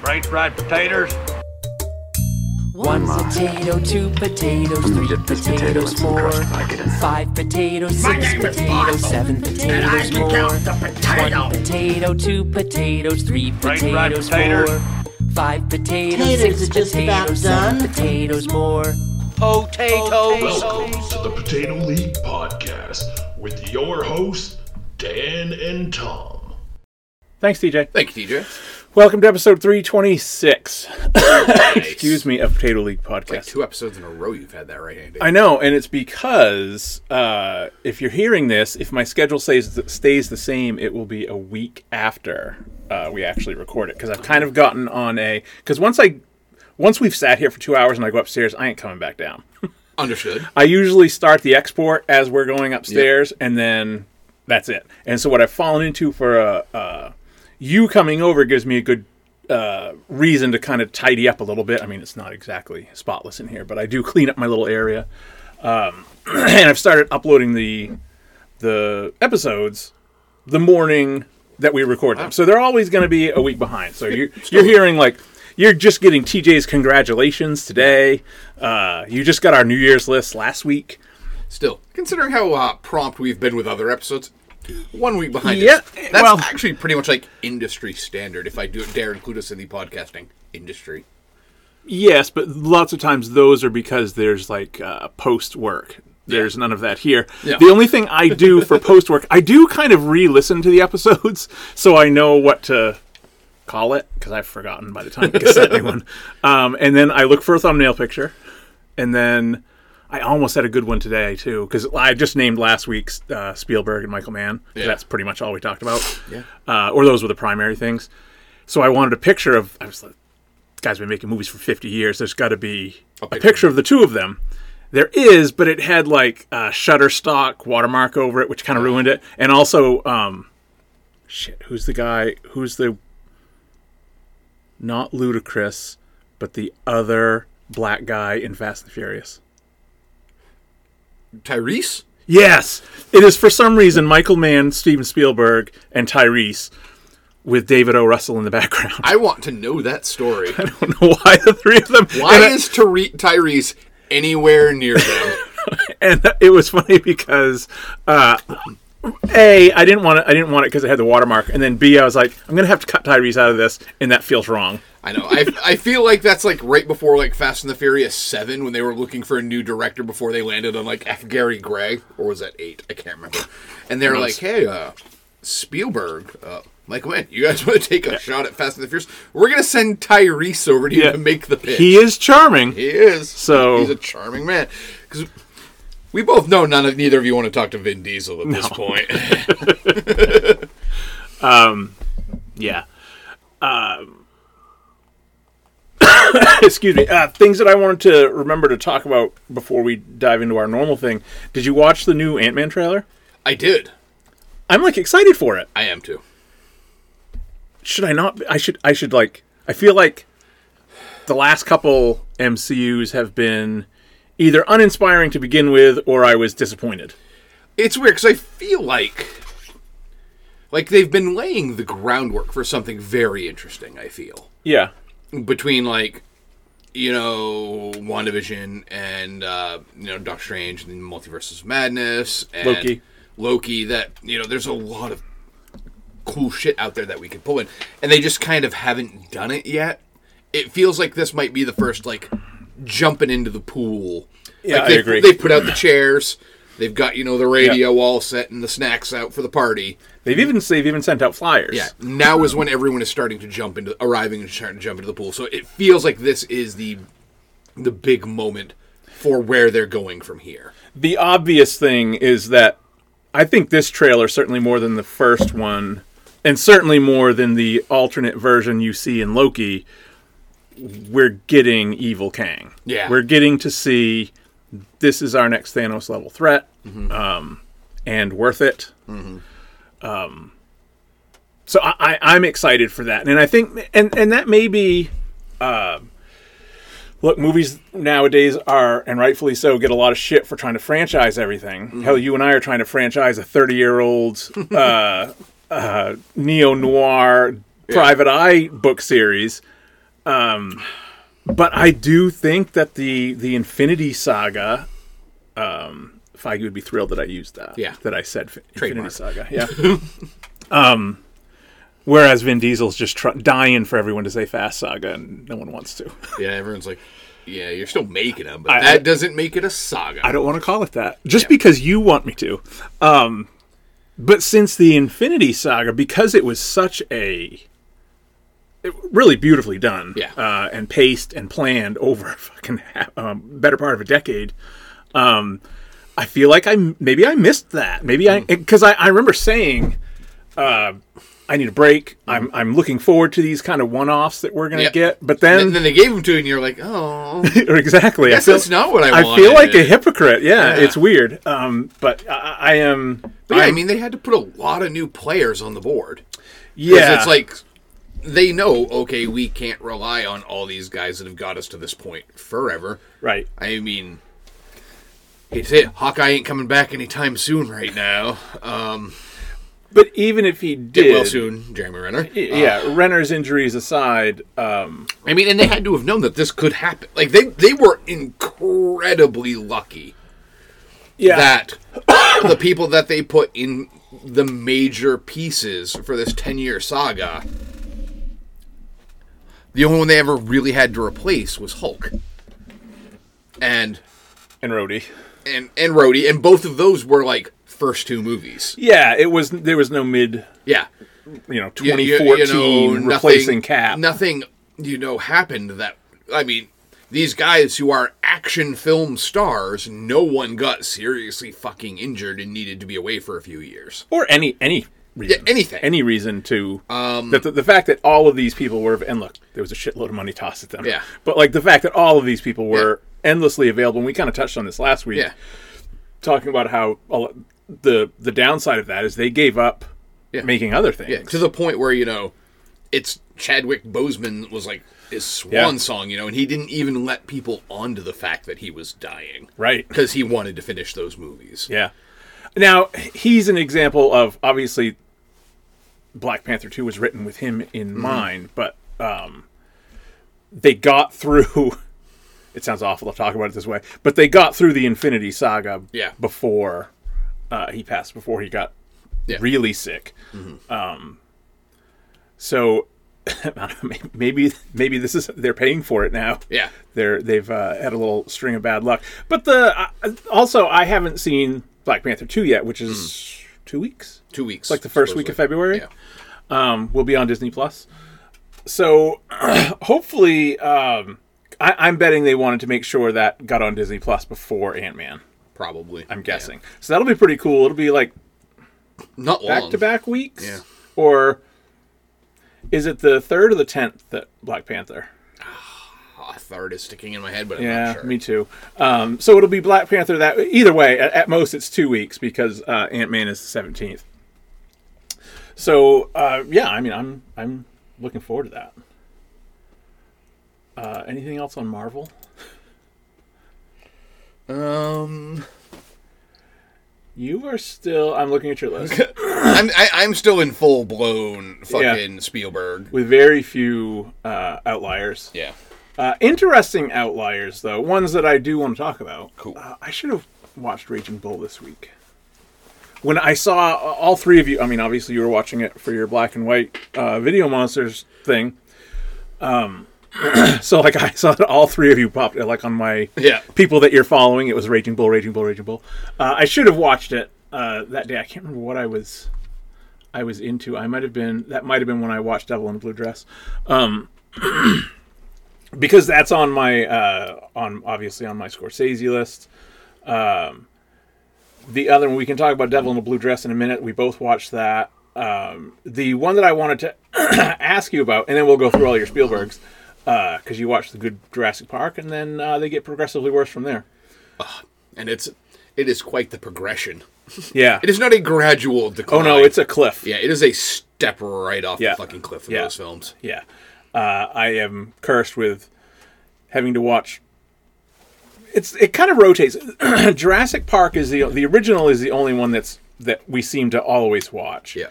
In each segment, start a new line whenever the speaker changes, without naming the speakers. French fried potatoes.
One potato, two potatoes,
I'm gonna
three
get this potato and
potatoes
some
more.
crust packet in.
Five potatoes,
My
six
name is
potatoes,
Bartle,
seven
and I
potatoes
can count
more.
the potato.
One potato, two potatoes, three
Right, right,
potatoes
potato.
more. Five potatoes,
Potatoes
six
are just about
potatoes, seven
done.
potatoes more.
Welcome to the Potato League Podcast with your hosts, Dan and Tom.
Thanks, DJ.
Thank you, DJ.
Welcome to episode 326.
Nice.
Excuse me, of Potato League podcast.
Like two episodes in a row, you've had that right handy.
I know, and it's because uh, if you're hearing this, if my schedule stays stays the same, it will be a week after uh, we actually record it. Because I've kind of gotten on a because once I once we've sat here for two hours and I go upstairs, I ain't coming back down.
Understood.
I usually start the export as we're going upstairs, and then that's it. And so what I've fallen into for uh, uh, you coming over gives me a good uh, reason to kind of tidy up a little bit. I mean, it's not exactly spotless in here, but I do clean up my little area, um, and I've started uploading the the episodes the morning that we record them. So they're always going to be a week behind. So you you're hearing like you're just getting TJ's congratulations today. Uh, you just got our New Year's list last week.
Still, considering how uh, prompt we've been with other episodes, one week behind
Yeah,
us. That's
well-
actually pretty much like industry standard, if I do dare include us in the podcasting industry.
Yes, but lots of times those are because there's like uh, post work. There's none of that here.
Yeah.
The only thing I do for post work, I do kind of re-listen to the episodes so I know what to call it because I've forgotten by the time I cassette anyone. Um, and then I look for a thumbnail picture, and then I almost had a good one today too because I just named last week's uh, Spielberg and Michael Mann.
Yeah.
That's pretty much all we talked about. Yeah. Uh, or those were the primary things. So I wanted a picture of. I was like, guy's been making movies for 50 years. There's got to be a picture.
picture.
of the two of them. There is, but it had like uh, Shutterstock watermark over it, which kind of ruined it. And also, um, shit, who's the guy? Who's the not Ludacris, but the other black guy in Fast and the Furious?
Tyrese?
Yes, it is for some reason Michael Mann, Steven Spielberg, and Tyrese with David O. Russell in the background. I
I want to know that story.
don't know why the three of them.
Why
and I-
is Tyre- Tyrese anywhere near them?
and it was funny because uh, a I didn't want it. I didn't want it because it had the watermark, and then b I was like, I'm gonna have to cut Tyrese out of this, and that feels wrong.
I know. I, I feel like that's like right before like Fast and the Furious Seven when they were looking for a new director before they landed on like F. Gary Gregg or was that eight? I can't remember. And they're like, hey, uh, Spielberg, uh, Mike Wynn, you guys want to take a shot at Fast and the Furious? We're gonna send Tyrese over to you
Yeah.
to make the pitch.
He is charming.
He is.
So-
he's a charming man. 'Cause we both know none of neither of you want to talk to Vin Diesel at this point.
Yeah. Um, excuse me. Uh, things that I wanted to remember to talk about before we dive into our normal thing. Did you watch the new Ant Man trailer?
I did.
I'm like excited for it.
I am too.
should I not? I should. I should like. I feel like the last couple MCU's have been either uninspiring to begin with, or I was disappointed.
it's weird because I feel like like they've been laying the groundwork for something very interesting. I feel
Yeah,
between like you know WandaVision and uh, you know Doctor Strange and Multiverses of Madness and
Loki.
Loki. That you know, there's a lot of cool shit out there that we could pull in, and they just kind of haven't done it yet. It feels like this might be the first like jumping into the pool.
Yeah,
like
I
they,
agree.
They put out the chairs. They've got you know the radio all set and the snacks out for the party.
they've even they've even sent out flyers.
Yeah, now is when everyone is starting to jump into arriving and starting to jump into the pool. So it feels like this is the the big moment for where they're going from here.
The obvious thing is that I think this trailer certainly more than the first one, and certainly more than the alternate version you see in Loki. We're getting evil Kang.
Yeah.
we're getting to see this is our next Thanos level threat, um, and worth it. Um, so I, I, I'm excited for that, and I think, and and that may be, uh, look, movies nowadays are, and rightfully so, get a lot of shit for trying to franchise everything.
Mm-hmm.
Hell, you and I are trying to franchise a 30 year old uh, uh, neo noir private eye book series. But I do think that the the Infinity Saga, um, Feige would be thrilled that I used that.
Yeah.
that I said fi- Infinity
Trademark.
Saga. Yeah. um, whereas Vin Diesel's just tr- dying for everyone to say Fast Saga, and no one wants to.
Yeah, everyone's like, yeah, you're still making them, but
I-
that
I-
doesn't make it a saga.
I don't want to call it that just because you want me to. Um, but since the Infinity Saga, because it was such a it really beautifully done,
Yeah.
uh, and paced and planned over a fucking ha- um, better part of a decade. Um, I feel like I m- maybe I missed that. Maybe I because I, I remember saying. Uh, I need a break. I'm I'm looking forward to these kind of one-offs that we're gonna
Yep.
get. But
and,
then,
then they gave them to you, and you're like, oh,
exactly, I
yes,
feel-
that's not what I,
I
wanted.
feel like a hypocrite. Yeah,
Yeah.
it's weird. Um, but I, I am.
But yeah, I mean, they had to put a lot of new players on the board. 'Cause
yeah,
it's like they know, okay, we can't rely on all these guys that have got us to this point forever.
right.
I mean, hate to say it, Hawkeye ain't coming back anytime soon right now. Um,
But even if he
it
did,
will soon, Jeremy Renner. Uh,
yeah, Renner's injuries aside, um,
I mean, and they had to have known that this could happen. Like they they were incredibly lucky
yeah,
that the people that they put in the major pieces for this 10-year saga the only one they ever really had to replace was Hulk. And
and Rhodey.
and and Rhodey and both of those were like first two movies.
Yeah, it was. There was no mid.
Yeah.
You know,
You-
twenty
you- you
fourteen
know,
replacing
nothing-
Cap.
Nothing, you know, happened that I mean, these guys who are action film stars, no one got seriously fucking injured and needed to be away for a few years.
or any any reason,
anything.
any reason to um, that the, the fact that all of these people were and look, there was a shitload of money tossed at them.
Yeah.
but like the fact that all of these people were endlessly available, and we kind of touched on this last week,
Yeah.
talking about how a lo- the the downside of that is they gave up
Yeah.
making other things.
Yeah, to the point where you know, it's Chadwick Boseman was like his swan
Yeah.
song, you know, and he didn't even let people onto the fact that he was dying,
right.
Because he wanted to finish those movies.
Yeah. Now he's an example of obviously Black Panther Two was written with him in mind, but um, they got through. It sounds awful to talk about it this way, but they got through the Infinity Saga
Yeah.
before uh, he passed, before he got
Yeah. Mm-hmm.
really sick. Um, so maybe maybe this is they're paying for it now
Yeah.
they're they've uh, had a little string of bad luck. But the uh, also I haven't seen Black Panther two yet, which is
Mm.
two weeks.
Two weeks,
Like the first week of
supposedly.
February.
Yeah.
Um, will be on Disney Plus. So hopefully, um, I, I'm betting they wanted to make sure that got on Disney Plus before Ant Man.
probably.
I'm guessing. So that'll be pretty cool. It'll be like
not long.
back to back weeks.
Yeah.
Or is it the third or the tenth that Black Panther?
Ah, third is sticking in my head, but I'm
Yeah,
not sure.
me too. Um, so it'll be Black Panther. That either way, at, at most it's two weeks because uh, Ant Man is the seventeenth. So uh, yeah, I mean, I'm I'm looking forward to that. Uh, anything else on Marvel?
Um,
You are still. I'm looking at your list
I'm I, I'm still in full blown fucking Spielberg.
with very few uh, outliers.
Yeah,
Uh, interesting outliers, though. Ones that I do want to talk about.
Cool.
Uh, I should have watched Raging Bull this week. When I saw uh, all three of you, I mean, obviously you were watching it for your black and white uh, video monsters thing. Um, so like I saw that all three of you popped uh, like on my
Yeah.
people that you're following. It was Raging Bull, Raging Bull, Raging Bull. Uh, I should have watched it uh, that day. I can't remember what I was. I was into. I might have been that might have been when I watched Devil in a Blue Dress, um, because that's on my uh, on obviously on my Scorsese list. Um, the other one we can talk about Devil in a Blue Dress in a minute. We both watched that. Um, the one that I wanted to ask you about, and then we'll go through all your Spielbergs because you watched the good Jurassic Park, and then uh, they get progressively worse from there.
and it's it is quite the progression.
Yeah.
It is not a gradual decline.
oh no, it's a cliff.
yeah, it is a step right off
Yeah.
the fucking cliff of
Yeah.
those films.
Yeah. Uh, I am cursed with having to watch. It's it kind of rotates. Jurassic Park is the the original is the only one that's that we seem to always watch.
Yeah,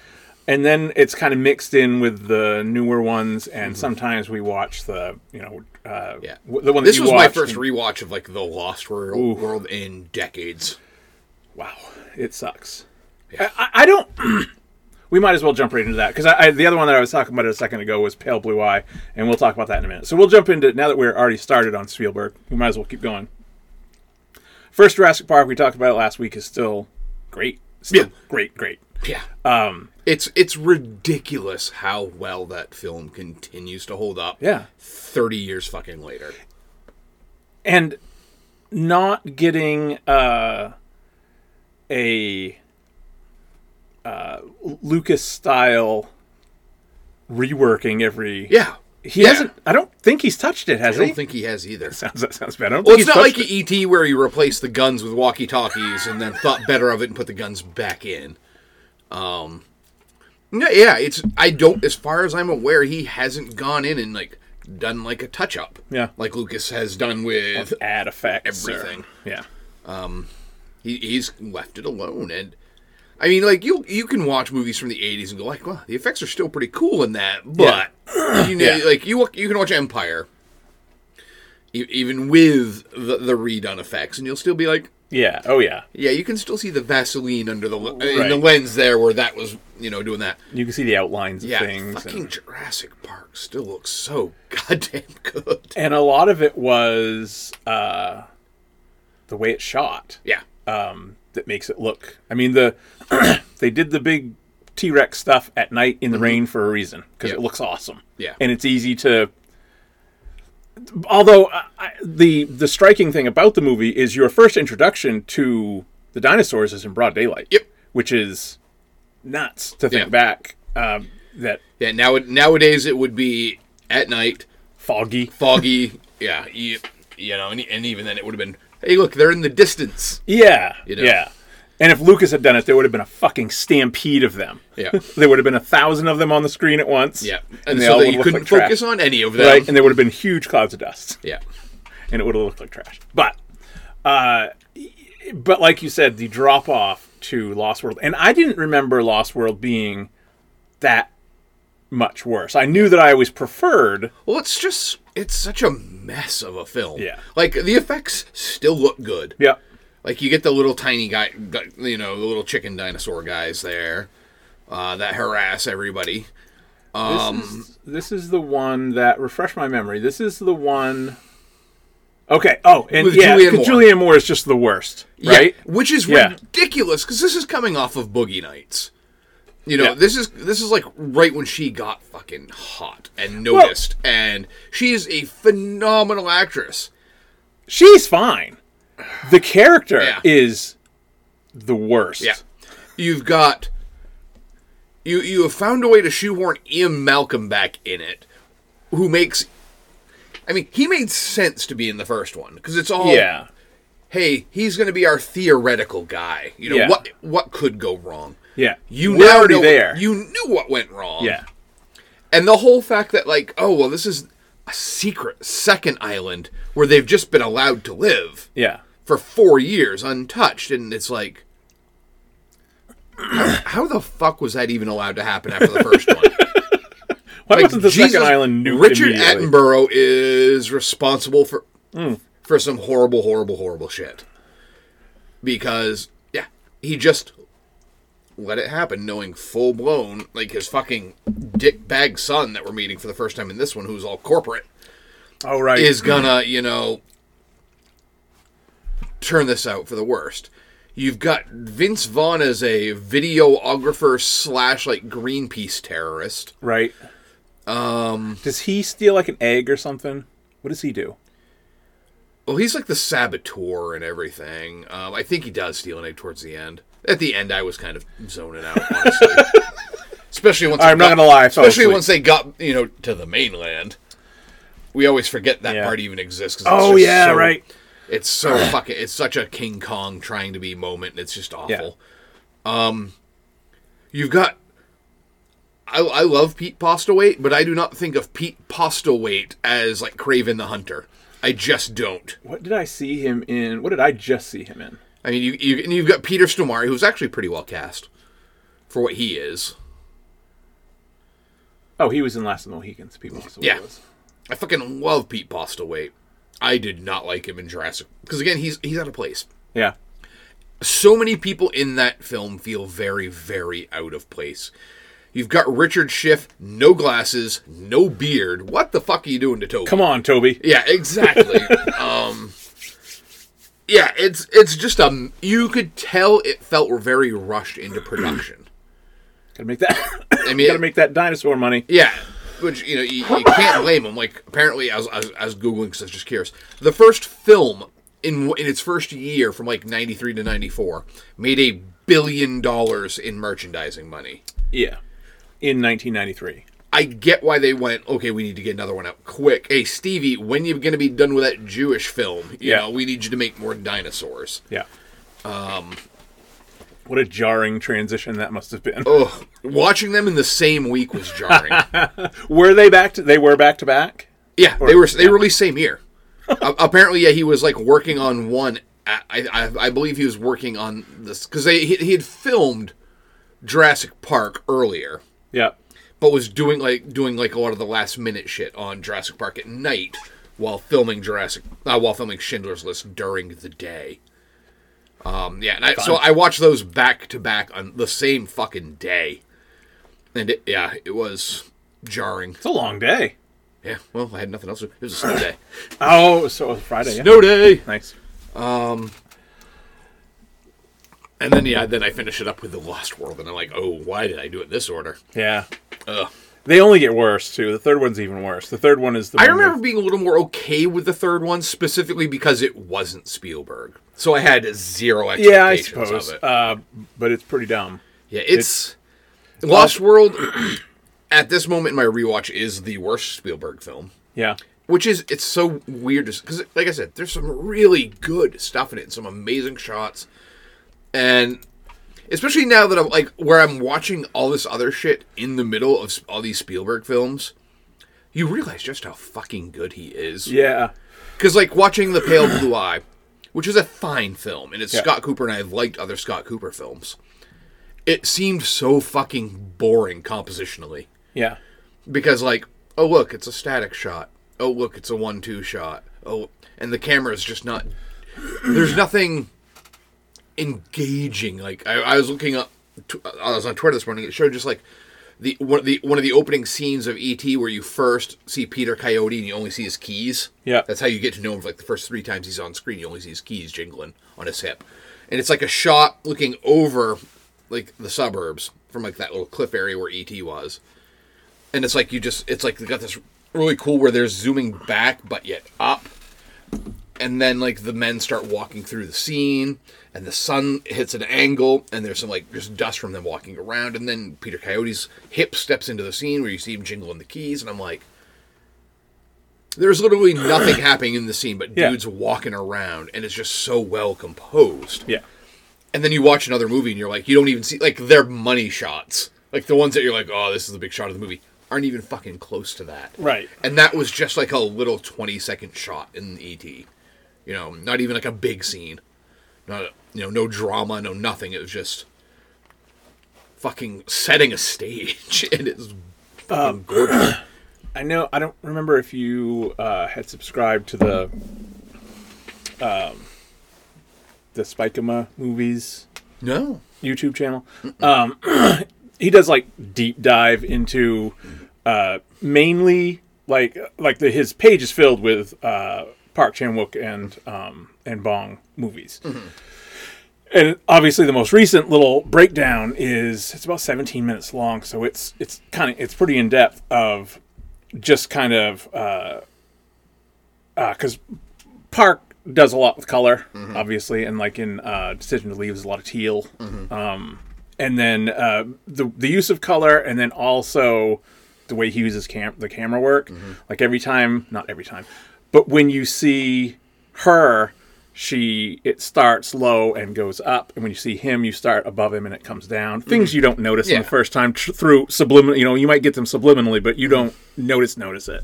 and then it's kind of mixed in with the newer ones, and sometimes we watch the you know uh,
Yeah.
w- the one that
this
you
was my
watched
first
and-
rewatch of like the Lost World, world in decades.
wow, it sucks. I, I, I don't. we might as well jump right into that because I, I, the other one that I was talking about a second ago was Pale Blue Eye, and we'll talk about that in a minute. So we'll jump into now that we're already started on Spielberg. We might as well keep going. First Jurassic Park we talked about it last week is still great. Still
Yeah.
great, great.
Yeah. Um it's it's ridiculous how well that film continues to hold up.
Yeah.
30 years fucking later.
and not getting uh, a uh, Lucas style reworking every
Yeah.
He
Yeah.
hasn't. I don't think he's touched it. Has
I
he?
don't think he has either.
sounds that sounds bad. I don't
Well,
think
it's
he's
not like
touched it.
ET where he replaced the guns with walkie-talkies and then thought better of it and put the guns back in. Um, yeah, yeah, it's I don't as far as I'm aware he hasn't gone in and like done like a touch-up.
Yeah. Oh,
like Lucas has done with.
add effects. or-
everything.
yeah.
He, he's left it alone, and I mean, like you you can watch movies from the '80s and go like, well, the effects are still pretty cool in that, but you know,
Yeah.
like you wa- you can watch Empire. e- Even with the, the redone effects, and you'll still be like,
Yeah. Oh yeah.
Yeah, you can still see the Vaseline under the le- in the
Right.
lens there where that was, you know, doing that.
You can see the outlines of
Yeah,
things.
fucking
And,
Jurassic Park still looks so goddamn good.
and a lot of it was uh, the way it's shot.
Yeah,
um, that makes it look. I mean, the they did the big T Rex stuff at night in the rain for a reason because
Mm-hmm.
it
Yeah.
looks awesome.
Yeah.
and it's easy to. Although I, I- the the striking thing about the movie is your first introduction to the dinosaurs is in broad daylight.
Yep.
which is nuts to think
Yeah.
back. Um, that
yeah. Now nowadays it would be at night,
foggy.
foggy. yeah, you, you know, and, and even then it would have been, hey, look, they're in the distance.
Yeah,
know.
yeah. And if Lucas had done it, there would have been a fucking stampede of them.
Yeah.
there would have been a thousand of them on the screen at once.
Yeah,
and,
and,
they
so
all
that
would
you
look
couldn't
like trash.
focus on any of them.
right? And there would have been huge clouds of dust,
yeah,
and it would have looked like trash. But, uh, but like you said, the drop off to Lost World, and I didn't remember Lost World being that much worse. I knew that I always preferred.
well, it's just it's such a mess of a film.
Yeah.
like the effects still look good.
Yeah,
Like you get the little tiny guy, gu- you know, the little chicken dinosaur guys there uh, that harass everybody.
this is this is the one that refresh my memory. This is the one. Okay. Oh, and
With
yeah,
Julianne
'cause
Moore.
Julianne Moore is just the worst, right?
Yeah, which is
Yeah.
ridiculous because this is coming off of Boogie Nights. You know,
Yeah.
this is this is like right when she got fucking hot and noticed, and she is a phenomenal actress.
She's fine. The character
Yeah.
is the worst.
Yeah. You've got you you have found a way to shoehorn Ian Malcolm back in it, who makes I mean, he made sense to be in the first one because it's all
Yeah.
hey, he's going to be our theoretical guy. You know
Yeah.
what what could go wrong?
Yeah,
You
were
now
already
know-
there.
You knew what went wrong.
yeah,
and the whole fact that like, oh well, this is a secret second island where they've just been allowed to live
yeah,
for four years untouched, and it's like, how, how the fuck was that even allowed to happen after the first one?
Why
Like,
wasn't the
Jesus,
second island nuked
Richard
immediately? Hmm.
Attenborough is responsible for for some horrible, horrible, horrible shit. Because yeah, he just let it happen, knowing full blown like his fucking dick bag son that we're meeting for the first time in this one, who's all corporate,
Oh right,
is gonna you know turn this out for the worst. You've got Vince Vaughn as a videographer slash like Greenpeace terrorist.
right. Um, does he steal like an egg or something? What does he do?
Well, he's like the saboteur and everything. Um, I think he does steal an egg towards the end. At the end, I was kind of zoning out, honestly. especially once
I'm
they
not
got-
gonna lie, I fell
Especially
asleep.
once they got you know to the mainland, we always forget that
Yeah.
part even exists. 'cause it's
Oh
just
yeah,
so-
right.
It's so fucking. It's such a King Kong trying to be moment, and it's just awful.
Yeah.
Um, you've got. I, I love Pete Postlewaite, but I do not think of Pete Postlewaite as like Craven the Hunter. I just don't.
What did I see him in? What did I just see him in?
I mean, you, you and you've got Peter Stomari, who's actually pretty well cast for what he is.
Oh, he was in Last of the Mohicans. People. that's what it
Yeah.
was.
I fucking love Pete Postlewaite. I did not like him in Jurassic because again, he's he's out of place.
Yeah.
so many people in that film feel very, very out of place. You've got Richard Schiff, no glasses, no beard. What the fuck are you doing to Toby?
Come on, Toby.
Yeah, exactly. um, yeah, it's it's just um, you could tell it felt very rushed into production.
Gotta make that.
I mean,
gotta make that dinosaur money.
Yeah, which you know you, you can't blame them. Like apparently, I was, I was, I was googling because I was just curious. The first film in w- in its first year, from like '93 to '94, made a billion dollars in merchandising money.
Yeah. In 1993.
I get why they went. Okay, we need to get another one out quick. Hey, Stevie, when you going to be done with that Jewish film? You
Yeah.
know, we need you to make more dinosaurs.
Yeah. Um.
Um,
What a jarring transition that must have been.
Ugh, watching them in the same week was jarring.
Were they back? To, they were back to back.
Yeah, they were they released same year. A- apparently, yeah, he was like working on one. I I, I believe he was working on this because they he, he had filmed Jurassic Park earlier,
Yeah.
but was doing like doing like a lot of the last minute shit on Jurassic Park at night while filming Jurassic uh, while filming Schindler's List during the day. Um, yeah, and I, so I watched those back to back on the same fucking day, and it, yeah, it was jarring.
It's a long day.
Yeah, well, I had nothing else. to do. It was a snow day.
Oh, so it was Friday. Yeah.
No day.
Nice.
And then yeah, then I finish it up with the Lost World, and I'm like, oh, why did I do it this order?
Yeah. They only get worse too. The third one's even worse. The third one is the.
I
one with-
remember being a little more okay with the third one, specifically because it wasn't Spielberg, so I had zero
Yeah, I
expectations
suppose.
of it.
Uh, but it's pretty dumb.
yeah, it's, Lost
uh,
World. at this moment in my rewatch, is the worst Spielberg film.
Yeah.
Which is it's so weird because, like I said, there's some really good stuff in it, some amazing shots, and especially now that I'm like where I'm watching all this other shit in the middle of s- all these Spielberg films, you realize just how fucking good he is.
Yeah.
Because like watching The Pale Blue Eye, which is a fine film, and it's
Yeah.
Scott Cooper, and I've liked other Scott Cooper films. It seemed so fucking boring compositionally
Yeah.
because like oh look it's a static shot oh look it's a one two shot oh and the camera is just not there's nothing engaging like i, I was looking up tw- i was on twitter this morning it showed just like the one of the one of the opening scenes of et where you first see peter coyote and you only see his keys
Yeah.
that's how you get to know him like the first three times he's on screen you only see his keys jingling on his hip and it's like a shot looking over like the suburbs from like that little cliff area where et was and it's like you just it's like they got this really cool where they're zooming back but yet up and then like the men start walking through the scene and the sun hits an angle and there's some like just dust from them walking around and then peter coyote's hip steps into the scene where you see him jingling the keys and i'm like there's literally nothing happening in the scene but
Yeah.
dudes walking around and it's just so well composed
Yeah.
and then you watch another movie and you're like, you don't even see like their money shots, like the ones that you're like, oh, this is the big shot of the movie, aren't even fucking close to that.
Right.
And that was just like a little twenty second shot in ET, you know, not even like a big scene, not you know, no drama, no nothing. It was just fucking setting a stage, and it's fucking
Um,
gorgeous.
I know. I don't remember if you uh, had subscribed to the um, the Spikema movies
no.
YouTube channel. Um, he does like deep dive into uh, mainly like like the, his page is filled with uh, Park Chan Wook and um, and Bong movies. And obviously, the most recent little breakdown is it's about 17 minutes long, so it's it's kind of it's pretty in depth of just kind of because uh, Park does a lot with color, obviously, and like in uh, Decision to Leave, is a lot of teal, um, and then uh, the the use of color, and then also the way he uses cam- the camera work. Like every time, not every time, but when you see her, she it starts low and goes up, and when you see him, you start above him and it comes down. Things you don't notice in
Yeah.
the first time tr- through subliminal. You know, you might get them subliminally, but you don't notice notice it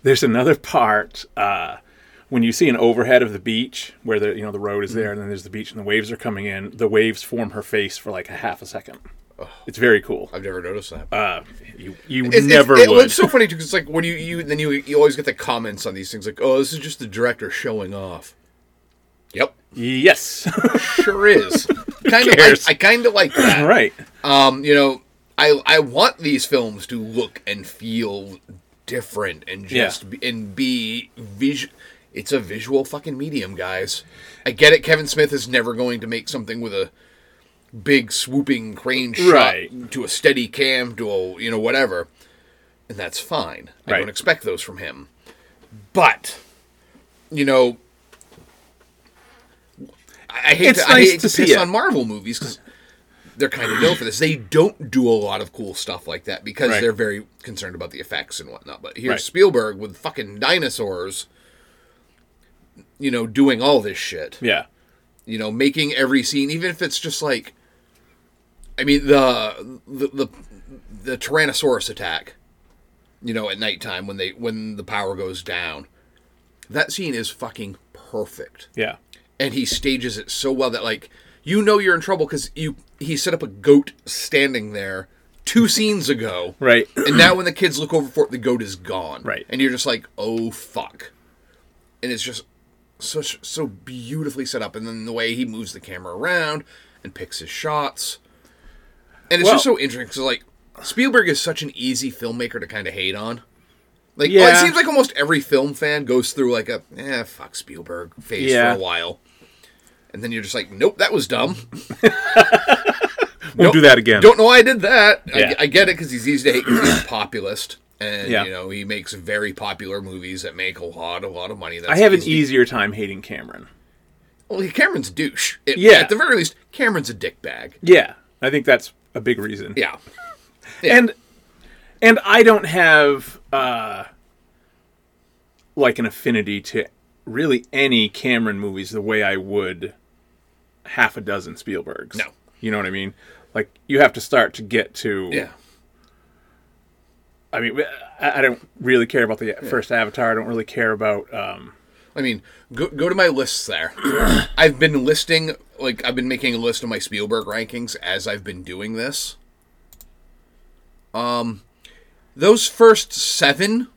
there's another part uh, when you see an overhead of the beach where
Mm-hmm.
the you know the road is there and then there's the beach and the waves are coming in the waves form her face for like a half a second It's very cool.
I've never noticed that.
You, you
It's- it's-
Uh, never
it-
would.
It's so funny too, 'cause it's like when you, you then you you always get the comments on these things like, "Oh, this is just the director showing off." Yep,
yes.
sure is. kind of, I,
cares?
I kind of like that.
right.
Um, you know, I I want these films to look and feel different and just be, and be visual. It's a visual fucking medium, guys. I get it. Kevin Smith is never going to make something with a big swooping crane shot
Right.
to a steady cam to a you know whatever, and that's fine. I
Right.
don't expect those from him, but you know. I I hate
It's
to, I
nice
hate
to
to,
see
piss
it.
on Marvel movies because they're kind of known for this. They don't do a lot of cool stuff like that because
Right.
they're very concerned about the effects and whatnot. But here's
Right.
Spielberg with fucking dinosaurs, you know, doing all this shit.
Yeah.
You know, making every scene, even if it's just like, I mean, the the the, the Tyrannosaurus attack. You know, at nighttime when they when the power goes down, that scene is fucking perfect
Yeah.
and he stages it so well that like you know you're in trouble because you he set up a goat standing there two scenes ago
Right.
and now when the kids look over for it the goat is gone
Right.
and you're just like oh fuck and it's just so so beautifully set up and then the way he moves the camera around and picks his shots and it's just
Well-
so interesting because like spielberg is such an easy filmmaker to kind of hate on like well,
Yeah.
it seems like almost every film fan goes through like a eh fuck Spielberg phase
Yeah.
for a while, and then you're just like, nope, that was dumb.
We'll do that again.
Don't know why I did that.
Yeah.
I, I get it because he's easy to hate. 'cause He's a populist, and
Yeah.
you know he makes very popular movies that make a lot, a lot of money. That's
I have an
easy.
easier time hating Cameron.
Well, Cameron's a douche. It-
Yeah.
at the very least, Cameron's a dickbag.
Yeah. I think that's a big reason.
Yeah,
and and I don't have uh, like an affinity to really any Cameron movies the way I would half a dozen Spielbergs.
No.
you know what I mean. Like you have to start to get to.
yeah.
I mean, I, I don't really care about the first Avatar. I don't really care about. Um,
I mean, go, go to my lists there. I've been listing, like, I've been making a list of my Spielberg rankings as I've been doing this. Um, those first seven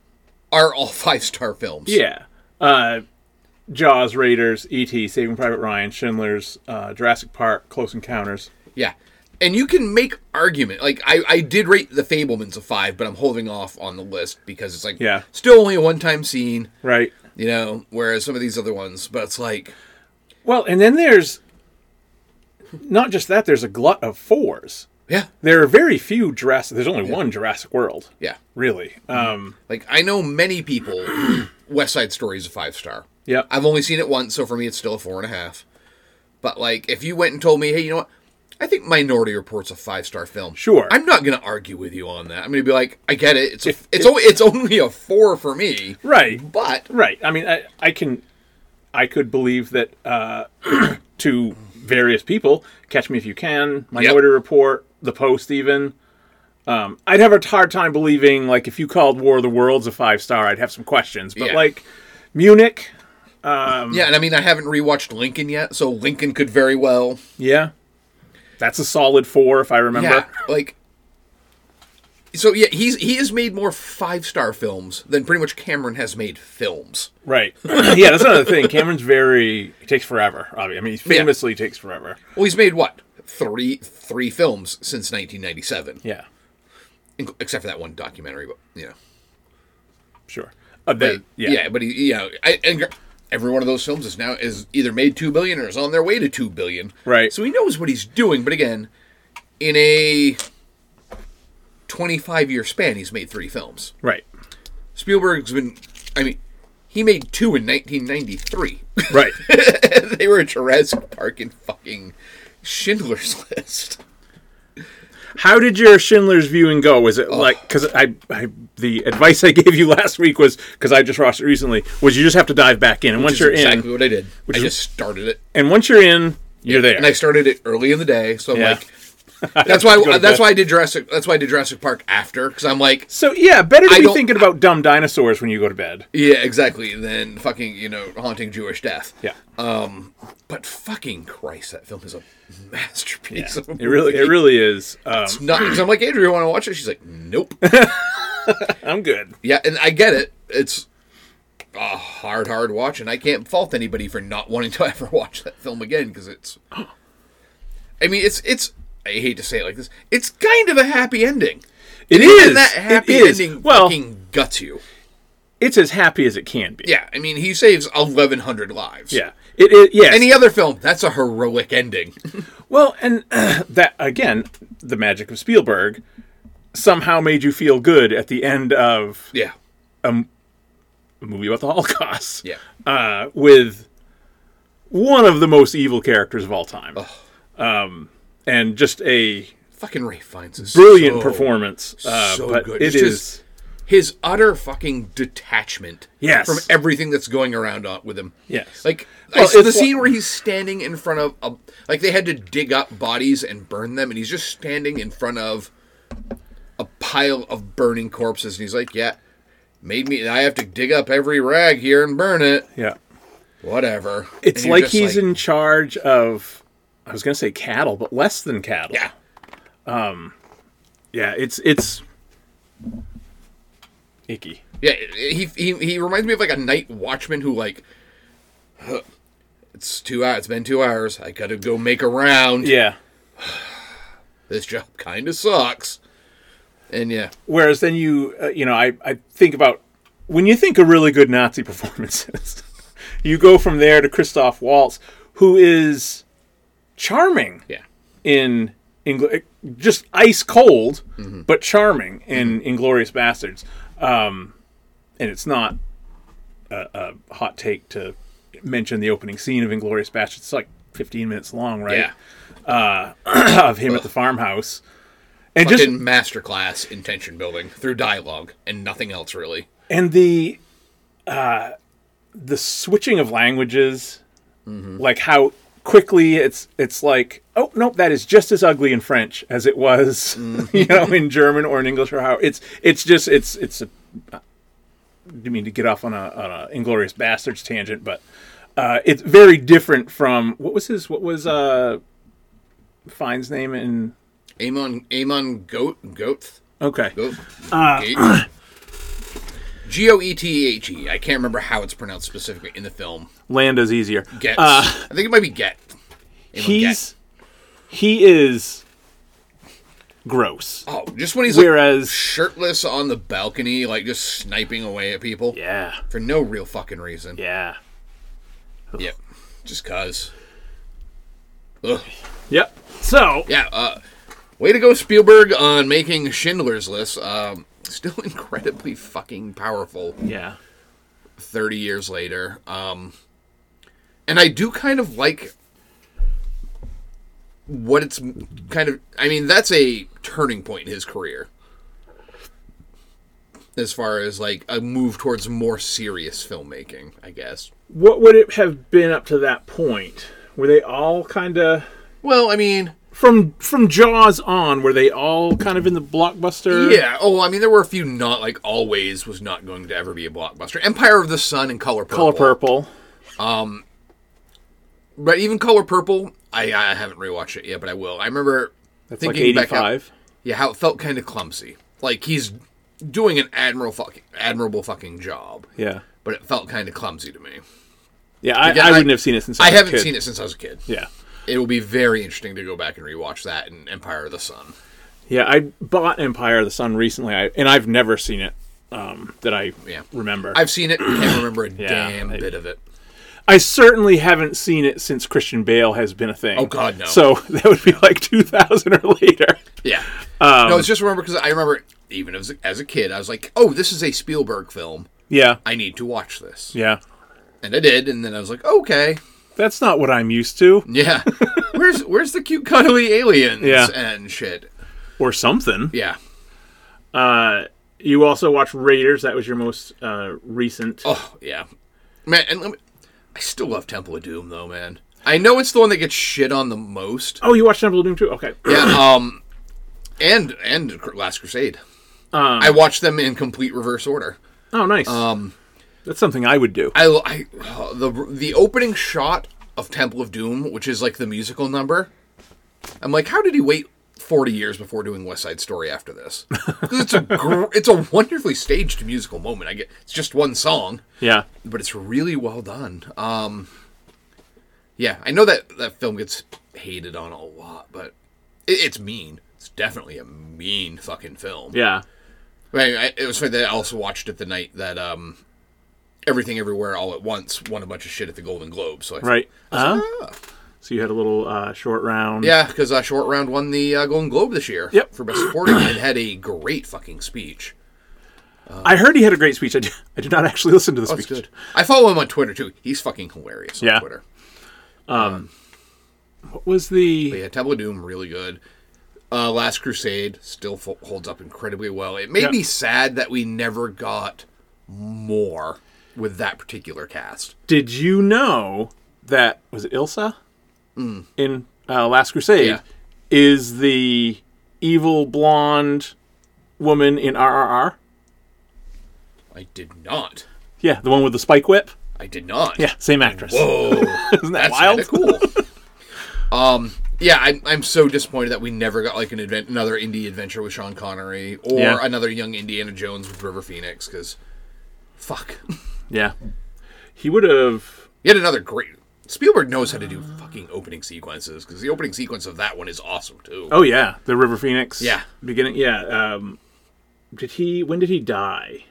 are all five star films.
yeah. Uh, Jaws, Raiders, E.T., Saving Private Ryan, Schindler's, uh, Jurassic Park, Close Encounters.
Yeah. And you can make argument. Like, I, I did rate The Fablemans a five, but I'm holding off on the list because it's like,
Yeah.
still only a one time scene,
Right.
you know, whereas some of these other ones, but it's like,
Well, and then there's not just that. There's a glut of fours.
yeah,
There are very few Jurassic. There's only one Jurassic World.
yeah.
Really.
Mm-hmm.
Um,
Like, I know many people, West Side Story is a five star.
yeah.
I've only seen it once, so for me, it's still a four and a half. But like, if you went and told me, hey, you know what? I think Minority Report's a five star film.
Sure.
I'm not gonna argue with you on that. I'm gonna be like, I get it. It's a, it's only it's only a four for me.
right.
But
Right. I mean, I, I can, I could believe that uh, to various people, Catch Me If You Can, Minority Report, The Post, even. Um, I'd have a hard time believing, like, if you called War of the Worlds a five star, I'd have some questions. But
Yeah.
like, Munich,
yeah, and I mean, I haven't rewatched Lincoln yet, so Lincoln could very well.
yeah, that's a solid four if I remember.
Yeah, like. So yeah, he's he has made more five star films than pretty much Cameron has made films.
Right. yeah, that's another thing. Cameron's very he takes forever. Obviously, I mean, he famously takes forever.
Well, he's made what three three films since 1997,
Yeah,
Inc- except for that one documentary. But you know,
sure. Uh,
But-
the-
yeah. but he, you know, I, and gr- every one of those films is now is either made two billion or is on their way to two billion.
Right.
So he knows what he's doing. But again, in a twenty-five year span, he's made three films.
Right.
Spielberg's been, I mean, he made two in nineteen ninety-three.
Right.
they were Jurassic Park and fucking Schindler's List.
How did your Schindler's viewing go? Was
Oh.
it like because I, I the advice I gave you last week was because I just watched it recently was you just have to dive back in and once
Which is
you're
exactly
in
what I did. I
is-
just started it.
and once you're in you're there
And I started it early in the day, so I'm
Yeah.
like, That's why.
to
that's
bed.
why I did Jurassic. That's why I did Jurassic Park after because I'm like,
So yeah, better to
I
be
don't-
thinking about dumb dinosaurs when you go to bed.
yeah, exactly. Then fucking you know haunting Jewish death.
Yeah,
But fucking Christ, that film is a masterpiece. of a
it really, it
movie.
really is. Um,
It's not because I'm like Adrian, want to watch it? She's like, nope.
I'm good.
yeah, and I get it. It's a hard, hard watch, and I can't fault anybody for not wanting to ever watch that film again because it's. I mean, it's it's. I hate to say it like this. It's kind of a happy ending.
It is.
And that happy
it is.
ending
well,
fucking guts you.
it's as happy as it can be.
Yeah, I mean, he saves 1,100 lives.
Yeah. It is. Yes.
Any other film, that's a heroic ending.
well, and that again, the magic of Spielberg somehow made you feel good at the end of
yeah.
a movie about the Holocaust.
Yeah.
Uh, with one of the most evil characters of all time. Um, and just a
Fucking Ray finds is
brilliant
so-
performance. Uh,
so
but
good.
it
It's
is.
just- His utter fucking detachment
Yes.
from everything that's going around on, with him.
Yes.
Like,
Well,
I, the
it's wha-
scene where he's standing in front of, a, like, they had to dig up bodies and burn them, and he's just standing in front of a pile of burning corpses, and he's like, yeah, made me, I have to dig up every rag here and burn it.
yeah.
Whatever.
It's
And you're
like
just
he's in charge of. I was going to say cattle, but less than cattle. Um,
Yeah.
Yeah, it's it's icky.
Yeah, he, he he reminds me of like a night watchman who like "Huh, it's two hours. It's been two hours. I gotta go make a round.
Yeah.
This job kind of sucks. And yeah,
Whereas then you uh, you know I I think about when you think of really good Nazi performances, you go from there to Christoph Waltz, who is charming
yeah,
in Ingl- eh, just ice cold,
Mm-hmm.
but charming in Inglorious Bastards. Um, and it's not a, a hot take to mention the opening scene of Inglorious Bastards. It's like 15 minutes long, right?
yeah.
of him at the farmhouse, and just
Fucking masterclass in tension building through dialogue and nothing else really.
and the uh, the switching of languages, like how quickly it's it's like oh nope that is just as ugly in French as it was you know in German or in English or how it's it's just it's it's a I mean to get off on a on a inglorious bastards tangent but uh, it's very different from what was his what was uh Fine's name in
Amon Amon Goat Goat
okay
Goat
Uh,
Goat- G O E T H E. I can't remember how it's pronounced specifically in the film.
Landa's easier
Get.
Uh,
I think it might be Get. Amon
he's he is gross.
Oh, just when he's like
Whereas
shirtless on the balcony, like just sniping away at people
yeah,
for no real fucking reason.
yeah,
Yep. Just cause. Ugh.
yep. So
Yeah. Uh, way to go, Spielberg, on making Schindler's List. Um, still incredibly fucking powerful.
yeah,
Thirty years later. Um, and I do kind of like what it's kind of. I mean, that's a turning point in his career. As far as like a move towards more serious filmmaking, I guess.
what would it have been up to that point? Were they all kind of
Well, I mean,
from from Jaws on? Were they all kind of in the blockbuster?
yeah. Oh, I mean, there were a few not like always was not going to ever be a blockbuster. Empire of the Sun and Color Purple.
Color purple.
But even Color Purple, I, I haven't rewatched it yet, but I will. I remember
It's like eighty-five.
yeah, how it felt kind of clumsy. Like he's doing an admiral fucking admirable fucking job,
yeah,
but it felt kind of clumsy to me.
yeah. I,
Again,
I
I-
wouldn't have seen it since I,
I
was a
haven't
kid.
seen it since I was a kid.
Yeah,
It will be very interesting to go back and rewatch that and Empire of the Sun.
yeah. I bought Empire of the Sun recently, I, and I've never seen it um, that I
Yeah.
remember.
I've seen it, can't remember a damn
I-
bit of it.
I certainly haven't seen it since Christian Bale has been a thing.
Oh, God, no.
So that would be like 2000 or later.
Yeah.
Um,
no, it's just remember because I remember even as, as a kid, I was like, oh, this is a Spielberg film.
Yeah,
I need to watch this.
yeah.
And I did, and then I was like, okay.
That's not what I'm used to,
Yeah. where's where's the cute cuddly aliens
Yeah.
and shit?
or something.
Yeah.
Uh, you also watched Raiders. That was your most uh, recent.
Oh yeah. Man, and let me, I still love Temple of Doom though, man. I know it's the one that gets shit on the most.
Oh, you watched Temple of Doom too? Okay.
Yeah. Um, and and Cr- Last Crusade. I watched them in complete reverse order.
Oh, nice. Um, that's something I would do.
I, lo- I oh, the the opening shot of Temple of Doom, which is like the musical number. I'm like, how did he wait 40 years before doing West Side Story after this? 'Cause it's a gr- it's a wonderfully staged musical moment. I get it's just one song,
yeah.
but it's really well done. Um, yeah, I know that that film gets hated on a lot, but it, it's mean. It's definitely a mean fucking film.
Yeah.
Right. I, it was funny that I also watched it the night that um, Everything Everywhere All at Once won a bunch of shit at the Golden Globe. So I
Right. Uh, so you had a little uh, short round.
Yeah, because uh, Short Round won the uh, Golden Globe this year
Yep.
for Best Supporting and had a great fucking speech.
I heard he had a great speech. I did, I did not actually listen to the
Oh, it's
speech.
good. I follow him on Twitter too. He's fucking hilarious on
Yeah.
Twitter.
What was the?
But yeah, Temple of Doom really good. Uh, Last Crusade still fo- holds up incredibly well. It made
Yeah.
me sad that we never got more with that particular cast.
Did you know that was it Ilsa in uh, Last Crusade
Hmm. Yeah.
is the evil blonde woman in RRR?
I did not.
Yeah, the one with the spike whip.
I did not.
Yeah, same actress.
Oh.
Isn't that
That's
wild?
kinda cool. um, yeah, I'm, I'm so disappointed that we never got like an advent, another indie adventure with Sean Connery or
Yeah.
another young Indiana Jones with River Phoenix because fuck,
Yeah, he would have.
yet another great. Spielberg knows how to do fucking opening sequences because the opening sequence of that one is awesome too.
Oh yeah, the River Phoenix.
Yeah.
beginning. Yeah. Um, did he? When did he die?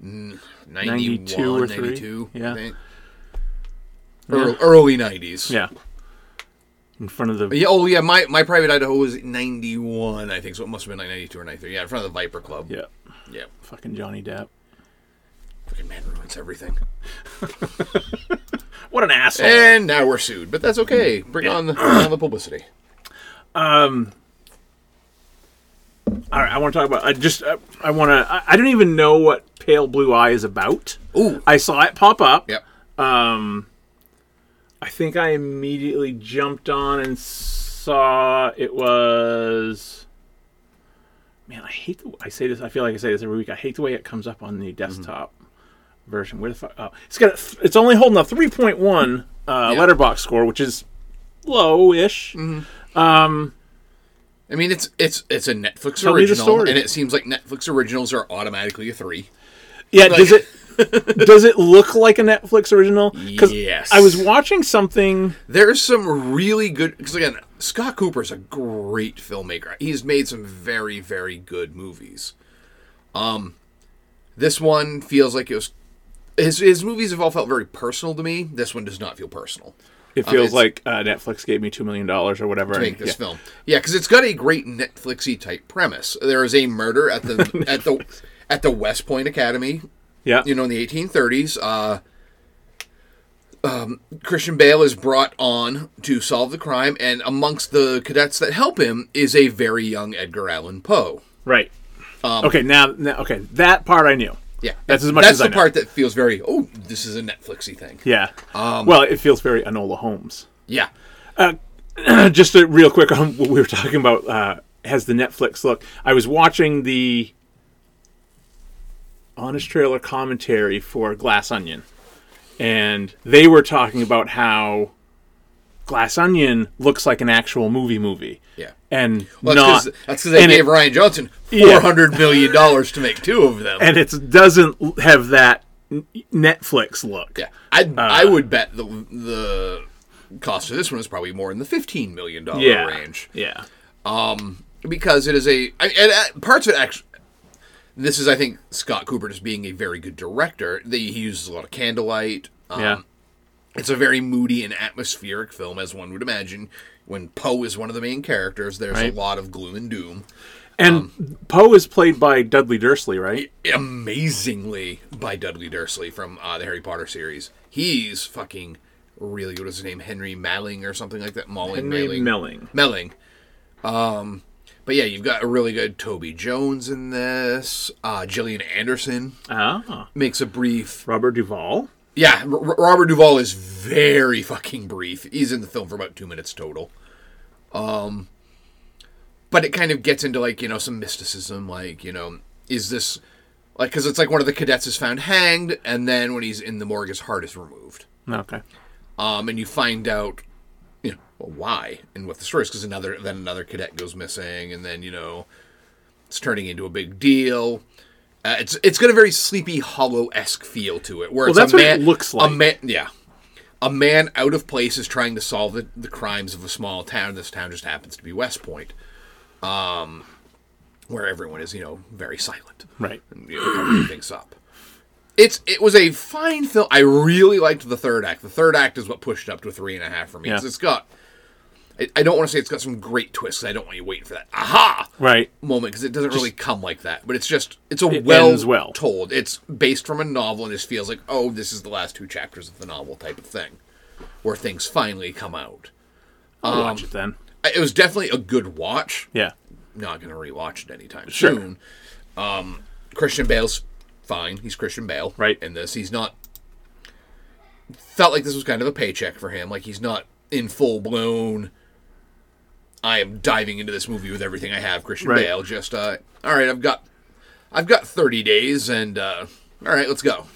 91,
92 or 3?
92, I
Yeah.
think. Ear- Early 90s.
Yeah, in front of the.
Yeah, Oh, yeah. My, my private Idaho was 91, I think. So it must have been like 92 or 93. Yeah, in front of the Viper Club.
yeah.
Yeah.
Fucking Johnny Depp.
Fucking man ruins everything.
What an asshole.
And now we're sued, but that's okay. Bring on the, bring on the publicity.
All right, I want to talk about. I just. I, I want to. I, I don't even know what Pale Blue Eye is about.
Ooh.
I saw it pop up.
Yep.
I think I immediately jumped on and saw it was. Man, I hate the. I say this. I feel like I say this every week. I hate the way it comes up on the desktop
Mm-hmm.
version. Where the fuck? Oh, it's got. A th- it's only holding a three point one uh,
Yeah. Mm-hmm.
letterbox score, which is low-ish.
I mean, it's it's it's a Netflix
Tell me the
original,
story.
and it seems like Netflix originals are automatically a three.
Yeah. does it? does it look like a Netflix original? 'Cause
Yes.
I was watching something.
There's some really good because again, Scott Cooper's a great filmmaker. He's made some very very good movies. Um, this one feels like it was his his movies have all felt very personal to me. This one does not feel personal.
It
it's-
feels like uh, Netflix gave me two million dollars or whatever.
make this film. Yeah, because it's got a great Netflixy type premise. There is a murder at the at the at the West Point Academy.
Yeah.
You know, in the 1830s, uh, um, Christian Bale is brought on to solve the crime, and amongst the cadets that help him is a very young Edgar Allan Poe.
Right. okay, now, now, okay, that part I knew.
Um, Yeah,
That's as much
That's
as
the
I know.
part that feels very. Oh, this is a Netflixy thing.
Yeah.
Um,
well, it feels very Anola Holmes.
Yeah,
Just a real quick on what we were talking about uh, has the Netflix look. I was watching the honest trailer commentary for Glass Onion, and they were talking about how Glass Onion looks like an actual movie movie.
Yeah.
And
Well,
not
that's because they
and it-
gave Ryan Johnson
Yeah.
four hundred million dollars to make two of them.
and it doesn't have that n- Netflix look.
Yeah, I
Uh,
I would bet the the cost of this one is probably more in the fifteen million dollar
Yeah.
range
Yeah.
because it is a I, and uh, parts of it actually. This is, I think, Scott Cooper just being a very good director. They, he uses a lot of candlelight. Um,
yeah.
It's a very moody and atmospheric film, as one would imagine. When Poe is one of the main characters, there's
Right.
a lot of gloom and doom.
And
Um,
Poe is played by Dudley Dursley, right?
amazingly by Dudley Dursley from uh, the Harry Potter series. He's fucking really what is his name? Henry Malling or something like that. Malling,
Henry
Malling.
Melling.
Melling. Um, but yeah, you've got a really good Toby Jones in this. Uh, Gillian Anderson
Ah,
makes a brief
Robert Duvall.
Yeah, R- R- Robert Duvall is very fucking brief. He's in the film for about two minutes total. Um, but it kind of gets into like you know some mysticism, like you know, is this like because it's like one of the cadets is found hanged, and then when he's in the morgue, his heart is removed.
Okay.
Um, and you find out, you know, well, why and what the story is because another then another cadet goes missing, and then you know, it's turning into a big deal. Uh, it's it's got a very sleepy hollow esque feel to it, where
Well,
it's
that's
a
what it
man
looks like.
A man, yeah, a man out of place is trying to solve the, the crimes of a small town. This town just happens to be West Point, um, where everyone is you know very silent
Right.
and you know, covering things up. It's it was a fine film. I really liked the third act. The third act is what pushed up to a three and a half for me. 'cause
Yeah.
It's got. I, I don't want to say it's got some great twists. 'cause I don't want you waiting for that aha
Right.
moment because it doesn't really come like that. But it's just it's a
It
well,
ends well.
told. It's based from a novel and just feels like oh this is the last two chapters of the novel type of thing, where things finally come out.
I'll watch it then.
I- It was definitely a good watch
Yeah.
not going to rewatch it anytime
Sure.
soon. Um, Christian Bale's fine. He's Christian Bale,
Right.
In this, he's not. Felt like this was kind of a paycheck for him. Like he's not in full blown. I am diving into this movie with everything I have, Christian
Right.
Bale. Just uh, all right. I've got, I've got thirty days, and uh, all right, let's go.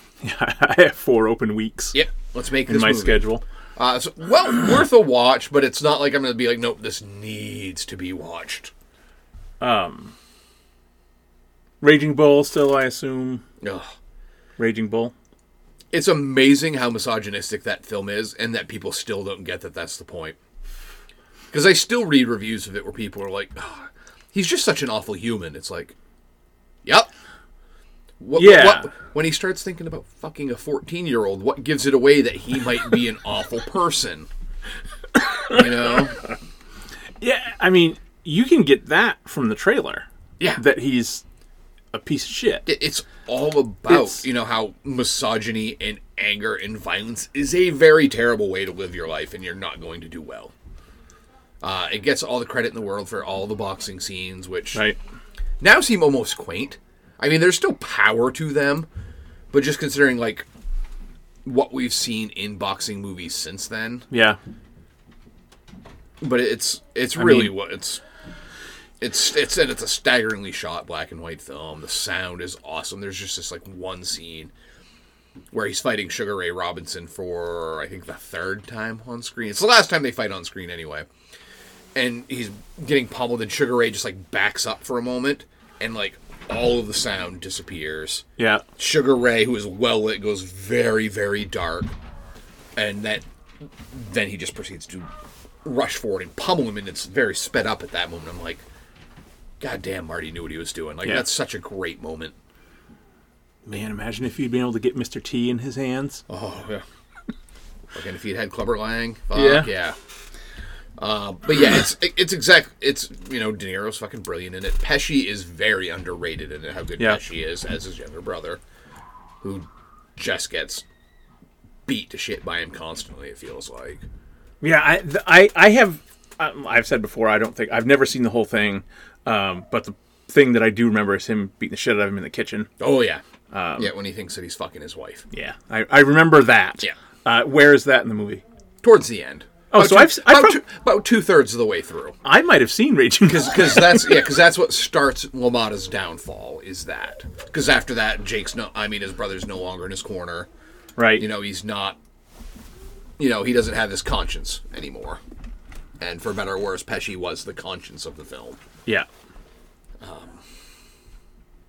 I have four open weeks
Yep, let's make
in
this
my
movie.
schedule.
Uh, so, well, worth a watch, but it's not like I'm going to be like, nope, this needs to be watched.
Raging Bull still, I assume.
Ugh.
Raging Bull.
it's amazing how misogynistic that film is and that people still don't get that that's the point because i still read reviews of it where people are like "Ah, he's just such an awful human it's like yep what,
Yeah.
what- when he starts thinking about fucking a 14 year old what gives it away that he might be an awful person you know
Yeah, I mean, you can get that from the trailer.
Yeah.
That he's a piece of shit.
It- it's all about
It's-
you know how misogyny and anger and violence is a very terrible way to live your life and you're not going to do well uh, it gets all the credit in the world for all the boxing scenes which
Right.
now seem almost quaint i mean there's still power to them but just considering like what we've seen in boxing movies since then
Yeah.
but it's it's really
mean-
what it's it's it's and it's a staggeringly shot black and white film. The sound is awesome. There's just this like one scene where he's fighting Sugar Ray Robinson for I think the third time on screen. It's the last time they fight on screen anyway. And he's getting pummeled and Sugar Ray just like backs up for a moment and like all of the sound disappears.
Yeah.
Sugar Ray, who is well lit, goes very, very dark, and that then he just proceeds to rush forward and pummel him, and it's very sped up at that moment. I'm like, God damn, Marty knew what he was doing. Like
Yeah.
that's such a great moment.
Man, imagine if you'd been able to get Mr. T in his hands.
Oh yeah. Like, and if he'd had Clubber Lang, fuck
Yeah.
yeah. Uh, but yeah, it's it's exact. It's you know De Niro's fucking brilliant in it. Pesci is very underrated in it. How good
Yeah.
Pesci is as his younger brother, who just gets beat to shit by him constantly. It feels like.
Yeah, I, th- I, I have, um, I've said before, I don't think, I've never seen the whole thing, um, but the thing that I do remember is him beating the shit out of him in the kitchen.
Oh yeah,
Um,
yeah. When he thinks that he's fucking his wife
Yeah. I, I remember that.
Yeah.
Uh, where is that in the movie?
towards the end.
Oh,
About
so
two-
I've s- I've
about,
prob-
two, about two thirds of the way through.
I might have seen Raging Bull.
because that's yeah because that's what starts Lamada's downfall is that because after that Jake's no I mean his brother's no longer in his corner
Right.
you know he's not you know he doesn't have his conscience anymore and for better or worse Pesci was the conscience of the film
Yeah.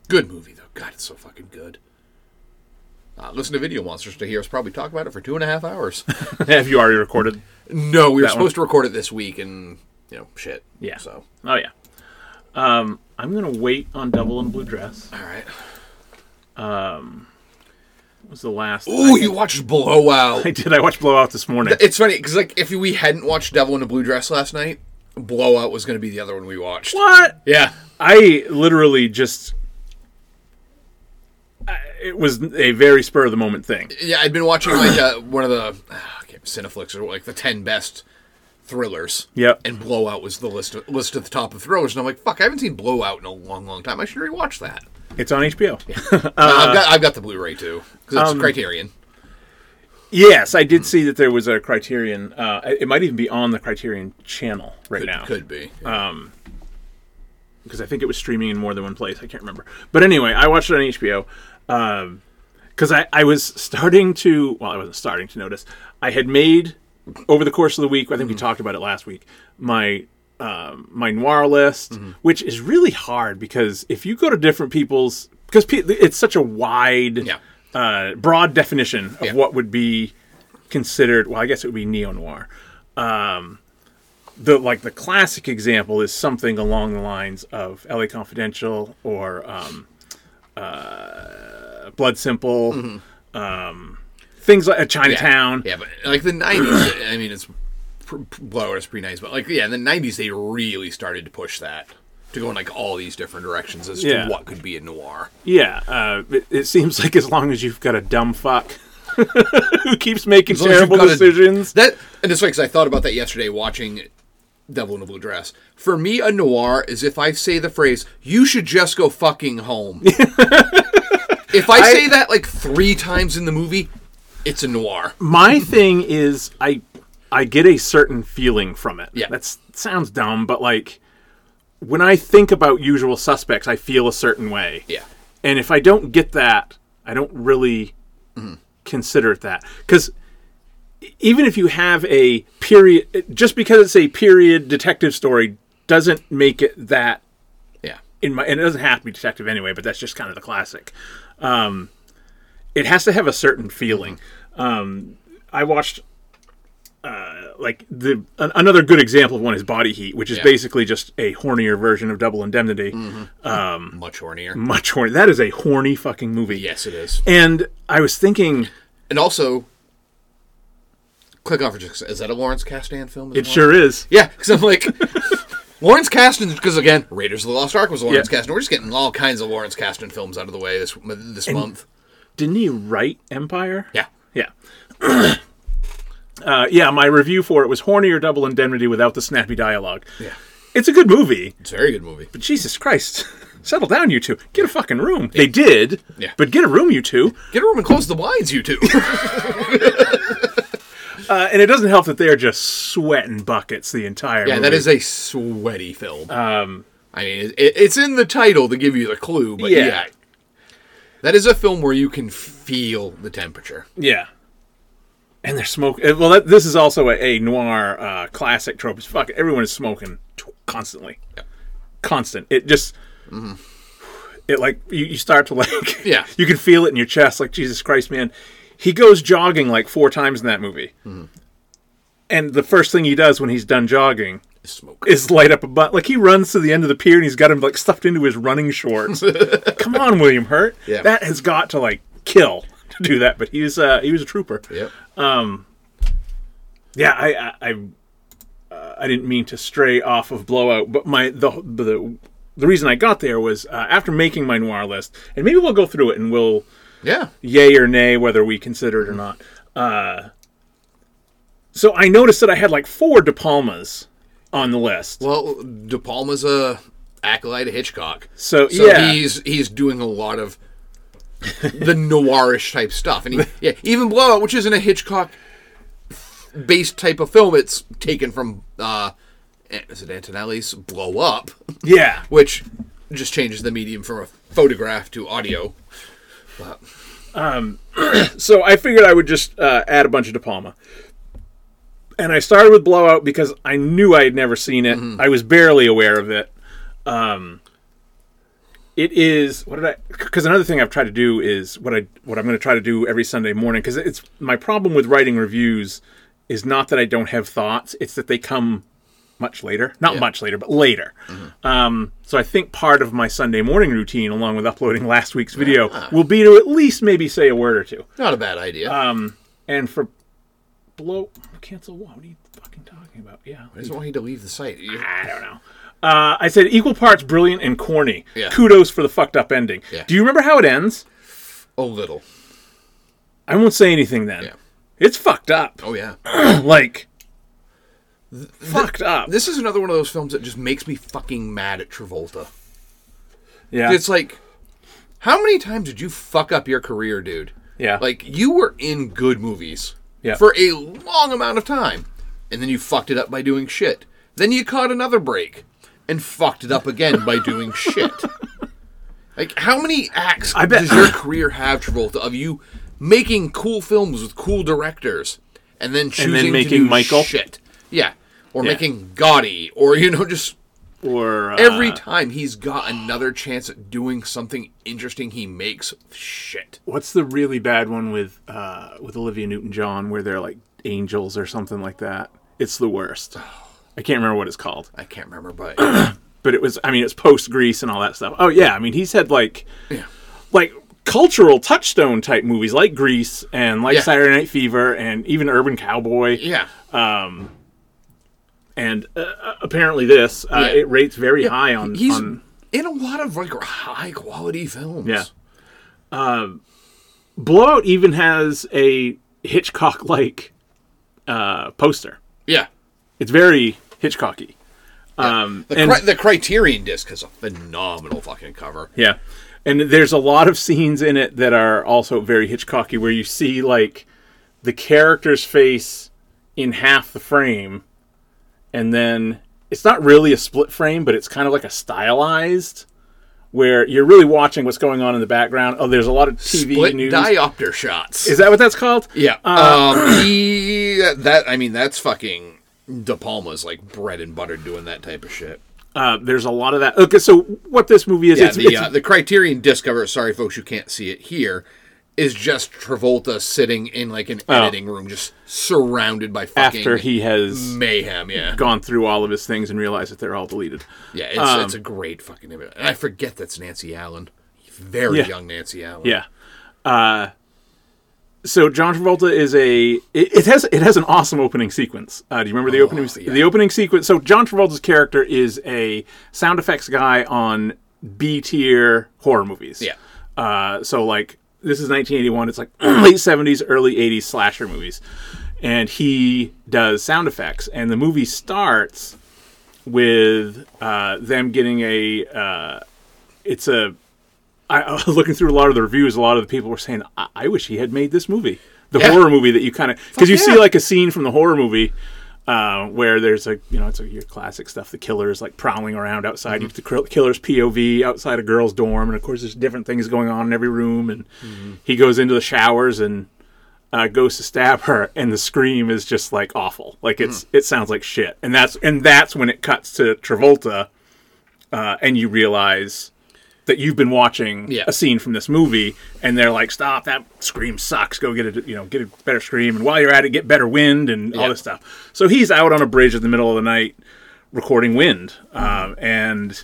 good movie though God it's so fucking good uh, listen to Video Monsters to hear us probably talk about it for two and a half hours
have you already recorded?
no we were
That
supposed to record it this week and you know shit
Yeah.
so
Oh, yeah. Um, I'm going to wait on Double in Blue Dress.
all right
What was the last.
oh you watched Blowout
I did. I watched Blowout this morning.
It's funny because like if we hadn't watched Devil in a Blue Dress last night, Blowout was going to be the other one we watched.
What?
Yeah,
I literally just. I- It was a very spur of the moment thing.
yeah. I'd been watching like uh, one of the ah, I can't- Cineflix or like the ten best thrillers.
Yep.
And Blowout was the list of, list at the top of thrillers, and I'm like, fuck, I haven't seen Blowout in a long, long time. I should rewatch that.
It's on HBO. Uh, um,
No, I've got I've got the Blu-ray too because it's Criterion.
Yes, I did see that there was a Criterion. Uh, it might even be on the Criterion channel right
Could,
now
could be.
because I think it was streaming in more than one place. I can't remember. But anyway, I watched it on HBO because um, I, I was starting to, well, I wasn't starting to notice. I had made over the course of the week, I think we
Mm-hmm.
talked about it last week, my. Um, my noir list,
Mm-hmm.
which is really hard because if you go to different people's, because pe- it's such a wide,
Yeah.
uh, broad definition of
Yeah.
what would be considered. Well, I guess it would be neo noir the like the classic example is something along the lines of LA Confidential or um, uh, Blood Simple, um, things like uh, Chinatown.
Mm-hmm. Yeah, but like the '90s. I mean, it's pr- pr- blow it's pretty nice, but like yeah, in the '90s they really started to push that to go in like all these different directions as
Yeah.
to what could be a noir.
Yeah, uh, it, it seems like as long as you've got a dumb fuck who keeps making
As long as you've
terrible
got a-
decisions.
that and it's like 'cause I thought about that yesterday watching Devil in a Blue Dress. For me, a noir is if I say the phrase "You should just go fucking home." if I, say that like three times in the movie, it's a noir.
My thing is, I I get a certain feeling from it.
Yeah.
that sounds dumb, but like when I think about Usual Suspects, I feel a certain way.
Yeah,
And if I don't get that, I don't really consider it that. Because even if you have a period, just because it's a period detective story doesn't make it that
yeah.
in my and it doesn't have to be detective anyway but that's just kind of the classic um it has to have a certain feeling um i watched uh like the an, another good example of one is body heat which is
Yeah. Mm-hmm.
basically just a hornier version of double indemnity
Much hornier.
much horny that is a horny fucking movie
Yes, it is.
and i was thinking
And also, click off for just is that a Lawrence Kasdan film? as
it
well?
sure is
Yeah, because I'm like Lawrence Kasdan. Because again, Raiders of the Lost Ark was Lawrence
Yeah.
Kasdan. We're just getting all kinds of Lawrence Kasdan films out of the way this this month.
didn't he write empire
Yeah,
Yeah. uh, yeah, my review for it was hornier double indemnity without the snappy dialogue.
Yeah.
It's a good movie,
it's a very good movie.
but Jesus Christ. Settle down, you two. Get a fucking room. They did,
Yeah.
but get a room, you two.
Get a room and close the blinds, you two.
Uh, and it doesn't help that they're just sweating buckets the entire
yeah,
movie.
that is a sweaty film. Um, I mean, it, it's in the title to give you the clue, but
Yeah.
yeah. that is a film where you can feel the temperature.
Yeah. And they're smoking. Well, that, this is also a, a noir uh, classic trope. It's fuck. Everyone is smoking t- constantly. Constant. It just. Mm-hmm. It like you, you start to like.
Yeah.
You can feel it in your chest. Like Jesus Christ, man. He goes jogging like four times in that movie. And the first thing he does when he's done jogging
Smoke.
is light up a butt. Like he runs to the end of the pier and he's got him like stuffed into his running shorts. Come on, William Hurt.
Yeah.
That has got to like kill to do that. But he was uh, he was a trooper.
Yep.
Yeah, I I I, uh, I didn't mean to stray off of blowout, but my the the the reason I got there was uh, after making my noir list, and maybe we'll go through it and we'll
Yeah.
yay or nay whether we consider it or not. Uh, so I noticed that I had like four De Palmas on the list.
Well, De Palma's a acolyte of Hitchcock,
So,
so
yeah,
he's he's doing a lot of the noirish type stuff, and he, yeah, even Blowout, which isn't a Hitchcock based type of film, it's taken from uh, An- is it Antonelli's Blow Up,
yeah.
which just changes the medium from a photograph to audio.
so I figured I would just uh, add a bunch of De Palma. And I started with Blowout because I knew I had never seen it. I was barely aware of it. Um, it is what did I? Because another thing I've tried to do is what I what I'm going to try to do every Sunday morning. Because it's my problem with writing reviews is not that I don't have thoughts; it's that they come much later. Not much later, but later. Um, so I think part of my Sunday morning routine, along with uploading last week's video, will be to at least maybe say a word or two.
Not a bad idea.
Um, And for blow cancel what? What are you fucking talking about? Yeah.
I just want you to leave the site. You-
I don't know. Uh, I said equal parts brilliant and corny.
Yeah.
Kudos for the fucked up ending.
Yeah.
Do you remember how it ends?
A little.
I won't say anything then.
Yeah.
It's fucked up.
Oh yeah.
like fucked up.
This is another one of those films that just makes me fucking mad at Travolta.
yeah.
It's like, how many times did you fuck up your career, dude?
yeah.
Like you were in good movies.
Yeah.
for a long amount of time, and then you fucked it up by doing shit. Then you caught another break and fucked it up again by doing shit. Like, how many acts
I bet-
does your career have, Travolta, of you making cool films with cool directors and then choosing
making
to do
Michael?
shit? Yeah, or
Yeah.
making Gotti, or you know, just
Or uh,
every time he's got another chance at doing something interesting, he makes shit.
what's the really bad one with uh, with Olivia Newton John where they're like angels or something like that? It's the worst.
Oh.
I can't remember what it's called,
I can't remember, but
but it was. I mean, it's post Greece and all that stuff. Oh yeah, I mean, he's had like like cultural touchstone type movies like Grease and like
Yeah.
Saturday Night Fever and even Urban Cowboy.
yeah,
and uh, apparently this uh,
Yeah.
it rates very high on,
he's
on
in a lot of like high quality films.
yeah. Blowout even has a Hitchcock like uh, poster.
yeah.
It's very Hitchcocky.
The,
And-
cri- the Criterion disc has a phenomenal fucking cover.
Yeah. And there's a lot of scenes in it that are also very Hitchcocky where you see like the character's face in half the frame and then it's not really a split frame but it's kind of like a stylized where you're really watching what's going on in the background. Oh, there's a lot of TV
Split
news.
diopter shots.
Is Uh. that what that's called?
Yeah. um, he, that I mean, that's fucking De Palma's like bread and butter doing that type of shit.
Uh, there's a lot of that. Okay, so what this movie is,
Yeah,
it's,
the
it's-
uh, the Criterion disc cover. Sorry, folks, you can't see it here. Is just Travolta sitting in like an editing room, just surrounded by fucking
Oh. after he has
mayhem. Yeah,
gone through all of his things and realized that they're all deleted.
yeah, it's, it's
Um,
a great fucking image. And I forget that's Nancy Allen, very
Yeah.
young Nancy Allen.
Yeah. Uh, so John Travolta is a. It, it has it has an awesome opening sequence. Uh, do you remember the opening
Oh, yeah.
the opening sequence? So John Travolta's character is a sound effects guy on B tier horror movies.
Yeah.
Uh, so like this is 1981. It's like late 70s, early 80s slasher movies, and he does sound effects. And the movie starts with uh, them getting a. Uh, it's a I, I was looking through a lot of the reviews, a lot of the people were saying, "I, I wish he had made this movie, the
Yeah.
horror movie that you kind of because you
Fuck
see
yeah.
like a scene from the horror movie uh, where there's a you know it's like your classic stuff. The killer is like prowling around outside.
Mm-hmm.
You get the cr- killer's POV outside a girl's dorm, and of course there's different things going on in every room. And
Mm-hmm.
he goes into the showers and uh, goes to stab her, and the scream is just like awful. Like it's
Hmm.
it sounds like shit, and that's and that's when it cuts to Travolta, uh, and you realize that you've been watching
Yeah.
a scene from this movie, and they're like, "Stop! That scream sucks. Go get a you know get a better scream, and while you're at it, get better wind and all
Yeah.
this stuff." So he's out on a bridge in the middle of the night recording wind, um, and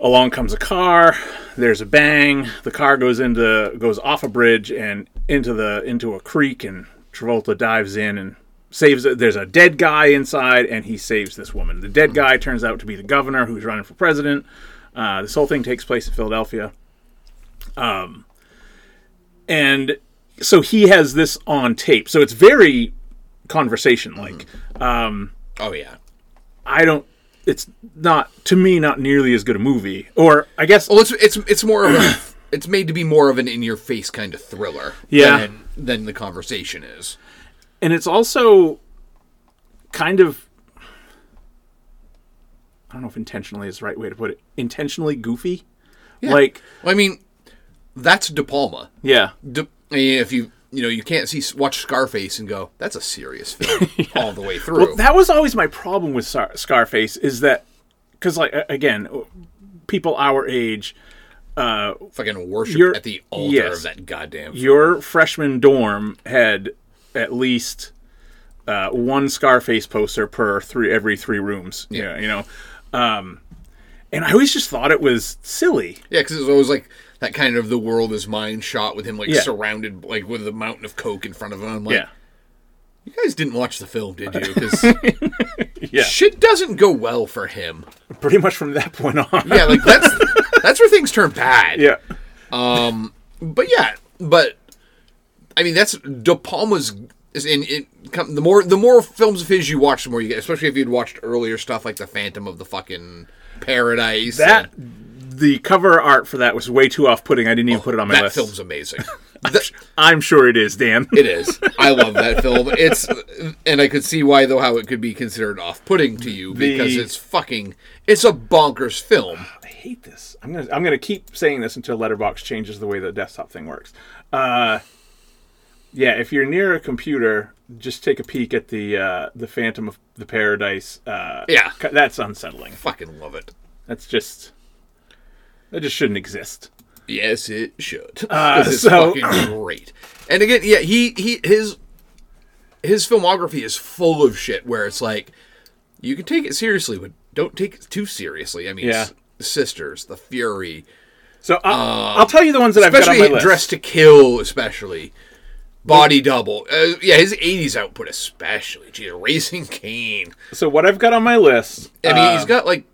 along comes a car there's a bang the car goes into goes off a bridge and into the into a creek and travolta dives in and saves it there's a dead guy inside and he saves this woman the dead guy turns out to be the governor who's running for president uh, this whole thing takes place in philadelphia um, and so he has this on tape so it's very conversation like
Oh yeah.
i don't it's not to me not nearly as good a movie or i guess
Well, it's it's it's more of a it's made to be more of an in your face kind of thriller.
Yeah.
Than, than the conversation is.
and it's also kind of I don't know if intentionally is the right way to put it. Intentionally goofy. Like
Well, I mean, that's De Palma.
yeah.
De, I mean, eh, if you you know you can't see watch Scarface and go that's a serious film all the way through.
Well, that was always my problem with Scar- Scarface is that cuz like a- again, people our age,
Fucking worship
you're-
at the altar
yes.
of that goddamn.
your freshman dorm had at least uh, one Scarface poster per three every three rooms. Yeah, you know. Um and I always just thought it was silly.
yeah, because it's always like that kind of the world is mine shot with him like
Yeah.
surrounded like with a mountain of coke in front of him. I'm like,
Yeah.
you guys didn't watch the film, did you? Because
Yeah.
shit doesn't go well for him.
Pretty much from that point on.
Yeah, like that's that's where things turn bad.
Yeah.
But yeah, but I mean that's De Palma's. Is in, in come, the more the more films of his you watch, the more you get. Especially if you'd watched earlier stuff like the Phantom of the fucking Paradise.
That
and-
the cover art for Oh, that was way too off putting. I didn't even put it on my
that
list.
film's amazing. Th-
I'm sure it is, Dan.
it is. I love that film. It's and I could see why though how it could be considered off-putting to you because
The-
it's fucking it's a bonkers film.
I hate this. I'm gonna I'm gonna keep saying this until Letterbox changes the way the desktop thing works. Uh, yeah, if you're near a computer, just take a peek at the uh, the Phantom of the Paradise. Uh,
Yeah.
c- that's unsettling.
Fucking love it.
That's just that just shouldn't exist.
Yes, it should. 'Cause it's
Uh, so-
fucking great. And again, yeah, he he his his filmography is full of shit where it's like you can take it seriously, but don't take it too seriously. I mean,
Yeah.
S- Sisters, The Fury,
So I'll, I'll tell you the ones that I've got on my
especially
list.
Dress to Kill, especially Body Double. Uh, yeah, his '80s output, especially. Geez, Raising Cain.
so what I've got on my list.
I mean,
uh,
he's got like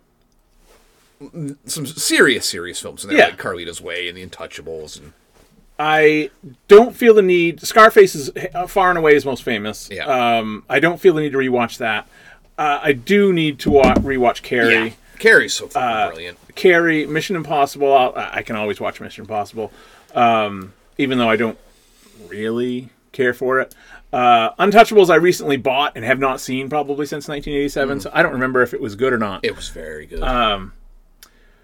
some serious, serious films in there,
Yeah.
like Carlita's Way and The Untouchables, and
I don't feel the need. Scarface is uh, far and away his most famous.
Yeah.
Um, I don't feel the need to rewatch that. Uh, I do need to wa- rewatch Carrie. Uh,
yeah, Carrie's so fucking brilliant.
Carrie, Mission Impossible. I'll, I I can always watch Mission Impossible, um, even though I don't really care for it. Uh, Untouchables, I recently bought and have not seen probably since 1987,
Hmm.
so I don't remember if it was good or not.
It was very good.
Uh,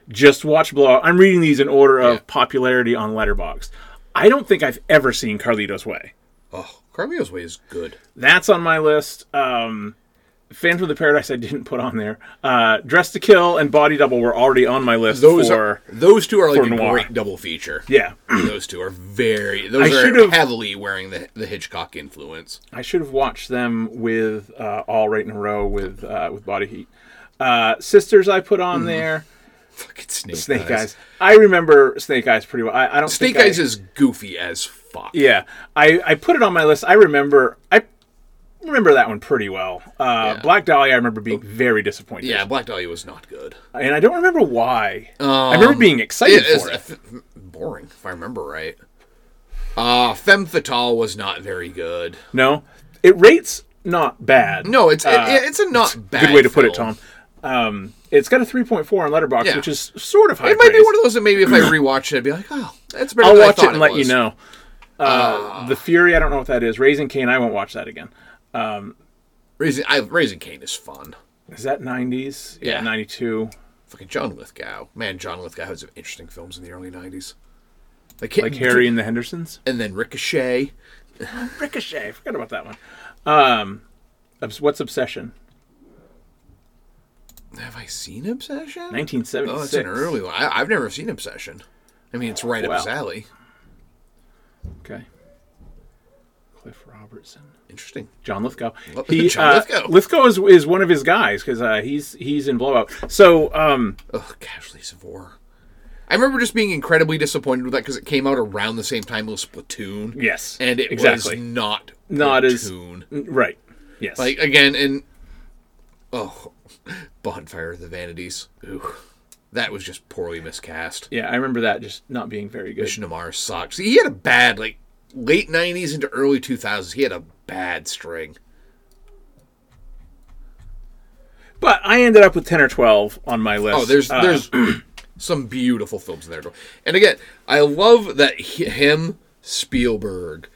Just watch Blowout. I'm reading these in order of
Yeah.
popularity on Letterboxd. I don't think I've ever seen Carlito's Way.
oh, Carlito's Way is good.
That's on my list. Um, Phantom of the Paradise, I didn't put on there. Uh, Dress to Kill and Body Double were already on my list.
Those
for,
are those two are like
for
a
noir.
great double feature.
yeah.
Those two are very. Those
I
are
should've-
heavily wearing the the Hitchcock influence.
I should have watched them with uh, all right in a row with uh, with Body Heat. Uh, Sisters, I put
Mm-hmm.
on there.
Fucking Snake,
Snake Eyes. I remember Snake Eyes pretty well. I, I don't.
Snake
think I-
Eyes is goofy as fuck.
yeah. I I put it on my list. I remember. I remember that one pretty well. Uh,
Yeah. Oh.
Black Dahlia, I remember being very disappointed.
Yeah, Black Dahlia was not good.
And I don't remember why. I remember being excited
Um, It is
for it.
f- boring, if I remember right. Uh, Femme Fatale was not very good.
No, it rates not bad.
No, it's it, it's a not bad.
Uh, Good way to put it,
film.
Tom. Um, it's got a 3.4 on Letterbox,
Yeah.
which is sort of high.
It might be
praise.
one of those that maybe if I rewatch it, I'd be like, oh, that's better.
I'll
than I
watch it
thought
and let you
was. Ah.
know. Uh, the Fury, I don't know what that is. Raising Cain, I won't watch that again.
Raising, I, Raising Cain is fun.
Is that 90s?
Yeah.
92.
Fucking John Lithgow. Man, John Lithgow had some interesting films in the early 90s. Like, Hit-
Like Harry and the Hendersons?
And then Ricochet.
Ricochet, I forgot about that one. Um, obs- what's Obsession?
Have I seen Obsession? Oh,
1976.
it's an early one. I, I've never seen Obsession. I mean, it's right
Wow.
up his alley.
Okay. Cliff Robertson.
Interesting.
John Lithgow.
Well,
He,
John
uh,
Lithgow.
is, is one of his guys because uh, he's he's in Blowout. So um,
Oh, Casualties of War. I remember just being incredibly disappointed with that because it came out around the same time as Platoon.
Yes,
And it
exactly.
was not
Not as-
Platoon.
right, yes,
Like again, and oh, Bonfire of the Vanities. Ooh, that was just poorly miscast.
yeah, I remember that just not being very good.
Mission to Mars sucked. See, he had a bad like late '90s into early 2000s. He had a bad string.
But I ended up with ten or twelve on my list.
Oh, there's
Uh,
there's some beautiful films in there. And again, I love that he, him, Spielberg,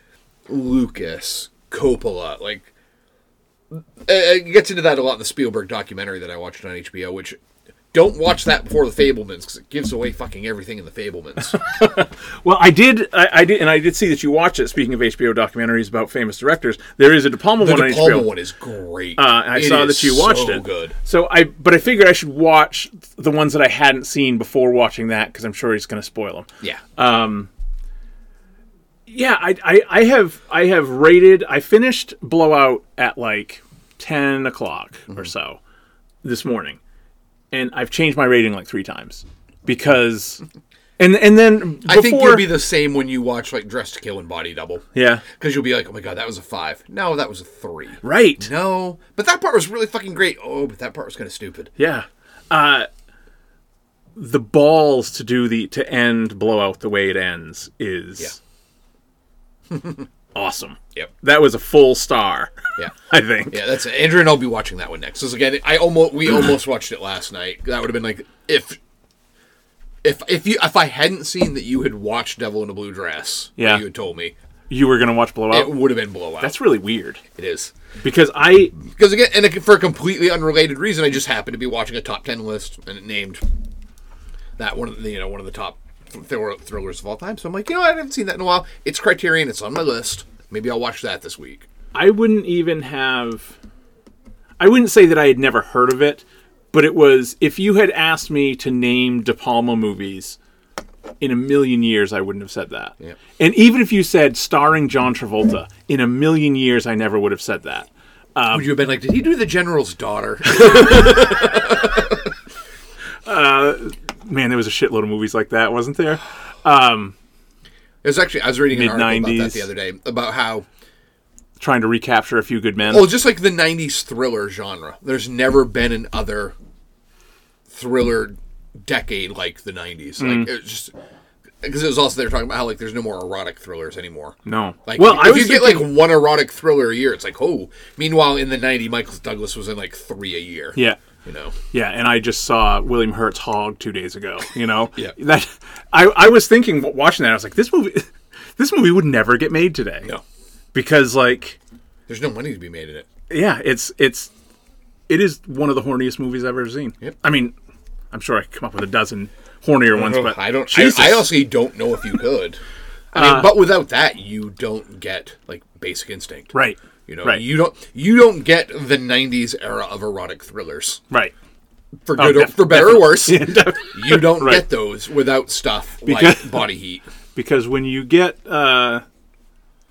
Lucas, Coppola, like uh, it gets into that a lot in the Spielberg documentary that I watched on HBO, which don't watch that before the Fablemans because it gives away fucking everything in the Fablemans.
Well, I did, I, I did, and I did see that you watched it. Speaking of HBO documentaries about famous directors, there is a De Palma
the
one
De
on
Palma
HBO.
one is great.
Uh, and I
It
saw
is
that you watched
so
it.
Good.
So I, but I figured I should watch the ones that I hadn't seen before watching that because I'm sure he's going to spoil them.
Yeah.
Yeah, I, I, I have, I have rated. I finished Blowout at like ten o'clock
Mm-hmm.
or so this morning, and I've changed my rating like three times because, and and then before,
I think you'll be the same when you watch like Dress to Kill and Body Double.
yeah
Because you'll be like, oh my god, that was a five. No, that was a three.
right.
No, but that part was really fucking great. Oh, but that part was kind of stupid.
Yeah. Uh, the balls to do the to end blowout the way it ends is awesome.
Yep.
That was a full star,
Yeah.
I think.
Yeah, that's it. Andrew and I'll be watching that one next. Because again, I almost we almost watched it last night. That would have been like if if if you if I hadn't seen that you had watched Devil in a Blue Dress,
Yeah.
you had told me
You were gonna watch Blowout.
it would have been blowout.
That's really weird
it is
because I
because again, and it- for a completely unrelated reason, I just happened to be watching a top ten list and it named that one of the you know one of the top thriller- thrillers of all time. So I'm like, you know, what? I haven't seen that in a while. It's Criterion. It's on my list. Maybe I'll watch that this week.
I wouldn't even have. I wouldn't say that I had never heard of it, but it was if you had asked me to name De Palma movies in a million years, I wouldn't have said that.
Yep.
And even if you said starring John Travolta, in a million years, I never would have said that.
Would you have been like, did he do the general's daughter?
Man, there was a shitload of movies like that, wasn't there?
It was actually I was reading an article about that
Mid-nineties.
the other day about how
Trying to recapture a few good men.
well, just like the '90s thriller genre. There's never been another thriller decade like the '90s.
Mm.
Like it was just because it was also they were talking about how like there's no more erotic thrillers anymore.
no.
Like
well,
if
I was
you get
thinking-
like one erotic thriller a year, it's like oh. Meanwhile, in the '90s, Michael Douglas was in like three a year.
yeah.
you know.
Yeah, and I just saw William Hurt's Hog two days ago. You know,
Yeah.
That I, I was thinking watching that, I was like, this movie, this movie would never get made today.
No,
because like,
there's no money to be made in it.
yeah, it's it's it is one of the horniest movies I've ever seen.
Yep.
I mean, I'm sure I could come up with a dozen hornier ones, but
I don't. I,
Jesus. Uh,
I honestly don't know if you could. I mean, but without that, you don't get like Basic Instinct,
right,
You know,
right,
you don't you don't get the '90s era of erotic thrillers
right.
for good or,
Oh, def-
for better or worse.
def-
you don't
Right.
get those without stuff
Because-
like Body Heat.
Because when you get uh,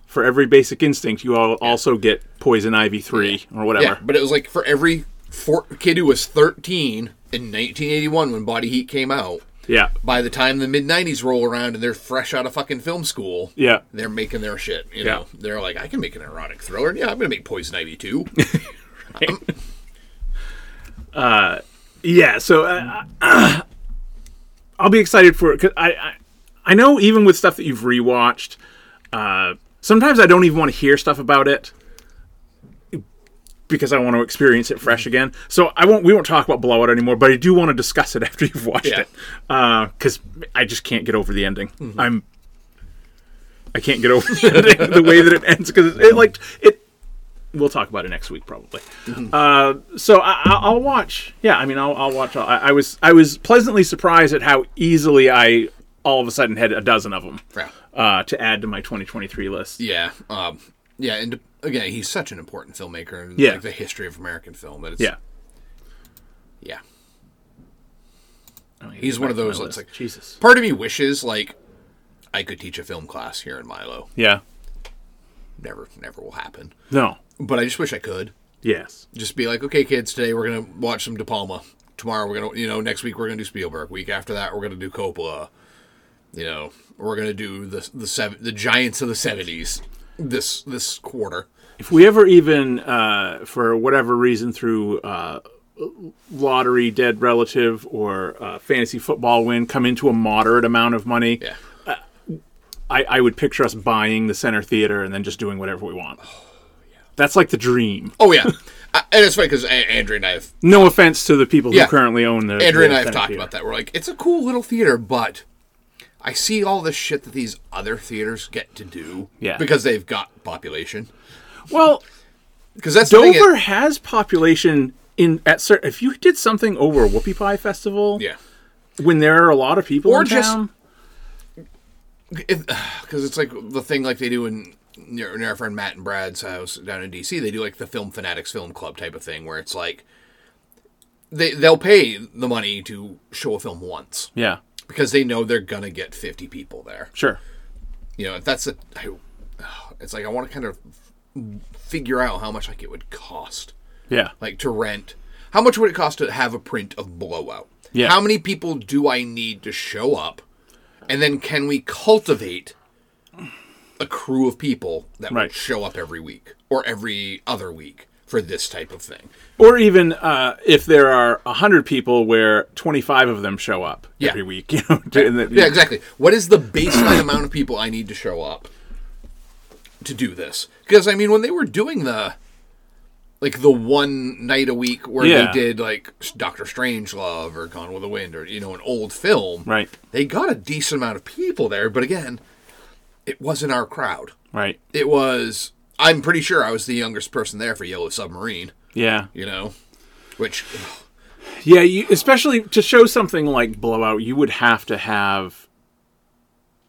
for every basic instinct, you all also get Poison Ivy three or
Yeah,
whatever.
but it was like for every four, kid who was 13 in 1981 when Body Heat came out.
Yeah,
By the time the mid '90s roll around and they're fresh out of fucking film school,
Yeah.
they're making their shit. You
Yeah.
know, they're like, I can make an erotic thriller. Yeah, I'm gonna make Poison Ivy too.
Yeah, so uh, I'll be excited for it. Cause I, I I know even with stuff that you've rewatched, uh, sometimes I don't even want to hear stuff about it because I want to experience it fresh again. So I won't we won't talk about Blowout anymore, but I do want to discuss it after you've watched
Yeah.
it because I just can't get over the ending. I'm I can't get over the, ending, the way that it ends because it, it like it. We'll talk about it next week probably Uh, so I, I- I'll watch. Yeah, I mean, I'll, I'll watch. all- I, I was I was pleasantly surprised at how easily I all of a sudden had a dozen of them
Yeah.
uh, to add to my 2023 list.
Yeah, um, yeah, and again, he's such an important filmmaker in
Yeah.
like, the history of American film. But it's,
Yeah,
yeah. He's one of those
My
that's
list.
like-
Jesus.
Part of me wishes like I could teach a film class here in Milo.
Yeah.
Never, never will happen.
No.
But I just wish I could
Yes.
just be like, okay, kids, today we're gonna watch some De Palma. Tomorrow we're gonna, you know, next week we're gonna do Spielberg. Week after that we're gonna do Coppola. You know, we're gonna do the the seven, the giants of the seventies. This this quarter.
If we ever even uh, for whatever reason through. Uh, lottery dead relative or uh, fantasy football win come into a moderate amount of money uh,
Yeah.
I, I would picture us buying the center theater and then just doing whatever we want that's like the dream
Oh yeah. I, and it's funny because Andrew and I have
No offense to the people
Yeah.
who currently own the.
Andrew
the
and I have
Senate
talked
theater.
about that. We're like, it's a cool little theater, but I see all the shit that these other theaters get to do
Yeah.
because they've got population.
Well,
Because that's the thing.
Dover
it-
has population in at certain. If you did something over a Whoopie Pie Festival,
yeah,
when there are a lot of people
Or
in
just-
town,
because it's like the thing like they do in near, near our friend Matt and Brad's house down in D.C. They do like the Film Fanatics Film Club type of thing where it's like they they'll pay the money to show a film once
yeah,
because they know they're gonna get fifty people there.
sure,
you know, if that's a, I, it's like I want to kind of figure out how much like it would cost,
yeah,
like to rent. How much would it cost to have a print of Blowout?
Yeah.
How many people do I need to show up? And then can we cultivate a crew of people that
Right.
would show up every week or every other week for this type of thing?
or even uh, if there are hundred people where twenty-five of them show up
Yeah.
every week, you know, to, and that-
Yeah, exactly. What is the baseline amount of people I need to show up to do this? Because I mean, when they were doing the like the one night a week where
Yeah.
they did like Doctor Strangelove or Gone with the Wind or you know an old film.
Right.
They got a decent amount of people there, but again, it wasn't our crowd.
Right.
It was I'm pretty sure I was the youngest person there for Yellow Submarine,
Yeah.
you know, which
Yeah, you, especially to show something like Blowout, you would have to have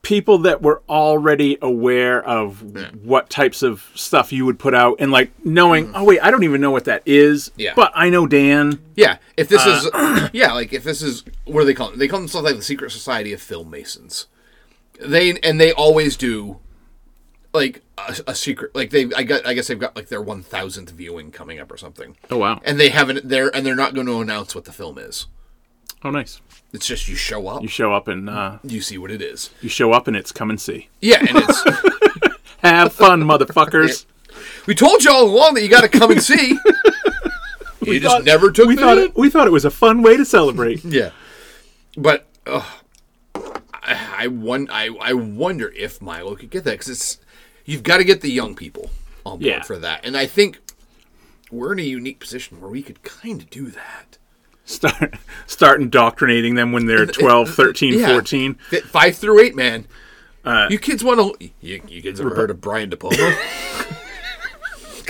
people that were already aware of what types of stuff you would put out and like knowing, oh, wait, I don't even know what that is,
Mm. Yeah.
but I know Dan.
yeah, if this
Uh,
is yeah, like if this is what do they call it? They call themselves like the Secret Society of Film Masons. They and they always do like a, a secret like they I got I guess they've got like their 1000th viewing coming up or something.
Oh, wow.
and they haven't they're and they're not going to announce what the film is
oh, nice.
it's just you show up
You show up and uh,
you see what it is
you show up and it's come and see.
yeah and it's
Have fun, motherfuckers.
we told you all along that you got to come and see you just
thought-
never took
We
me
thought
in.
it, we thought it was a fun way to celebrate.
yeah but ugh, I, I, won- I, I wonder if milo could get that because it's you've got to get the young people on board
Yeah.
for that and i think we're in a unique position where we could kind of do that
Start start indoctrinating them when they're 12, 13,
Yeah.
14.
Fi- Five through eight, man.
Uh,
you kids want to? You, you kids ever heard of Brian De Palma?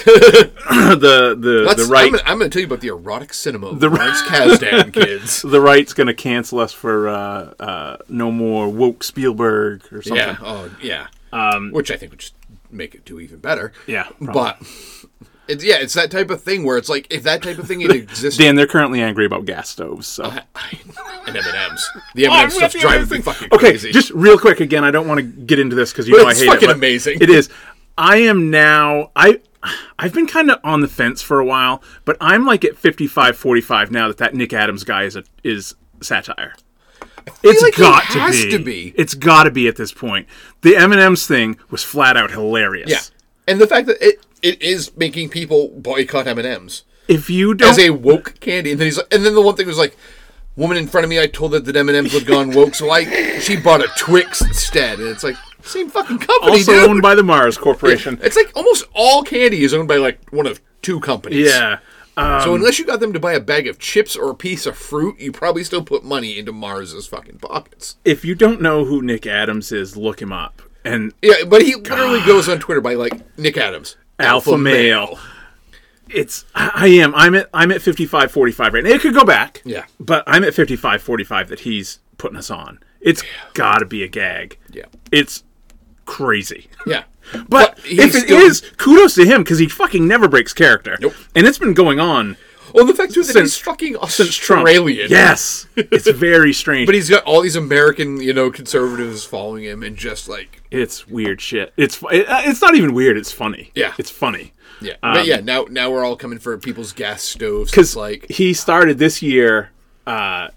the the the
Let's-
right
I'm, gonna, I'm gonna tell you about the erotic cinema of
The-
Lawrence Kasdan, kids.
the right's going to cancel us for uh, uh, no more woke Spielberg or something.
Yeah. Oh, yeah. Um, Which I think would just make it do even better.
Yeah, probably.
But it's yeah, it's that type of thing where it's like if that type of thing had existed.
Dan, they're currently angry about gas stoves. So.
Oh, and M and M's. The
Oh,
M and M's stuff's driving me fucking
okay,
crazy.
just real quick again. I don't want to get into this because you
But
know I
it's
hate
fucking
it. but
amazing.
It is. I am now. I I've been kind of on the fence for a while, but I'm like at 55, 45 now that that Nick Adams guy is a, is satire. It's
like it
got
has
to, be.
to be.
It's got to be at this point. The M&M's thing was flat out hilarious.
yeah. And the fact that it it is making people boycott M and M's.
If you don't
as a woke candy. And then he's like, and then the one thing was like, woman in front of me, I told her that M and M's had gone woke, so I she bought a Twix instead, and it's like same fucking company,
also
dude.
owned by the Mars Corporation.
it's like almost all candy is owned by like one of two companies.
Yeah. Um,
So unless you got them to buy a bag of chips or a piece of fruit, you probably still put money into Mars's fucking pockets.
If you don't know who Nick Adams is, look him up. And
Yeah, but he literally goes on Twitter by like Nick Adams,
alpha, male. It's I I am I'm at I'm at 55 45 right now. It could go back.
Yeah.
But I'm at 55 45 that he's putting us on. It's got to be a gag.
Yeah.
It's crazy.
Yeah,
But,
he's
if it
still-
is, kudos to him cuz he fucking never breaks character.
Nope.
And it's been going on
well, the fact too that
Since-
he's fucking
Trump.
Australian.
Yes. It's very strange.
But he's got all these American, you know, conservatives following him, and just like,
it's weird shit. It's fu- it, uh, it's not even weird, it's funny.
Yeah.
It's funny.
yeah,
Um,
but yeah. Now, now we're all coming for people's gas stoves.
because
It's like,
he started this year uh,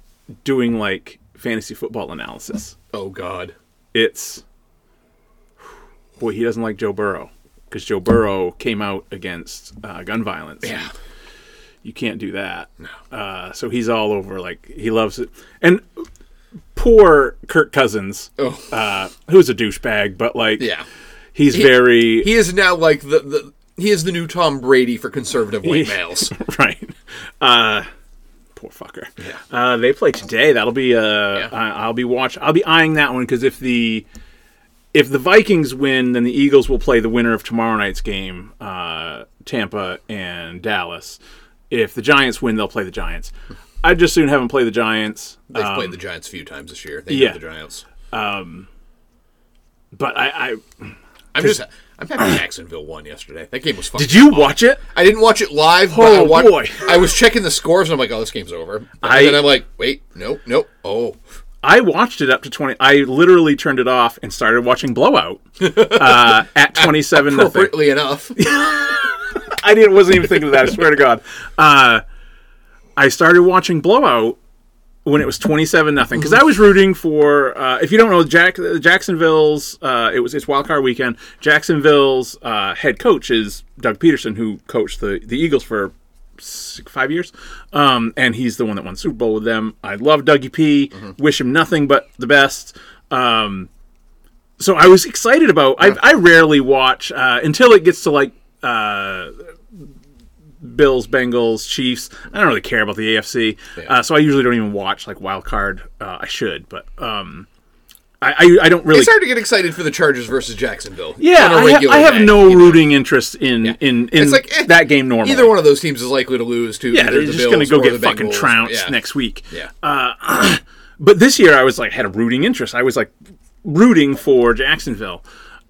doing like fantasy football analysis.
oh god,
It's boy, he doesn't like Joe Burrow because Joe Burrow came out against uh, gun violence.
yeah,
You can't do that. Uh, so he's all over like he loves it. And poor Kirk Cousins,
Oh.
uh, who's a douchebag, but like
yeah.
he's very
He is now like the the he is the new Tom Brady for conservative white
Yeah.
males.
right. Uh, poor fucker. Uh, they play today. That'll be. Uh, I, I'll be watch. I'll be eyeing that one because if the if the Vikings win, then the Eagles will play the winner of tomorrow night's game, uh, Tampa and Dallas. If the Giants win, they'll play the Giants. I'd just soon have them play the Giants.
They've played the Giants a few times this year. They
Um, yeah.
yeah, the Giants.
But I, I
I'm just I'm happy Jacksonville won yesterday. That game was fun.
did you watch it?
I didn't watch it live. but I
Oh,
watched,
boy.
I was checking the scores, and I'm like, oh, this game's over. And
I-
then I'm like, wait, no, no, oh,
I watched it up to twenty. I literally turned it off and started watching Blowout uh, at twenty seven nothing.
appropriately enough,
I didn't wasn't even thinking of that. I swear to God. Uh, I started watching Blowout when it was twenty seven nothing because I was rooting for. Uh, if you don't know, Jack Jacksonville's uh, it was it's wild card weekend. Jacksonville's uh, head coach is Doug Peterson, who coached the the Eagles for six, five years, um, and he's the one that won the Super Bowl with them. I love Dougie P.
Mm-hmm.
Wish him nothing but the best. Um, so I was excited about. I, I rarely watch uh, until it gets to like uh, Bills, Bengals, Chiefs. I don't really care about the AFC, uh, so I usually don't even watch like wild card. Uh, I should, but um, I, I I don't really.
It's hard to get excited for the Chargers versus Jacksonville.
yeah,
on a
I, ha-
regular
I have
day,
no
you know.
rooting interest in in, in
It's like, eh,
that game normally.
Either one of those teams is likely to lose to.
Yeah,
either
they're
the
just going to
Bills
go
or
get
the
fucking
Bengals.
trounced
Yeah.
next Uh, week.
Yeah.
But this year, I was like had a rooting interest. I was like rooting for Jacksonville,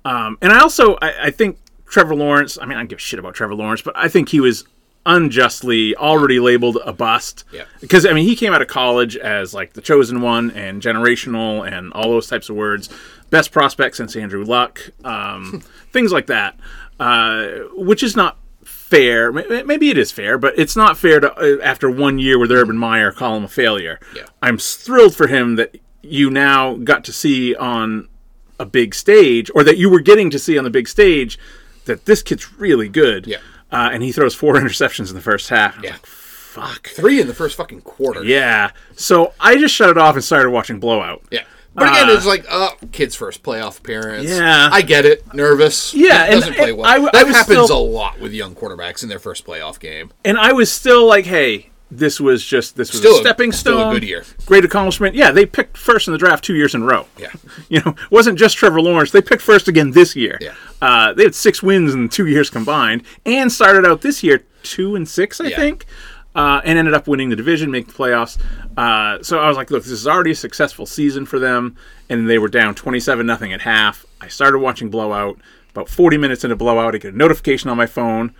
um, and I also I, I think Trevor Lawrence. I mean, I don't give a shit about Trevor Lawrence, but I think he was unjustly already labeled a bust.
Yeah.
Because I mean, he came out of college as like the chosen one and generational and all those types of words. Best prospect since Andrew Luck, um, things like that, uh, which is not fair. M- m- Maybe it is fair, but it's not fair to uh, after one year with Urban Meyer call him a failure.
Yeah.
I'm thrilled for him that you now got to see on a big stage, or that you were getting to see on the big stage, that this kid's really good.
Yeah.
Uh, and he throws four interceptions in the first half.
Yeah.
Fuck.
three in the first fucking quarter.
Yeah. So I just shut it off and started watching Blowout.
Yeah. But again,
Uh,
it's like, uh, kids' first playoff appearance.
Yeah.
I get it. Nervous.
Yeah,
It
and-
doesn't play
and
well.
I w- I
that
was
happens
still-
a lot with young quarterbacks in their first playoff game.
And I was still like, hey, this was just this was
Still
a
a-
stepping stone.
still a good year.
Great accomplishment. Yeah, they picked first in the draft two years in a row.
Yeah.
You know, it wasn't just Trevor Lawrence. They picked first again this year.
Yeah.
Uh, they had six wins in two years combined and started out this year two and six, I
Yeah.
think, uh, and ended up winning the division, making the playoffs. Uh, so I was like, look, this is already a successful season for them, and they were down 27 nothing at half. I started watching Blowout. About 40 minutes into Blowout, I get a notification on my phone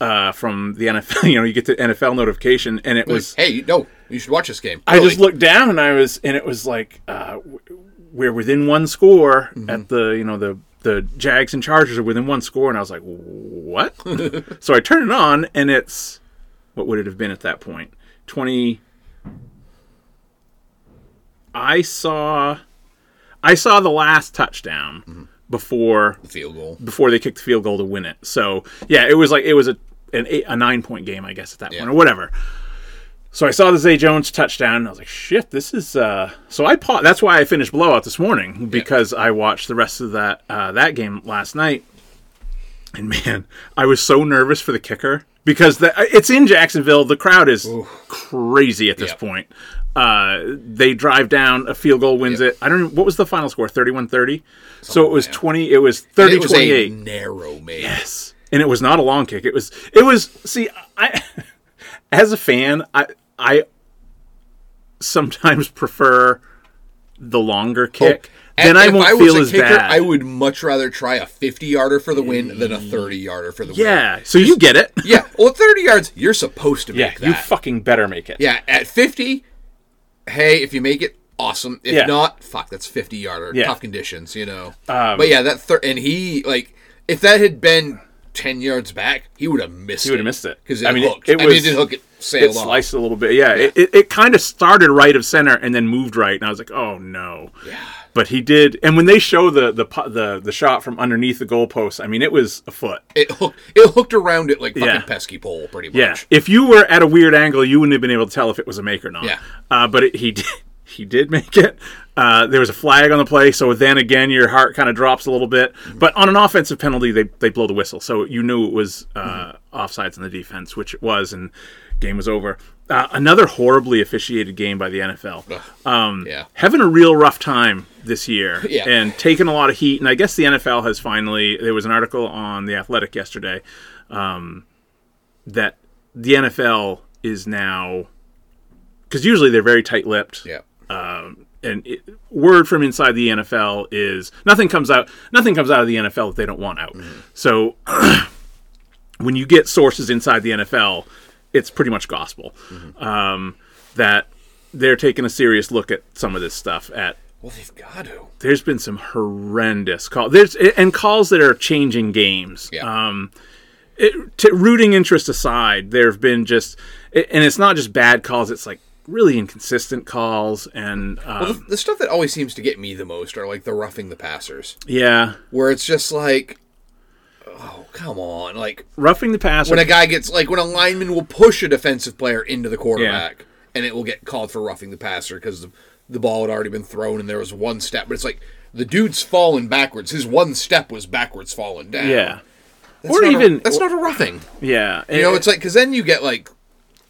uh, from the NFL. You know, you get the NFL notification, and it was
Hey, you- no, you should watch this game.
I
Really.
just looked down and I was, and it was like uh, w- we're within one score at the, you know, the the Jags and Chargers are within one score, and I was like, what? so I turned it on, and it's what would it have been at that point? Twenty. I saw, I saw the last touchdown before
Field goal.
before they kicked the field goal to win it. So yeah, it was like it was a an eight, a nine point game, I guess at that
Yeah.
point or whatever. So I saw the Zay Jones touchdown, and I was like, "Shit, this is." Uh... So I paused. That's why I finished blowout this morning because I watched the rest of that uh, that game last night, and man, I was so nervous for the kicker because the, uh, it's in Jacksonville. The crowd is crazy at this
Yeah.
point. Uh, they drive down a field goal, wins
Yeah.
it. I don't. Even, what was the final score? 31-30? So it was twenty. It was
And
thirty
It was
twenty
a
eight.
narrow man.
Yes. And it was not a long kick. It was it was see I as a fan, I I sometimes prefer the longer kick. then I
if
won't
was
feel
Oh, a
as
kicker,
bad.
I would much rather try a 50 yarder for the win than a 30 yarder for the win.
yeah. So you get it.
Yeah. Well, 30 yards, you're supposed to
Yeah,
make that.
you fucking better make it.
Yeah, at 50, hey, if you make it, awesome. If
Yeah.
not, fuck, that's 50 yarder.
Yeah. Um,
Tough conditions, you know. but yeah, that thir- and he like if that had been 10 yards back, he would have missed. He
would've missed it.
because
I
it
mean,
hooked.
it
I mean,
was-
it did hook it
It
sailed off.
sliced a little bit. Yeah, it, it, it kind of started right of center and then moved right, and I was like, "Oh no!" Yeah. But he did, and when they show the the pu- the the shot from underneath the goalpost, I mean, it was a foot.
It hooked. It hooked around it like fucking
Yeah.
pesky pole, pretty much.
Yeah, if you were at a weird angle, you wouldn't have been able to tell if it was a make or not.
Yeah.
uh, but it, he did, he did make it. Uh, there was a flag on the play, so then again, your heart kind of drops a little bit. But on an offensive penalty, they they blow the whistle, so you knew it was uh, offsides on the defense, which it was, and game was over. Uh, another horribly officiated game by the NFL. Um,
Yeah.
having a real rough time this year
Yeah.
and taking a lot of heat. And I guess the NFL has finally. There was an article on the Athletic yesterday um, that the NFL is now because usually they're very tight-lipped.
Yeah.
And it, word from inside the NFL is nothing comes out. Nothing comes out of the NFL that they don't want out.
Mm-hmm.
So when you get sources inside the NFL, it's pretty much gospel
Mm-hmm.
um, that they're taking a serious look at some of this stuff at
Well, they've got to.
there's been some horrendous calls. There's and calls that are changing games.
Yeah.
Um, it, t- rooting interest aside, there have been just, and it's not just bad calls. It's like really inconsistent calls, and um,
Well, the, the stuff that always seems to get me the most are like the roughing the passers,
yeah,
where it's just like, oh come on, like
roughing the passer.
when a guy gets like when a lineman will push a defensive player into the quarterback and it will get called for roughing the passer because the, the ball had already been thrown and there was one step but it's like the dude's fallen backwards his one step was backwards falling down
yeah, or
not a-
even
that's not a roughing.
yeah.
You know, it's like because then you get like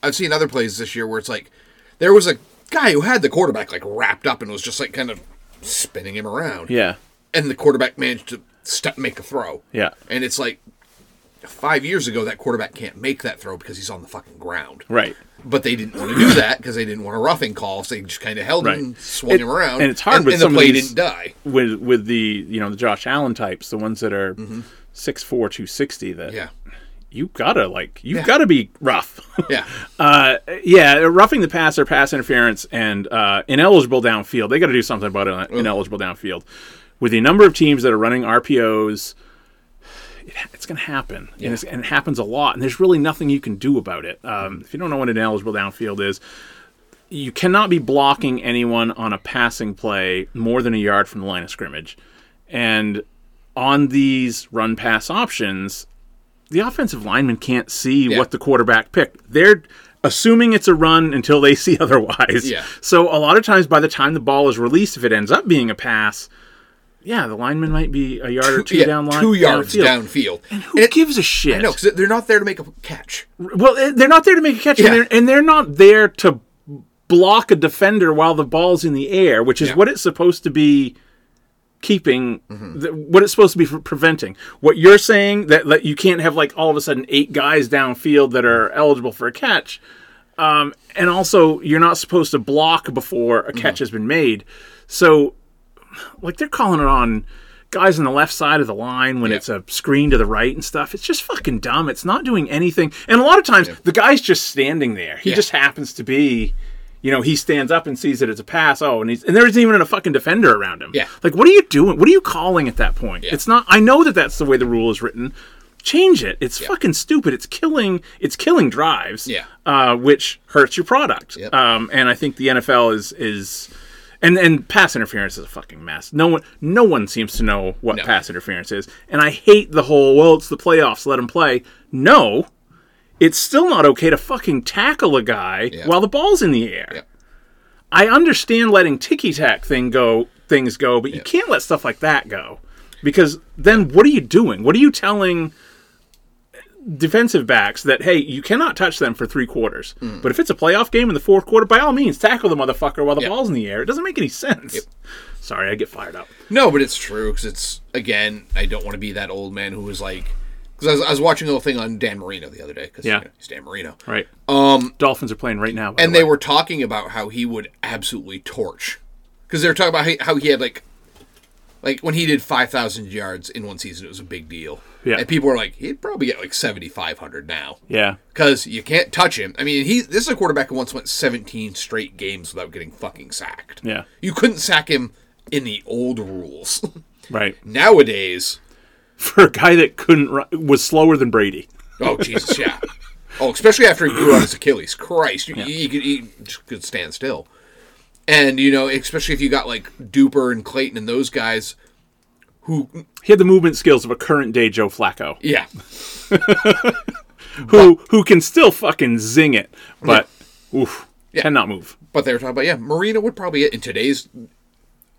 I've seen other plays this year where it's like there was a guy who had the quarterback like wrapped up and was just like kind of spinning him around.
yeah,
and the quarterback managed to step make a throw.
Yeah.
and it's like five years ago that quarterback can't make that throw because he's on the fucking ground.
right.
But they didn't want to do that because they didn't want a roughing call, so they just kind of held him, and
Right.
swung
It-
him around,
and it's hard
and,
with
and the
some of
play
these-
didn't die.
With with the you know the Josh Allen types, the ones that are six four two sixty. That
Mm-hmm. Yeah,
you gotta like you
Yeah.
gotta be rough.
yeah,
uh, yeah, roughing the passer, pass interference, and uh, ineligible downfield. They got to do something about in- ineligible downfield. With the number of teams that are running RPOs, it, ha- it's going to happen, and, it's, and it happens a lot. And there's really nothing you can do about it. Um, if you don't know what an ineligible downfield is, you cannot be blocking anyone on a passing play more than a yard from the line of scrimmage. And on these run pass options, the offensive lineman can't see
Yeah.
what the quarterback picked. They're assuming it's a run until they see otherwise.
Yeah.
So a lot of times by the time the ball is released, if it ends up being a pass, yeah, the lineman might be a yard or two
yeah.
down line.
two yards
downfield.
downfield.
Who gives a shit?
No, because they're not there to make a catch.
Well, eh, they're not there to make a catch,
Yeah.
and, they're, and they're not there to block a defender while the ball's in the air, which is
Yeah.
what it's supposed to be keeping,
Mm-hmm.
th- what it's supposed to be pre- preventing. What you're saying that, that you can't have like all of a sudden eight guys downfield that are eligible for a catch, um, and also you're not supposed to block before a catch has been made. So, like they're calling it on. Guys on the left side of the line when
Yeah.
it's a screen to the right and stuff. It's just fucking dumb. It's not doing anything. And a lot of times the guy's just standing there. He
Yeah.
just happens to be, you know, he stands up and sees that it's a pass. Oh, and he's and there isn't even a fucking defender around him.
Yeah.
Like, what are you doing? What are you calling at that point? It's not. I know that that's the way the rule is written. Change it. It's fucking stupid. It's killing. It's killing drives.
Yeah.
Uh, which hurts your product.
Yep.
Um, and I think the NFL is is. And, and pass interference is a fucking mess. No one no one seems to know what
No.
pass interference is. And I hate the whole well it's the playoffs, let them play. No, it's still not okay to fucking tackle a guy
Yeah.
while the ball's in the air.
Yeah.
I understand letting ticky tack thing go things go, but you can't let stuff like that go. Because then what are you doing? What are you telling defensive backs that hey, you cannot touch them for three quarters.
Mm.
But if it's a playoff game in the fourth quarter, by all means tackle the motherfucker while the
Yeah.
ball's in the air. It doesn't make any sense. Sorry, I get fired up.
No, but it's true because it's again. I don't want to be that old man who was like because I was, I was watching a little thing on Dan Marino the other day because
Yeah.
he's Dan Marino,
Right. Um Dolphins are playing right now. by
and
the
they
way.
were talking about how he would absolutely torch because they were talking about how- how he had like like when he did 5000 yards in one season it was a big deal
Yeah.
and people were like he'd probably get like 7500 now
Yeah.
because you can't touch him i mean he this is a quarterback who once went 17 straight games without getting fucking sacked
Yeah.
you couldn't sack him in the old rules
Right.
nowadays
For a guy that couldn't run, was slower than Brady.
oh jesus yeah oh especially after he blew out his achilles christ you, you could, you just could stand still and you know especially if you got like duper and clayton and those guys who
He had the movement skills of a current day Joe Flacco.
yeah
who who can still fucking zing it, but oof, cannot move.
but they were talking about yeah marina would probably get in today's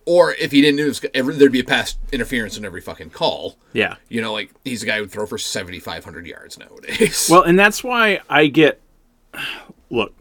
or if he didn't do this every, there'd be a pass interference in every fucking call
Yeah.
you know like he's a guy who would throw for 7500 yards nowadays
Well, and that's why I get. Look,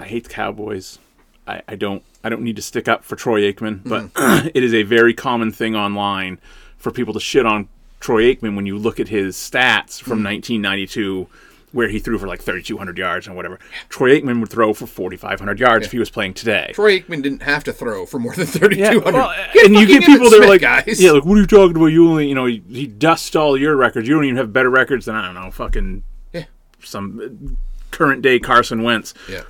I hate the Cowboys. I, I don't. I don't need to stick up for Troy Aikman, but
Mm.
it is a very common thing online for people to shit on Troy Aikman when you look at his stats from
Mm.
1992, where he threw for like 3,200 yards and whatever. Troy Aikman would throw for 4,500 yards if he was playing today.
Troy Aikman didn't have to throw for more than 3,200.
well, uh,
He had
and you
fucking
get people
Emmitt
that are
Smith,
like,
guys.
yeah, like, what are you talking about? You only, you know, he, he dusts all your records. You don't even have better records than I don't know, fucking
Yeah.
some uh, current day Carson Wentz.
yeah.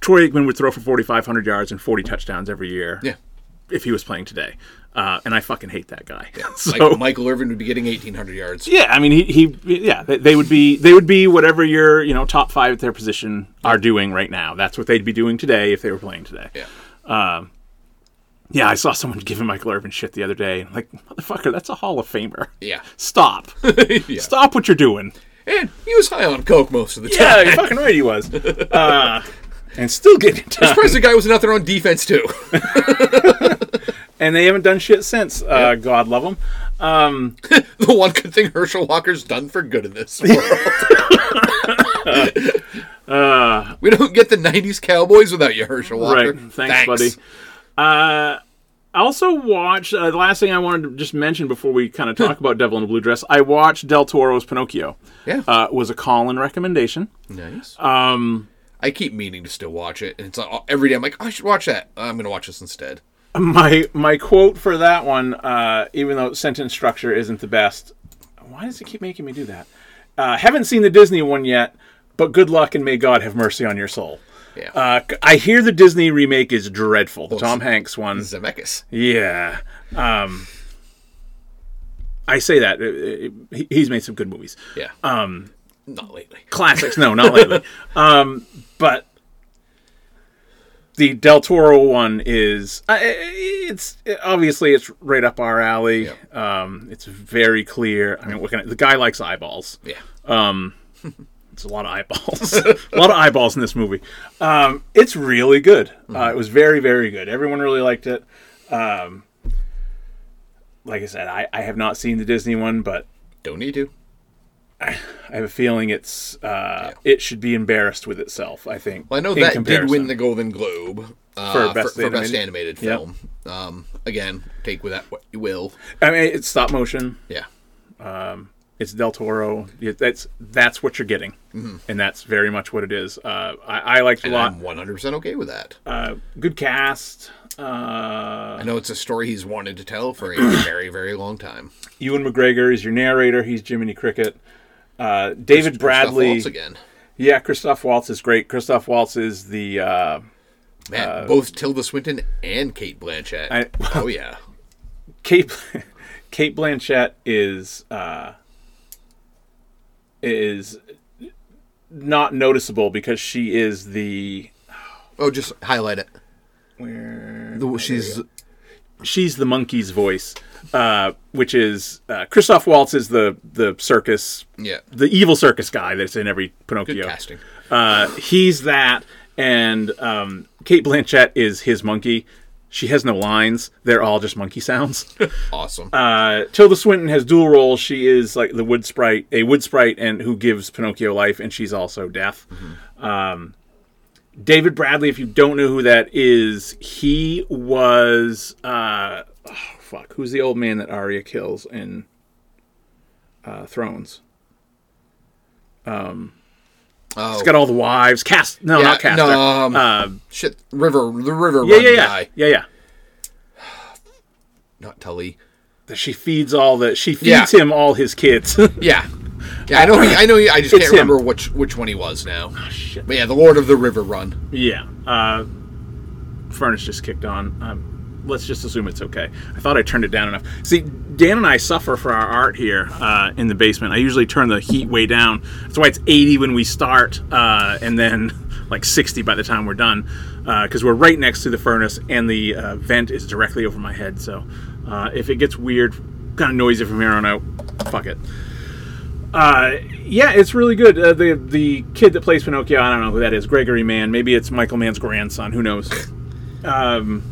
Troy Aikman would throw for 4,500 yards and 40 touchdowns every year.
Yeah.
if he was playing today, uh, and I fucking hate that guy. so.
Like Michael Irvin would be getting 1,800 yards.
yeah, I mean, he, he, yeah, they, they would be, they would be whatever your, you know, top five at their position are doing right now. That's what they'd be doing today if they were playing today.
Yeah.
Yeah, I saw someone giving Michael Irvin shit the other day. I'm like, motherfucker, that's a Hall of Famer.
Yeah.
Stop. Stop what you're doing.
And he was high on coke most of the time.
Yeah, you're fucking right, he was. Uh, and still getting
Surprised the guy was not there on defense too.
and they haven't done shit since. Uh, God love them.
The one good thing Herschel Walker's done for good in this world. we don't get the '90s Cowboys without you, Herschel Walker.
Uh, Right. Thanks, buddy. Uh, I also watched uh, the last thing I wanted to just mention before we kind of talk about Devil in a Blue Dress. I watched Del Toro's Pinocchio.
Yeah.
uh, was a call-in recommendation.
nice. Um, I keep meaning to still watch it, and it's uh, every day. I'm like, I should watch that. I'm gonna watch this instead.
My my quote for that one, uh, even though sentence structure isn't the best, why does it keep making me do that? Uh, haven't seen the Disney one yet, but good luck and may God have mercy on your soul.
Yeah.
Uh, c- I hear the Disney remake is dreadful. The Tom Hanks one.
Zemeckis.
Yeah. Um, I say that. uh, uh, he- he's made some good movies.
Yeah. Um, not lately.
Classics, no, not lately. Um, but the Del Toro one is uh, it's obviously it's right up our alley. Um, it's very clear. I mean, what can I, the guy likes eyeballs.
Yeah.
It's a lot of eyeballs. a lot of eyeballs in this movie. Um, it's really good. Uh, it was very, very good. Everyone really liked it. Um, like I said, I, I have not seen the Disney one, but
Don't need to.
I have a feeling it's uh, it should be embarrassed with itself. I think.
Well, I know
in
that did
comparison.
win the Golden Globe uh,
For Best
for, best, for, best
Animated?
animated
Yep.
film. Um, again, take with that what you will.
I mean, it's stop motion.
Yeah.
It's Del Toro. It, that's that's what you're getting, and that's very much what it is. Uh, I, I liked it a
Mm-hmm. And
lot.
I'm 100% okay with that.
Uh, good cast. Uh,
I know it's a story he's wanted to tell for a very, very long time.
Ewan McGregor is your narrator. He's Jiminy Cricket. Uh, David Bradley.
Once again.
Yeah, Christoph Waltz is great. Christoph Waltz is the uh,
Man, both Tilda Swinton and Kate Blanchett.
I-
oh, yeah.
Kate. Kate Blanchett is uh, is not noticeable because she is the
Oh, just highlight it.
where
The- she's
she's the monkey's voice, uh, which is uh, Christoph Waltz is the the circus,
Yeah.
the evil circus guy that's in every Pinocchio.
good casting.
Uh, he's that, and um, Kate Blanchett is his monkey. She has no lines; they're all just monkey sounds.
Awesome.
Uh, Tilda Swinton has dual roles. She is like the wood sprite, a wood sprite, and who gives Pinocchio life, and she's also deaf. Um,
Mm-hmm.
David Bradley, if you don't know who that is, he was uh, oh, fuck. Who's the old man that Arya kills in uh, Thrones?
oh,
He's got all the wives. Cast no,
Yeah,
not Castor.
no, um,
uh,
shit. River, the River
yeah,
Run
yeah, yeah,
guy.
yeah, yeah.
Not Tully.
That She feeds all the. She
Yeah.
feeds him all his kids.
Yeah. Yeah, I know. he- I know. he- I just
It's
can't
him. Ah,
remember which which one he was now. But yeah, the Lord of the River Run.
Yeah. Uh, furnace just kicked on. Um, let's just assume it's okay. I thought I turned it down enough. See, Dan and I suffer for our art here uh, in the basement. I usually turn the heat way down. That's why it's 80 when we start, uh, and then like 60 by the time we're done, because we're right next to the furnace, and the uh, vent is directly over my head. So uh, if it gets weird, kind of noisy from here on out, fuck it. Uh, yeah, it's really good. Uh, the the kid that plays Pinocchio, I don't know who that is. Gregory Mann. Maybe it's Michael Mann's grandson. Who knows? um,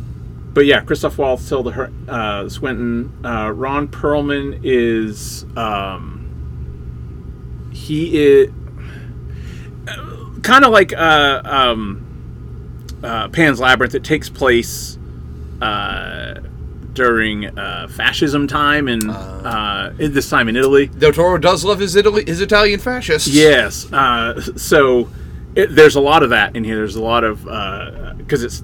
but yeah, Christoph Waltz, Tilda Her- uh, Swinton, uh, Ron Perlman is um, he is kind of like uh, um, uh, Pan's Labyrinth. It takes place uh, during uh, fascism time and uh, this time in Italy.
Del Toro does love his Italy, his Italian fascists.
Yes. Uh, so it, there's a lot of that in here. There's a lot of because it's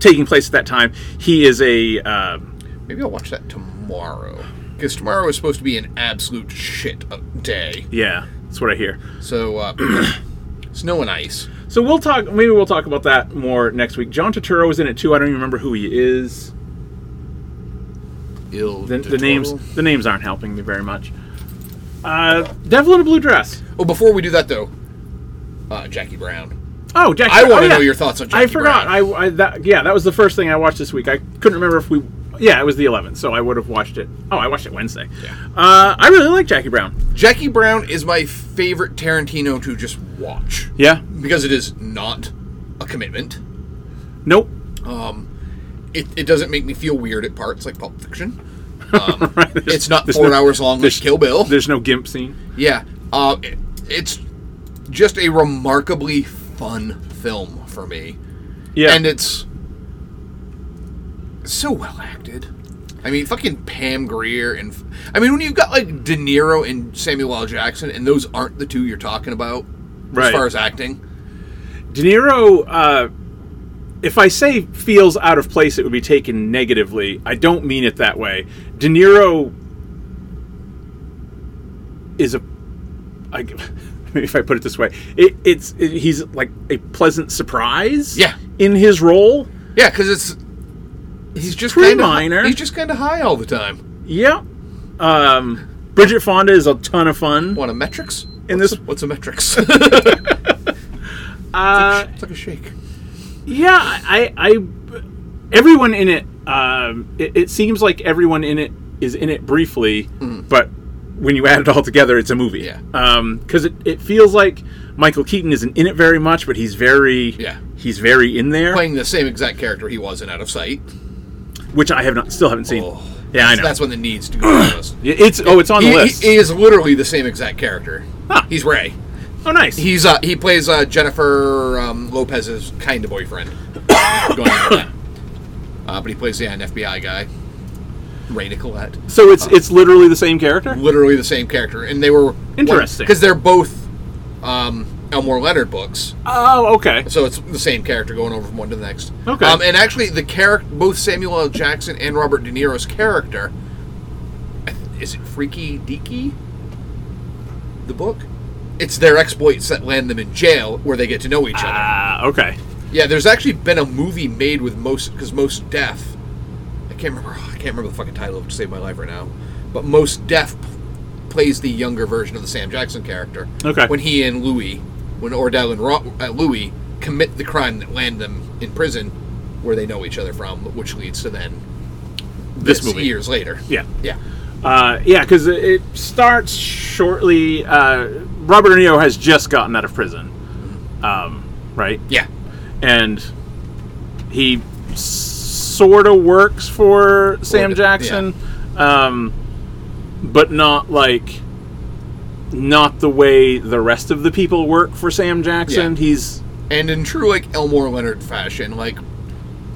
taking place at that time. He is a uh,
Maybe I'll watch that tomorrow because tomorrow is supposed to be an absolute shit of- day.
yeah. That's what I hear.
So uh, snow and ice.
So we'll talk. Maybe we'll talk about that more next week. John Turturro is in it too. I don't even remember who he is.
Il
The, the
Totoro.
names the names aren't helping me very much. Uh, Devil in a Blue Dress.
Oh, before we do that though, uh, Jackie Brown.
Oh, Jackie.
I want
oh,
to
yeah.
know your thoughts on Jackie
I forgot.
Brown.
I, I that yeah, that was the first thing I watched this week. I couldn't remember if we yeah, it was the 11th, so I would have watched it. Oh, I watched it Wednesday.
Yeah.
Uh, I really like Jackie Brown.
Jackie Brown is my favorite Tarantino to just watch
Yeah.
because it is not a commitment.
Nope.
it, it doesn't make me feel weird at parts like Pulp Fiction. Um, it's not four hours long like
There's
Kill Bill.
There's no gimp scene.
Yeah, uh, it, it's just a remarkably fun film for me,
Yeah,
and it's so well acted. I mean, fucking Pam Grier and I mean, when you've got like De Niro and Samuel L. Jackson, and those aren't the two you're talking about as
Right.
far as acting.
De Niro. Uh, if I say feels out of place, it would be taken negatively. I don't mean it that way. De Niro is a. I, if I put it this way, it, it's it, he's like a pleasant surprise.
Yeah.
In his role.
Yeah, because it's he's just
Pretty
kinda,
minor.
He's just kind of high all the time.
Yeah. Um, Bridget Fonda is a ton of fun.
What a metrics?
In
what's
this-
a, what's a metrics? it's,
Uh,
like, it's like a shake.
Yeah, I, I, everyone in it, um, it, it seems like everyone in it is in it briefly, but when you add it all together, it's a movie.
Mm-hmm. Yeah.
Because it, it feels like Michael Keaton isn't in it very much, but he's very,
Yeah.
he's very in there,
Playing the same exact character he was in Out of Sight.
which I have not, still haven't seen.
Oh.
yeah, I
So
know.
that's when the needs to go on the list.
it's oh, it's on
He,
the list.
he is literally the same exact character.
Huh.
He's Ray.
oh, nice.
He's uh, he plays uh, Jennifer um, Lopez's kind of boyfriend. going on with that. Uh, but he plays the an FBI guy, Ray Nicolette.
so it's it's literally the same character.
literally the same character, and they were
Interesting.
because they're both um, Elmore Leonard books,
Oh, okay.
so it's the same character going over from one to the next.
Okay.
um, and actually, the character both Samuel L. Jackson and Robert De Niro's character I th- is it Freaky Deaky, the book. It's their exploits that land them in jail, where they get to know each other.
Ah, okay.
Yeah, there's actually been a movie made with most because most deaf. I can't remember. I can't remember the fucking title to save my life right now. But most deaf p- plays the younger version of the Sam Jackson character.
Okay.
When he and Louis, when Ordell and Ro- uh, Louis commit the crime that land them in prison, where they know each other from, which leads to then
This
this
movie.
years later.
Yeah.
Yeah.
Uh, yeah, because it it starts shortly. Uh, Robert De Niro has just gotten out of prison, um, right?
Yeah.
And he sort of works for Sam
yeah.
Jackson, um, but not like not the way the rest of the people work for Sam Jackson.
Yeah.
He's
And in true like Elmore Leonard fashion, like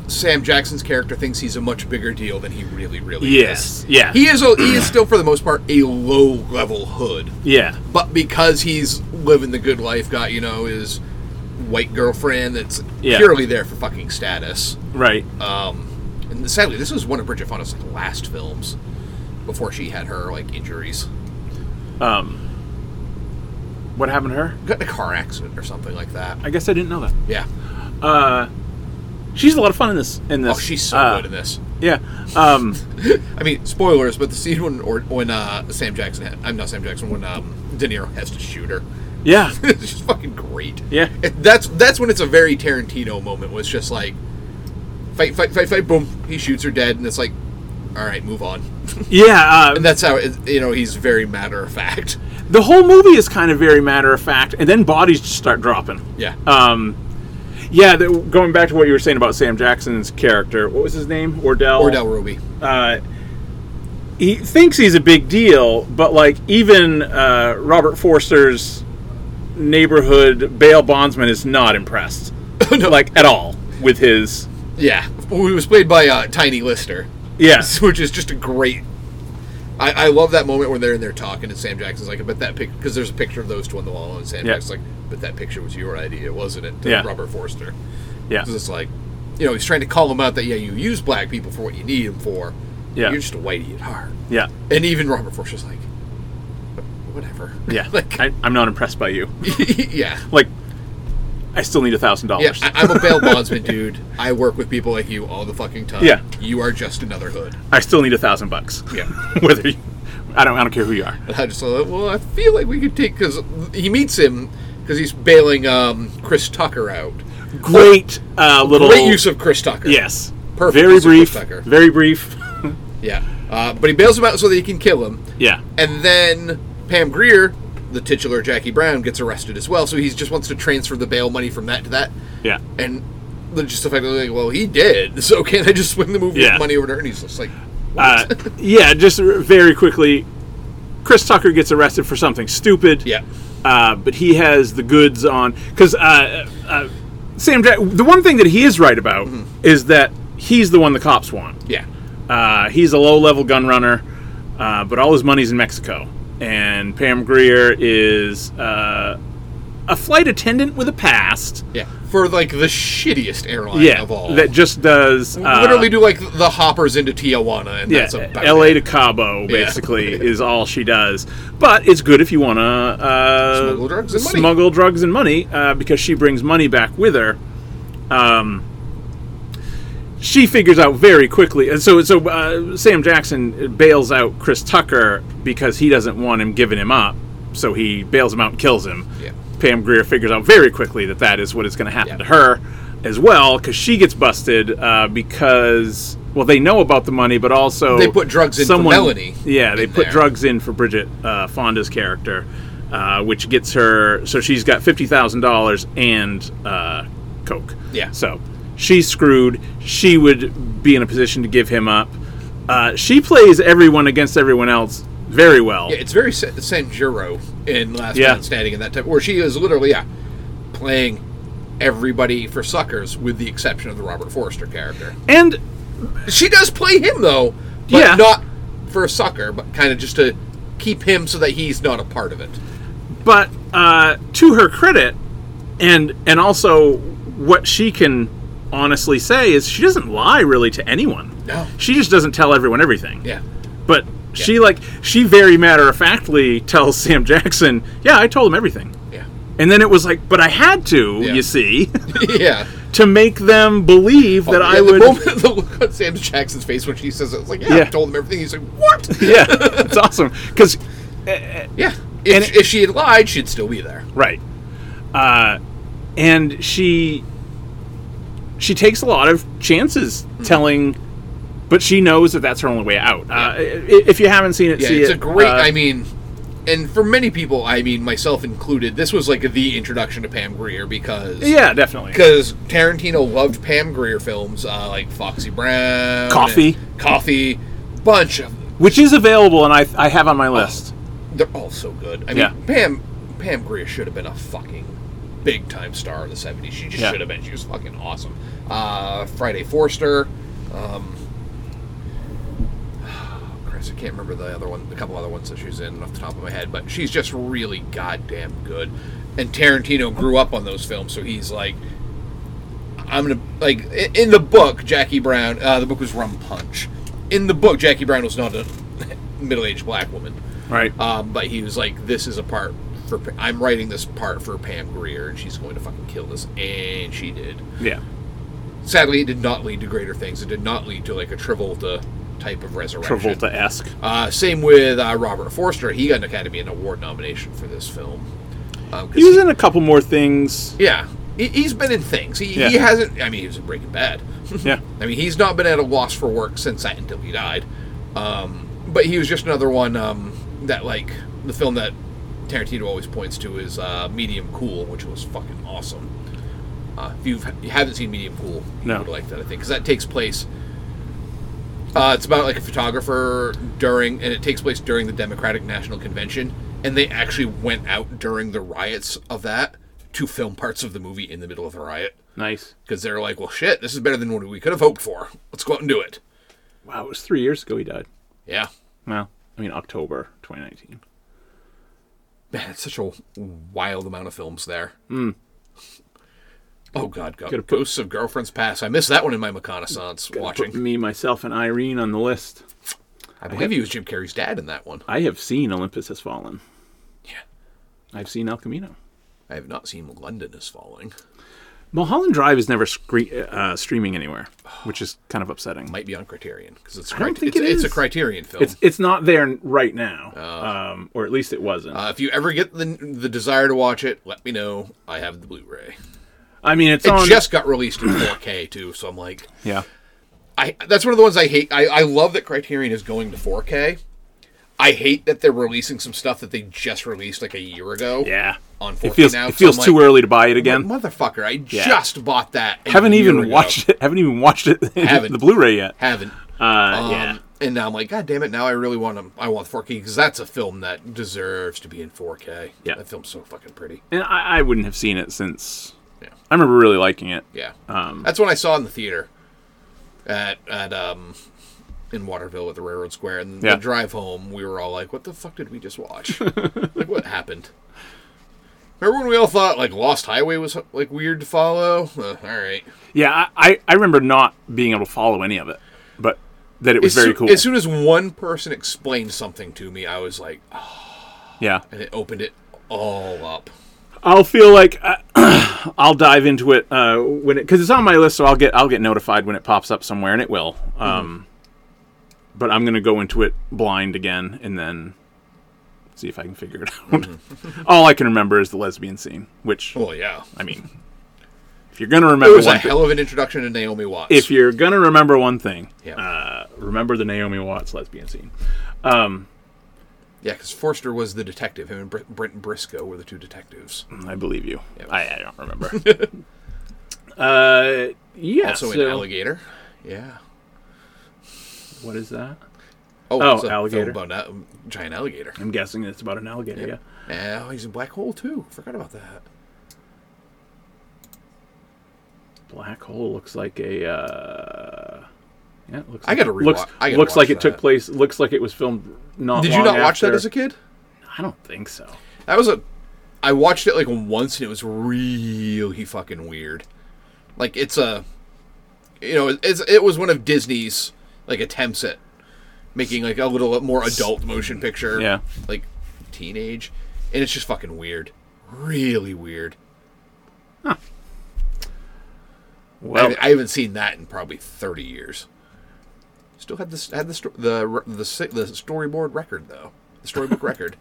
Sam Jackson's character thinks he's a much bigger deal than he really, really is.
yes, yeah,
He is a, he is still for the most part a low level hood,
yeah,
but because he's living the good life, got you know his white girlfriend that's
Yeah.
purely there for fucking status.
right,
Um, and sadly, this was one of Bridget Fonda's like, last films before she had her like injuries,
um, what happened to her?
got in a car accident or something like that.
I guess I didn't know that.
Yeah.
Uh, she's a lot of fun in this. In this,
Oh, she's so
Uh,
good in this.
Yeah. Um,
I mean, spoilers, but the scene when or, when uh, Sam Jackson, had, I'm not Sam Jackson, when um, De Niro has to shoot her.
yeah.
it's just fucking great.
Yeah.
It, that's that's when it's a very Tarantino moment. Was just like fight, fight, fight, fight. Boom. He shoots her dead, and it's like, all right, move on.
Yeah.
and
Uh,
that's how it, you know he's very matter of fact.
the whole movie is kind of very matter of fact, and then bodies just start dropping.
Yeah.
Um, yeah. The, going back to what you were saying about Sam Jackson's character, what was his name? Ordell.
Ordell Ruby.
Uh, he thinks he's a big deal, but like even uh, Robert Forster's neighborhood bail bondsman is not impressed, like at all, with his.
Yeah. Who was played by uh, Tiny Lister,
Yeah.
which is just a great. I, I love that moment when they're in there talking, and Sam Jackson's like, "I bet that picture," because there's a picture of those two on the wall, and Sam
Yeah.
Jackson's like, "But that picture was your idea, wasn't it?" To
Yeah.
Robert Forster.
Yeah.
Because it's like, you know, he's trying to call him out that yeah, you use black people for what you need them for.
Yeah.
You're just a whitey at heart.
Yeah.
And even Robert Forster's like, whatever.
Yeah.
like,
I, I'm not impressed by you.
yeah.
like I still need a thousand
Yeah,
dollars.
I, I'm a bail bondsman, dude. I work with people like you all the fucking time.
Yeah.
You are just another hood.
I still need a thousand bucks.
Yeah.
Whether you, I don't, I don't care who you are.
And I just thought, well, I feel like we could take, because he meets him because he's bailing um, Chris Tucker out.
Great uh, little
Great use of Chris Tucker.
yes,
Perfect
Very
use of
brief.
Chris Tucker.
Very brief.
Yeah. Uh, but he bails him out so that he can kill him.
yeah,
And then Pam Greer, the titular Jackie Brown, gets arrested as well. So he just wants to transfer the bail money from that to that.
yeah,
And they're just effectively like, well, he did, so can I just swing the movie
Yeah.
with money over to Ernie's? It's like,
Uh, yeah, just r- very quickly, Chris Tucker gets arrested for something stupid.
yeah,
uh, but he has the goods on because uh, uh, Sam. Jack, the one thing that he is right about
Mm-hmm.
is that he's the one the cops want.
yeah,
Uh, he's a low-level gun runner, uh, but all his money's in Mexico. And Pam Greer is uh, a flight attendant with a past.
yeah. For like the shittiest airline
Yeah,
of all,
that just does uh,
literally do like the hoppers into Tijuana, and
Yeah,
that's about
L.A.
it.
to Cabo
Yeah.
basically is all she does. But it's good if you want to uh,
Smuggle drugs and money.
smuggle drugs and money, uh, because she brings money back with her. Um, she figures out very quickly, and so so uh, Sam Jackson bails out Chris Tucker because he doesn't want him giving him up. So he bails him out and kills him.
Yeah.
Pam Greer figures out very quickly that that is what is going to happen
Yeah.
to her as well because she gets busted uh, because well they know about the money but also
They put drugs in for Melanie
yeah they
in
put
there.
drugs in for Bridget uh, Fonda's character uh, which gets her so she's got fifty thousand dollars and uh, coke
Yeah.
so she's screwed she would be in a position to give him up uh, she plays everyone against everyone else very well
Yeah, it's very Sa- San Giro in Last
Yeah.
Man Standing in that type, where she is literally yeah, playing everybody for suckers, with the exception of the Robert Forrester character.
and
She does play him though, but
Yeah.
not for a sucker, but kind of just to keep him so that he's not a part of it.
but uh, to her credit, and and also what she can honestly say is she doesn't lie really to anyone.
No.
she just doesn't tell everyone everything.
Yeah,
but she like she very matter of factly tells Sam Jackson, "Yeah, I told him everything."
yeah,
And then it was like, "But I had to,
Yeah.
you see,
yeah.
to make them believe that I
Oh, Yeah,
would."
The moment the look on Sam Jackson's face when she says it, it's like, yeah,
Yeah.
I told him everything. He's like, what?
yeah, it's awesome because
yeah. If,
And it-
if she had lied, she'd still be there.
Right. Uh, and she she takes a lot of chances
Hmm.
telling, but she knows that that's her only way out. Uh, i- if you haven't seen it,
Yeah,
see
it's
it.
a great.
Uh,
I mean, and for many people, I mean myself included, this was like the introduction to Pam Grier because
yeah, definitely.
because Tarantino loved Pam Grier films uh, like Foxy Brown,
Coffee.
and Coffee, bunch of them.
Which is available, and I I have on my
Oh.
list.
They're all so good. I mean,
Yeah.
Pam Pam Grier should have been a fucking big time star in the '70s. She just
Yeah.
should have been. She was fucking awesome. Uh, Friday Forster. Um, Chris, I can't remember the other one, the couple other ones that she's in off the top of my head, but she's just really goddamn good. And Tarantino grew up on those films, so he's like, I'm gonna like i- in the book. Jackie Brown. Uh, the book was Rum Punch. In the book, Jackie Brown was not a middle-aged black woman.
Right.
Um, but he was like, "This is a part for Pa- I'm writing this part for Pam Greer, and she's going to fucking kill this." And she did.
yeah.
Sadly, it did not lead to greater things. It did not lead to like a Travolta type of resurrection.
Travolta esque.
Uh, same with uh, Robert Forster. He got an Academy and Award nomination for this film. Um, 'cause
He was in a couple more things.
yeah, he, he's been in things. He,
Yeah.
he hasn't. I mean, he was in Breaking Bad.
Yeah.
I mean, he's not been at a loss for work since that until he died. Um, but he was just another one um, that, like, the film that Tarantino always points to is uh, Medium Cool, which was fucking awesome. Uh, if you've, you haven't seen Medium Cool, you
No.
would like that, I think, because that takes place. Uh, it's about like a photographer during, and it takes place during the Democratic National Convention, and they actually went out during the riots of that to film parts of the movie in the middle of the riot
Nice.
because they're like, well, shit, this is better than what we could have hoped for. Let's go out and do it.
Wow, it was three years ago he died.
Yeah.
Well, I mean October 2019.
Man, it's such a wild amount of films there. Oh, God, God.
Could've Hmm. put-
Ghosts of Girlfriends Pass. I missed that one in my reconnaissance
Put
watching.
me, myself, and Irene on the list.
I believe he was Jim Carrey's dad in that one.
I have seen Olympus Has Fallen.
Yeah.
I've seen El Camino.
I have not seen London is Falling.
Mulholland Drive is never scre- uh, streaming anywhere, which is kind of upsetting.
Might be on Criterion because it's,
don't
crit-
think
it's,
it
it's a
is.
Criterion film.
It's it's not there n- right now, um, or at least it wasn't.
Oh. uh, if you ever get the, the desire to watch it, let me know. I have the Blu ray.
I mean, it's
It
on.
just got released in 4K, too, so I'm like.
yeah,
I that's one of the ones I hate. I, I love that Criterion is going to 4K. I hate that they're releasing some stuff that they just released like a year ago.
Yeah.
on 4K
It feels
now.
it feels too
early.
early to buy it again.
Motherfucker, I just bought that. a
haven't
year
even
ago.
watched it. Haven't even watched it.
Haven't.
the Blu-ray yet.
Haven't.
Uh,
Um,
yeah.
And now I'm like, God damn it! Now I really want to. I want 4K because that's a film that deserves to be in 4K.
Yeah.
that film's so fucking pretty.
And I, I wouldn't have seen it since.
Yeah.
I remember really liking it.
Yeah,
Um,
that's when I saw it in the theater at at um in Waterville at the Railroad Square. And
Yeah.
the drive home, we were all like, "What the fuck did we just watch? like, what happened?" Remember when we all thought like Lost Highway was like weird to follow? Uh, all right,
Yeah, I, I, I remember not being able to follow any of it, but that it was
as
very
soo-
cool.
As soon as one person explained something to me, I was like, "Ah,"
yeah,
and it opened it all up.
I'll feel like uh, I'll dive into it uh, when it because it's on my list, so I'll get I'll get notified when it pops up somewhere, and it will. Um, But I'm gonna go into it blind again, and then see if I can figure it out. All I can remember is the lesbian scene, which
Well, yeah,
I mean, if you're gonna
it
remember
was a
one, thi-
hell of an introduction to Naomi Watts.
if you're gonna remember one thing,
Yeah.
uh, remember the Naomi Watts lesbian scene.
yeah, because Forster was the detective. Him and Br- Brent Briscoe were the two detectives.
Mm, I believe you.
Yep.
I, I don't remember. uh, yeah.
Also, an
so-
alligator. Yeah.
what is that?
Oh,
Oh,
it's a
alligator.
Film about a giant alligator.
I'm guessing it's about an alligator. Yeah.
Oh, he's in Black Hole too. Forgot about that.
Black hole looks like a. Uh, yeah, it looks.
I gotta
like, looks,
rewa- I gotta
looks
watch
like it took
that.
place. Looks like it was filmed. Not.
Did you
long
not watch that
after-
as a kid?
I don't think so.
That was a. I watched it like once and it was really fucking weird. Like it's a, you know, it's it was one of Disney's like attempts at making like a little more adult motion picture.
Yeah.
Like teenage, and it's just fucking weird, really weird.
Well,
I, I haven't seen that in probably thirty years. Still had this had the sto- the re- the si- the storyboard record though, the storybook record.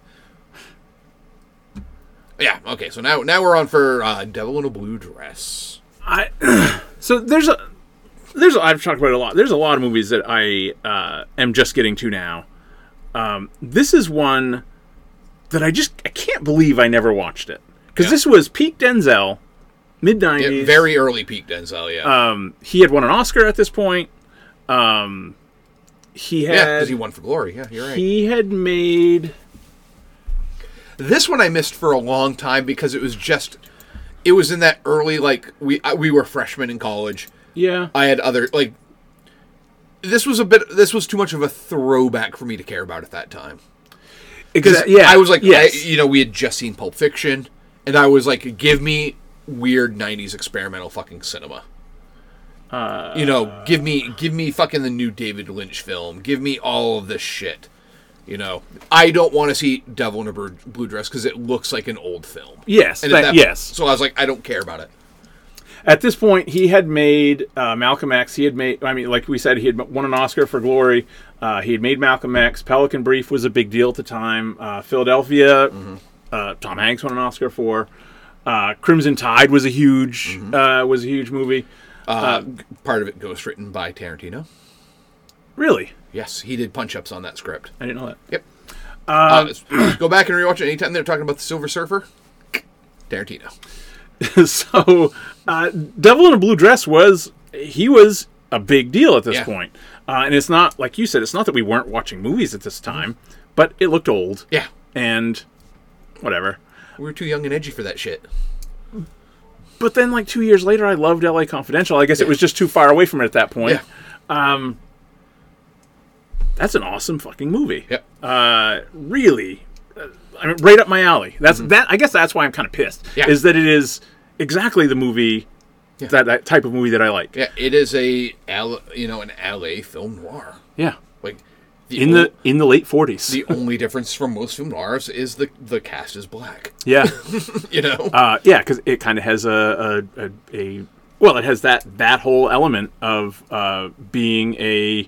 Yeah. Okay. So now now we're on for uh, Devil in a Blue Dress.
I so there's a there's a, I've talked about it a lot. There's a lot of movies that I uh, am just getting to now. Um, this is one that I just I can't believe I never watched it because
Yeah.
this was peak Denzel, mid
Yeah,
nineties.
very early peak Denzel. Yeah.
um, he had won an Oscar at this point. Um, he
yeah. Because
had
he won for Glory. Yeah. You're right.
he had made
This one I missed for a long time because it was just it was in that early like we I, we were freshmen in college.
yeah
I had other like this was a bit this was too much of a throwback for me to care about at that time. Because
Exa- yeah
I was like,
yes.
I, you know, we had just seen Pulp Fiction, and I was like, give me weird '90s experimental fucking cinema.
Uh,
you know, give me give me fucking the new David Lynch film. Give me all of this shit. You know, I don't want to see Devil in a Bru- Blue Dress because it looks like an old film.
yes
at
that-
that-
yes
So I was like, I don't care about it.
at this point, he had made uh, Malcolm X. He had made, I mean, like we said, he had won an Oscar for Glory. Uh, he had made Malcolm X. Pelican Brief was a big deal at the time. Uh, Philadelphia,
Mm-hmm.
uh, Tom Hanks won an Oscar for. Uh, Crimson Tide was a huge
Mm-hmm.
uh, was a huge movie.
Uh, part of it ghost written by Tarantino.
Really,
Yes, he did punch ups on that script.
I didn't know that.
Yep. Uh, go back and rewatch it anytime they're talking about the Silver Surfer. Tarantino.
so uh, devil in a blue dress was he was a big deal at this
Yeah.
point. uh, and it's not like you said it's not that we weren't watching movies at this time but it looked old
Yeah.
and whatever
We were too young and edgy for that shit.
but then like two years later i loved la confidential i guess it was just too far away from it at that point
Oh, Yeah.
that's an awesome fucking movie
Yep.
uh, really uh, I mean, right up my alley that's that i guess that's why i'm kind of pissed
Mm-hmm. Yeah.
is that it is exactly the movie that, that type of movie that i like
Yeah, it is a L- you know an LA film noir.
yeah
Like the
in
ol-
the in the late 40s
the only difference from most film noirs is the the cast is black.
Yeah,
You know.
uh, yeah, because it kind of has a, a, a, a well, it has that that whole element of uh, being a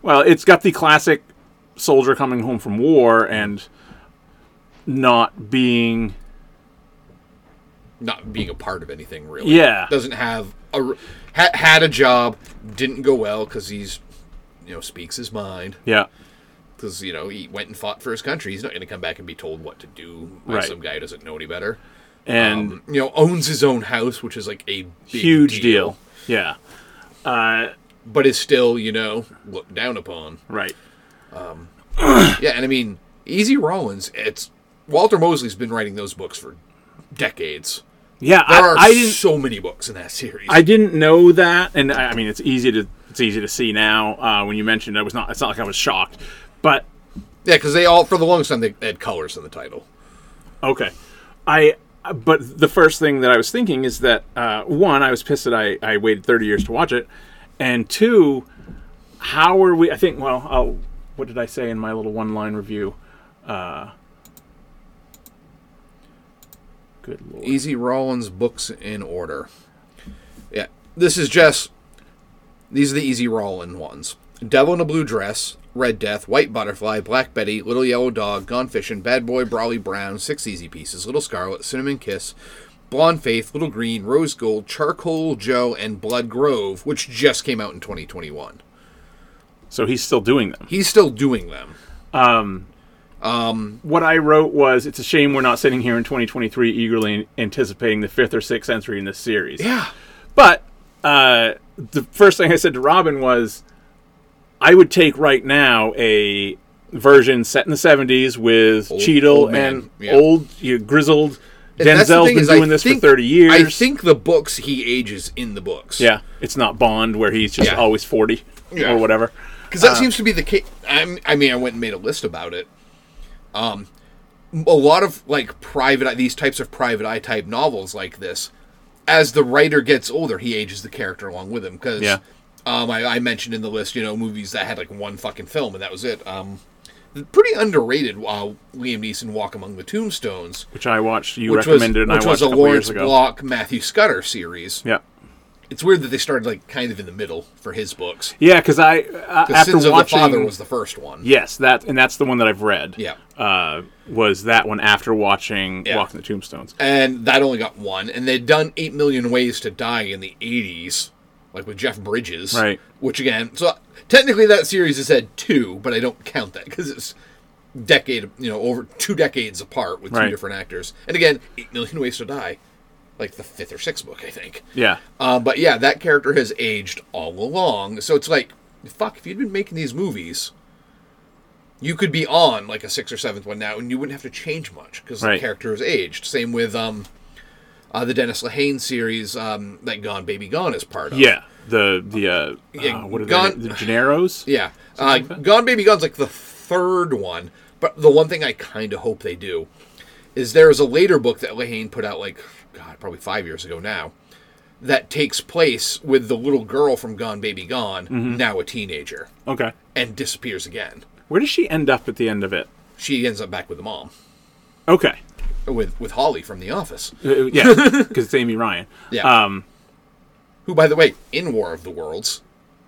well, it's got the classic soldier coming home from war and not being
Not being a part of anything really.
Yeah.
Doesn't have a r- ha- had a job. Didn't go well because he's you know speaks his mind.
yeah
because you know he went and fought for his country. He's not going to come back and be told what to do by
Right.
some guy who doesn't know any better.
and
You know, owns his own house, which is like a big
huge deal. Yeah,
but is still you know looked down upon.
right.
Yeah, and I mean, Easy Rollins. It's Walter Mosley's been writing those books for decades.
Yeah,
There
I,
are
I didn't.
so many books in that series.
I didn't know that, and I, I mean it's easy to it's easy to see now uh, when you mentioned. it. I was not. It's not like I was shocked, but
yeah, because they all for the longest time they had colors in the title.
Okay, I. But the first thing that I was thinking is that uh, one, I was pissed that I, I waited thirty years to watch it, and two, how are we? I think. Well, I'll, what did I say in my little one-line review? Uh, good lord.
Easy Rollins books in order. Yeah, this is just these are the Easy Rollins ones: Devil in a Blue Dress, Red Death, White Butterfly, Black Betty, Little Yellow Dog, Gone Fishing, Bad Boy, Brawly Brown, Six Easy Pieces, Little Scarlet, Cinnamon Kiss, Blonde Faith, Little Green, Rose Gold, Charcoal Joe, and Blood Grove, which just came out in 2021.
So he's still doing them.
He's still doing them.
What I wrote was, "It's a shame we're not sitting here in 2023 eagerly anticipating the fifth or sixth entry in this series."
Yeah.
But uh, the first thing I said to Robin was, I would take right now a version set in the '70s with Cheadle
old man,
and
yeah.
old you know, grizzled.
And that's the
Denzel's
thing
been
is, I
doing this
think-
for 30 years.
I think the books he ages in the books.
Yeah, it's not Bond where he's just
Yeah.
always 40
Yeah.
or whatever.
Because
Uh,
that seems to be the case. I'm, I mean, I went and made a list about it. Um, a lot of like private eye, these types of private eye type novels like this, as the writer gets older, he ages the character along with him. Because
Yeah.
um, I, I mentioned in the list, you know, movies that had like one fucking film and that was it. Um, pretty underrated. Uh, Liam Neeson Walk Among the Tombstones,
Which I watched, you
which was
recommended, and I
which
watched
was
a
a
couple years
Lawrence
ago.
Block Matthew Scudder series.
Yeah.
It's weird that they started like kind of in the middle for his books.
Yeah, because I, uh,
The
after
Sins of
watching.
the Father was the first one.
yes, that and that's the one that I've read.
Yeah.
Uh, was that one after watching
Yeah.
Walking the Tombstones.
and that only got one. And they'd done eight million ways to die in the eighties, like with Jeff Bridges,
Right.
Which again, so technically that series has had two, but I don't count that because it's decade, you know, over two decades apart with two
Right.
different actors. And again, eight million ways to die, like the fifth or sixth book, I think.
Yeah.
Uh, but yeah, that character has aged all along. So it's like, fuck, if you'd been making these movies, you could be on like a sixth or seventh one now, and you wouldn't have to change much because the
Right.
character has aged. Same with um, uh, the Dennis Lehane series um, that Gone Baby Gone is part of.
Yeah, the the uh,
Yeah,
uh, what are
Gon-
they? The Generos.
Yeah. Uh, Gone Baby Gone's like the third one, but the one thing I kind of hope they do is there is a later book that Lehane put out, like, God, probably five years ago now, that takes place with the little girl from Gone Baby Gone, now a teenager,
Okay.
and disappears again.
Where does she end up at the end of it?
She ends up back with the mom,
Okay.
with, with Holly from The Office,
Uh, yeah, because it's Amy Ryan.
Yeah.
Um.
who, by the way, in War of the Worlds,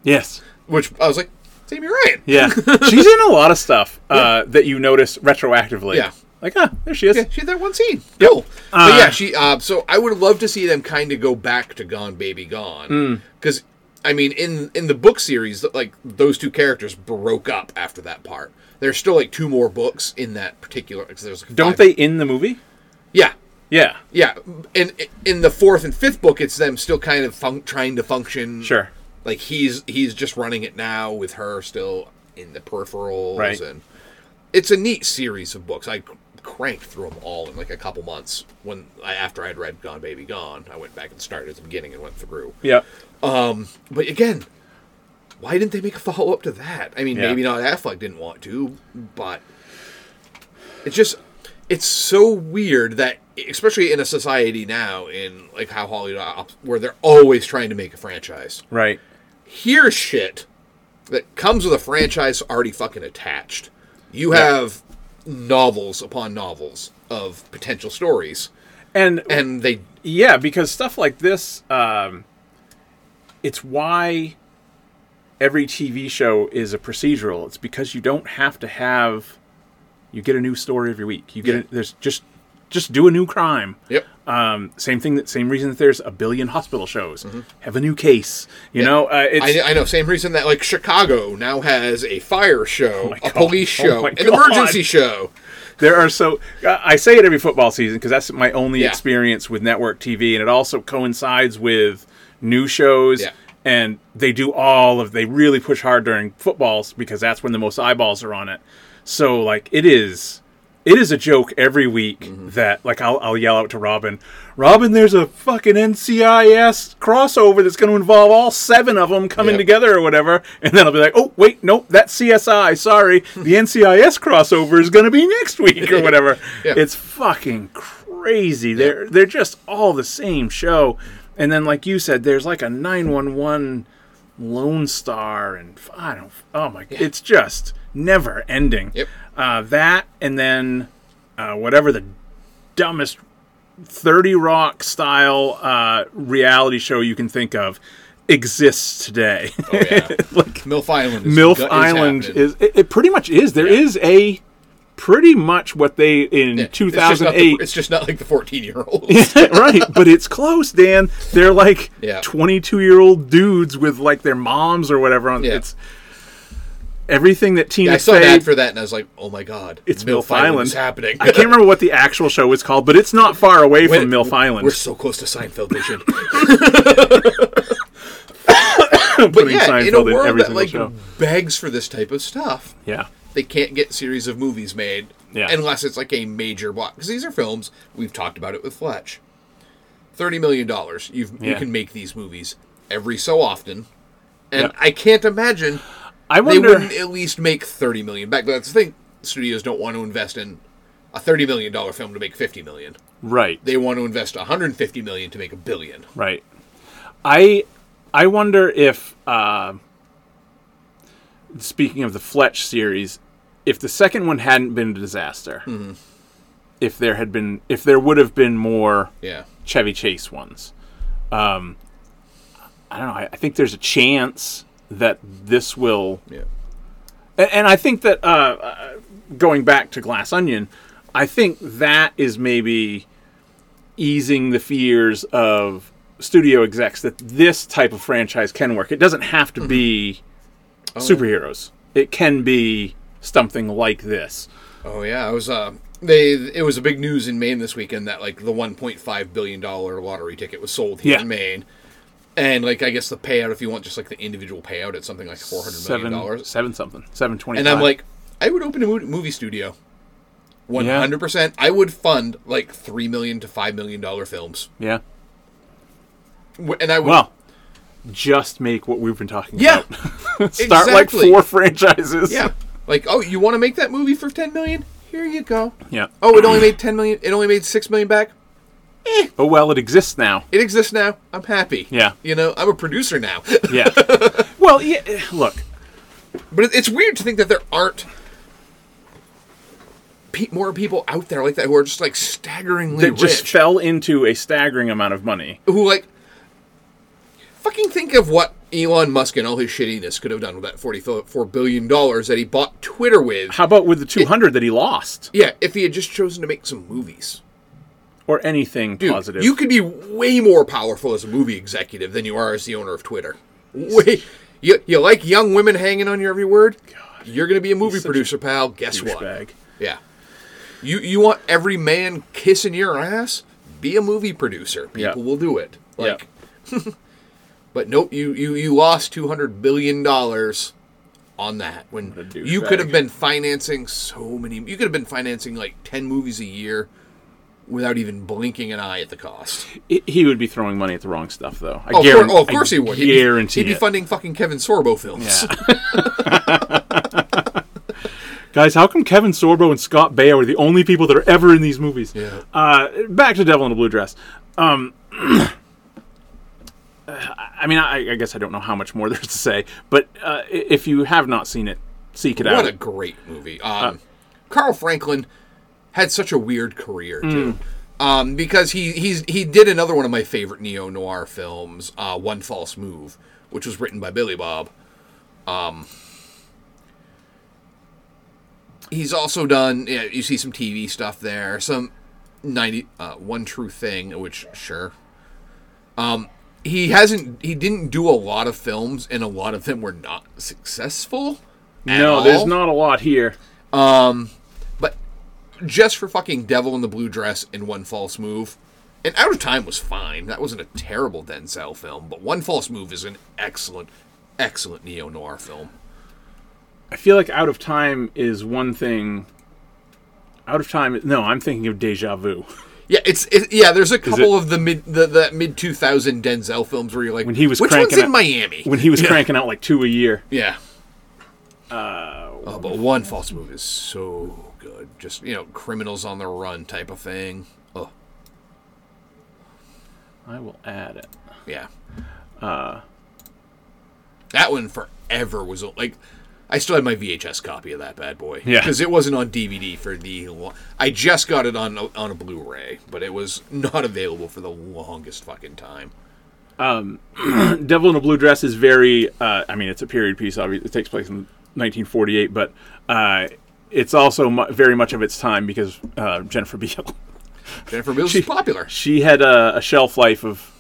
Yes.
which I was like, it's Amy Ryan.
Yeah. She's in a lot of stuff uh, that you notice retroactively.
Yeah.
Like, ah, there she is.
Yeah, she had that one scene. Cool. but yeah, she. Uh, so I would love to see them kind of go back to Gone Baby
Hmm.
Gone because I mean, in in the book series, th- like those two characters broke up after that part. There's still like two more books in that particular. Cause there's like,
Don't
five-
they in the movie?
Yeah.
Yeah.
Yeah, in in the fourth and fifth book, it's them still kind of fun- trying to function.
Sure.
like he's he's just running it now with her still in the peripherals,
Right.
and it's a neat series of books. I cr- cranked through them all in like a couple months when I, after I'd read Gone Baby Gone, I went back and started at the beginning and went through.
Yeah.
But again, why didn't they make a follow up to that? I mean,
Yeah.
maybe not Affleck didn't want to, but it's just it's so weird that especially in a society now in like how Hollywood ops where they're always trying to make a franchise.
Right.
Here's shit that comes with a franchise already fucking attached. You have novels upon novels of potential stories
And,
and they
yeah, because stuff like this, um, it's why every TV show is a procedural. It's because you don't have to have. You get a new story every week. You get
Yeah.
it. There's just Just do a new crime.
Yep.
Um, same thing. That same reason that there's a billion hospital shows. Have a new case. You know, uh, it's
Mm-hmm. I, I know. Same reason that like Chicago now has a fire show, a
God.
police
Oh
show,
my
an
God.
emergency show.
there are so uh, I say it every football season because that's my only
Yeah.
experience with network TV, and it also coincides with new shows.
Yeah.
And they do all of they really push hard during footballs because that's when the most eyeballs are on it. So like it is, it is a joke every week
Mm-hmm.
that like I'll, I'll yell out to Robin, Robin, there's a fucking NCIS crossover that's going to involve all seven of them coming
Yep.
together together or whatever, and then I'll be like, oh wait, nope, that's CSI. Sorry, the NCIS crossover is going to be next week or whatever.
Yeah.
It's fucking crazy. They're they're just all the same show, and then like you said, there's like a nine one one Lone Star, and f- I don't. Oh my, it's just never ending.
Yep.
Uh, that and then uh, whatever the dumbest 30 Rock style uh, reality show you can think of exists today.
Oh, yeah.
like
MILF Island. Is
MILF
is
Island
happening.
is, it, it pretty much is. There is a pretty much what they in
Yeah, it's just not the-
2008
It's just not like the fourteen-year-old.
right, but it's close, Dan. They're like
Yeah.
22 year old dudes with like their moms or whatever on
Yeah.
it's everything that Tina
I saw
Fey-
that for that, and I was like, "Oh my god,
it's
MILF
MILF Island.
is happening."
I can't remember what the actual show was called, but it's not far away from MILF Island.
We're so close to Seinfeld vision. but
Putting
yeah, in a
Seinfeld in
world
every
that
single
like
show.
begs for this type of stuff,
Yeah.
they can't get series of movies made
Yeah.
unless it's like a major block. Because these are films we've talked about it with Fletch. Thirty million dollars. You you
Yeah.
can make these movies every so often, and
Yeah.
I can't imagine
I
they
wonder.
wouldn't at least make thirty million back. But that's the thing: studios don't want to invest in a thirty million dollar film to make fifty million.
Right.
They want to invest one hundred fifty million to make a billion.
Right. I I wonder if uh, speaking of the Fletch series, if the second one hadn't been a disaster, if there had been if there would have been more
Yeah,
Chevy Chase ones. Um, I don't know. I, I think there's a chance that this will
yeah,
and, and I think that uh, uh, going back to Glass Onion, I think that is maybe easing the fears of studio execs that this type of franchise can work. It doesn't have to
Mm-hmm.
be
Oh.
superheroes. It can be something like this.
oh yeah. I was uh, they it was a big news in Maine this weekend that like the one point five billion dollar lottery ticket was sold here
Yeah.
in Maine. And like I guess the payout, if you want just like the individual payout, it's something like four hundred million
Seven,
dollars.
seven something, seven twenty.
And I'm like, I would open a mo- movie studio, one hundred percent. I would fund like three million to five million dollar films,
yeah.
W- and I would
Well, just make what we've been talking
yeah,
about. Start like
exactly.
four franchises.
yeah. Like, oh, you want to make that movie for ten million? Here you go.
Yeah.
Oh, it only made ten million. It only made six million back.
Oh well, it exists now.
It exists now. I'm happy.
Yeah.
You know, I'm a producer now.
Yeah. well, yeah. eh, Look,
but it- it's weird to think that there aren't pe- more people out there like that who are just like staggeringly
that
rich.
just fell into a staggering amount of money.
who like fucking think of what Elon Musk and all his shittiness could have done with that forty-four billion dollars that he bought Twitter with.
How about with the 200 that he lost
yeah, if he had just chosen to make some movies,
or anything
Dude,
positive?
you could be way more powerful as a movie executive than you are as the owner of Twitter. Way, you, you like young women hanging on your every word? You're going to be a movie
such a
producer, pal. Guess what?
douchebag.
Yeah. You you want every man kissing your ass? Be a movie producer. People
Yeah.
will do it.
Yeah.
Like But nope, you you you lost 200 billion dollars on that when
a douchebag.
you could have been financing so many you could have been financing like 10 movies a year without even blinking an eye at the cost.
It- he would be throwing money at the wrong stuff, though. I
Oh, of course,
guaran-
oh, of course
I
he would. He'd be-
Guarantee
He'd be
it.
funding fucking Kevin Sorbo films.
Yeah. Guys, how come Kevin Sorbo and Scott Baio are the only people that are ever in these movies?
Yeah.
Uh, back to Devil in a Blue Dress. Um, I mean, I, I guess I don't know how much more there's to say, but uh, i- if you have not seen it, seek it out.
What a great movie.
Uh,
Um, Carl Franklin had such a weird career
Hmm.
too, um, because he he's he did another one of my favorite neo noir films, uh, One False Move, which was written by Billy Bob. Um, he's also done. Yeah, you see some TV stuff there. Some ninety uh, one true thing, which sure. Um, he hasn't. He didn't do a lot of films, and a lot of them were not successful. at
no, there's
all.
not a lot here.
But just for fucking Devil in the Blue Dress and One False Move, and Out of Time was fine. That wasn't a terrible Denzel film, but One False Move is an excellent, excellent neo noir film.
I feel like Out of Time is one thing. Out of Time. No, I'm thinking of Deja Vu.
Yeah, it's it, yeah. There's a couple of the mid the, the mid two thousand Denzel films where you're like,
When he was
which
cranking
one's in
out-
Miami?
When he was cranking out like two a year.
Yeah. Uh, oh, but one false move is so good. Just you know, criminals on the run type of thing. Oh,
I will add it.
yeah. Uh, that one forever was like, I still had my VHS copy of that bad boy.
Yeah.
because it wasn't on DVD for the. lo- I just got it on on a Blu-ray, but it was not available for the longest fucking time.
Devil in a Blue Dress is very. Uh, I mean, it's a period piece. Obviously, it takes place in 1948, but uh, it's also mu- very much of its time because uh, Jennifer Beal.
Jennifer Mills is popular.
She had a, a shelf life of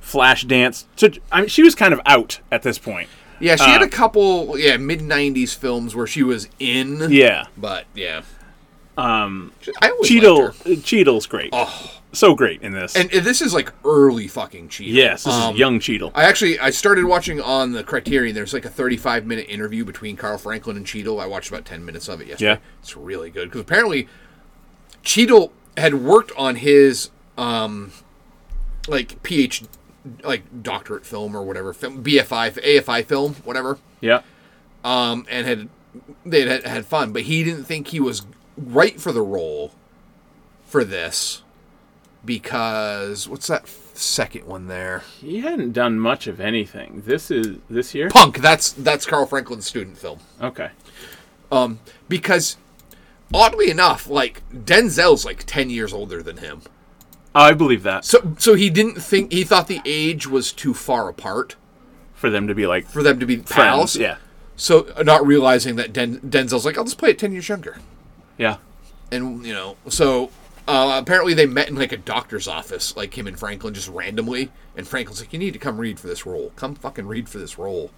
flash dance. To, I mean, she was kind of out at this point.
Yeah, she had
Uh,
a couple yeah mid '90s films where she was in.
Yeah,
But yeah. Um, I always
Cheadle.
liked her.
Cheadle's great.
Oh.
so great in this.
And, and this is like early fucking Cheadle.
yes, this
Um,
is young Cheadle.
I actually I started watching on the Criterion. There's like a 35 minute interview between Carl Franklin and Cheadle. I watched about 10 minutes of it yesterday.
Yeah.
It's really good because apparently Cheadle had worked on his um like PhD like doctorate film or whatever film BFI AFI film whatever
yeah,
um, and had they had had fun, but he didn't think he was right for the role for this because what's that second one there?
he hadn't done much of anything. This is this year.
Punk. That's that's Carl Franklin's student film
Okay.
because oddly enough, like Denzel's like ten years older than him,
I believe that
so so he didn't think he thought the age was too far apart
for them to be like
for them to be
friends.
pals.
Yeah,
So not realizing that Den- Denzel's like I'll just play it ten years younger.
yeah.
and you know, so uh, apparently they met in like a doctor's office, like him and Franklin, just randomly. And Franklin's like, "You need to come read for this role. Come fucking read for this role."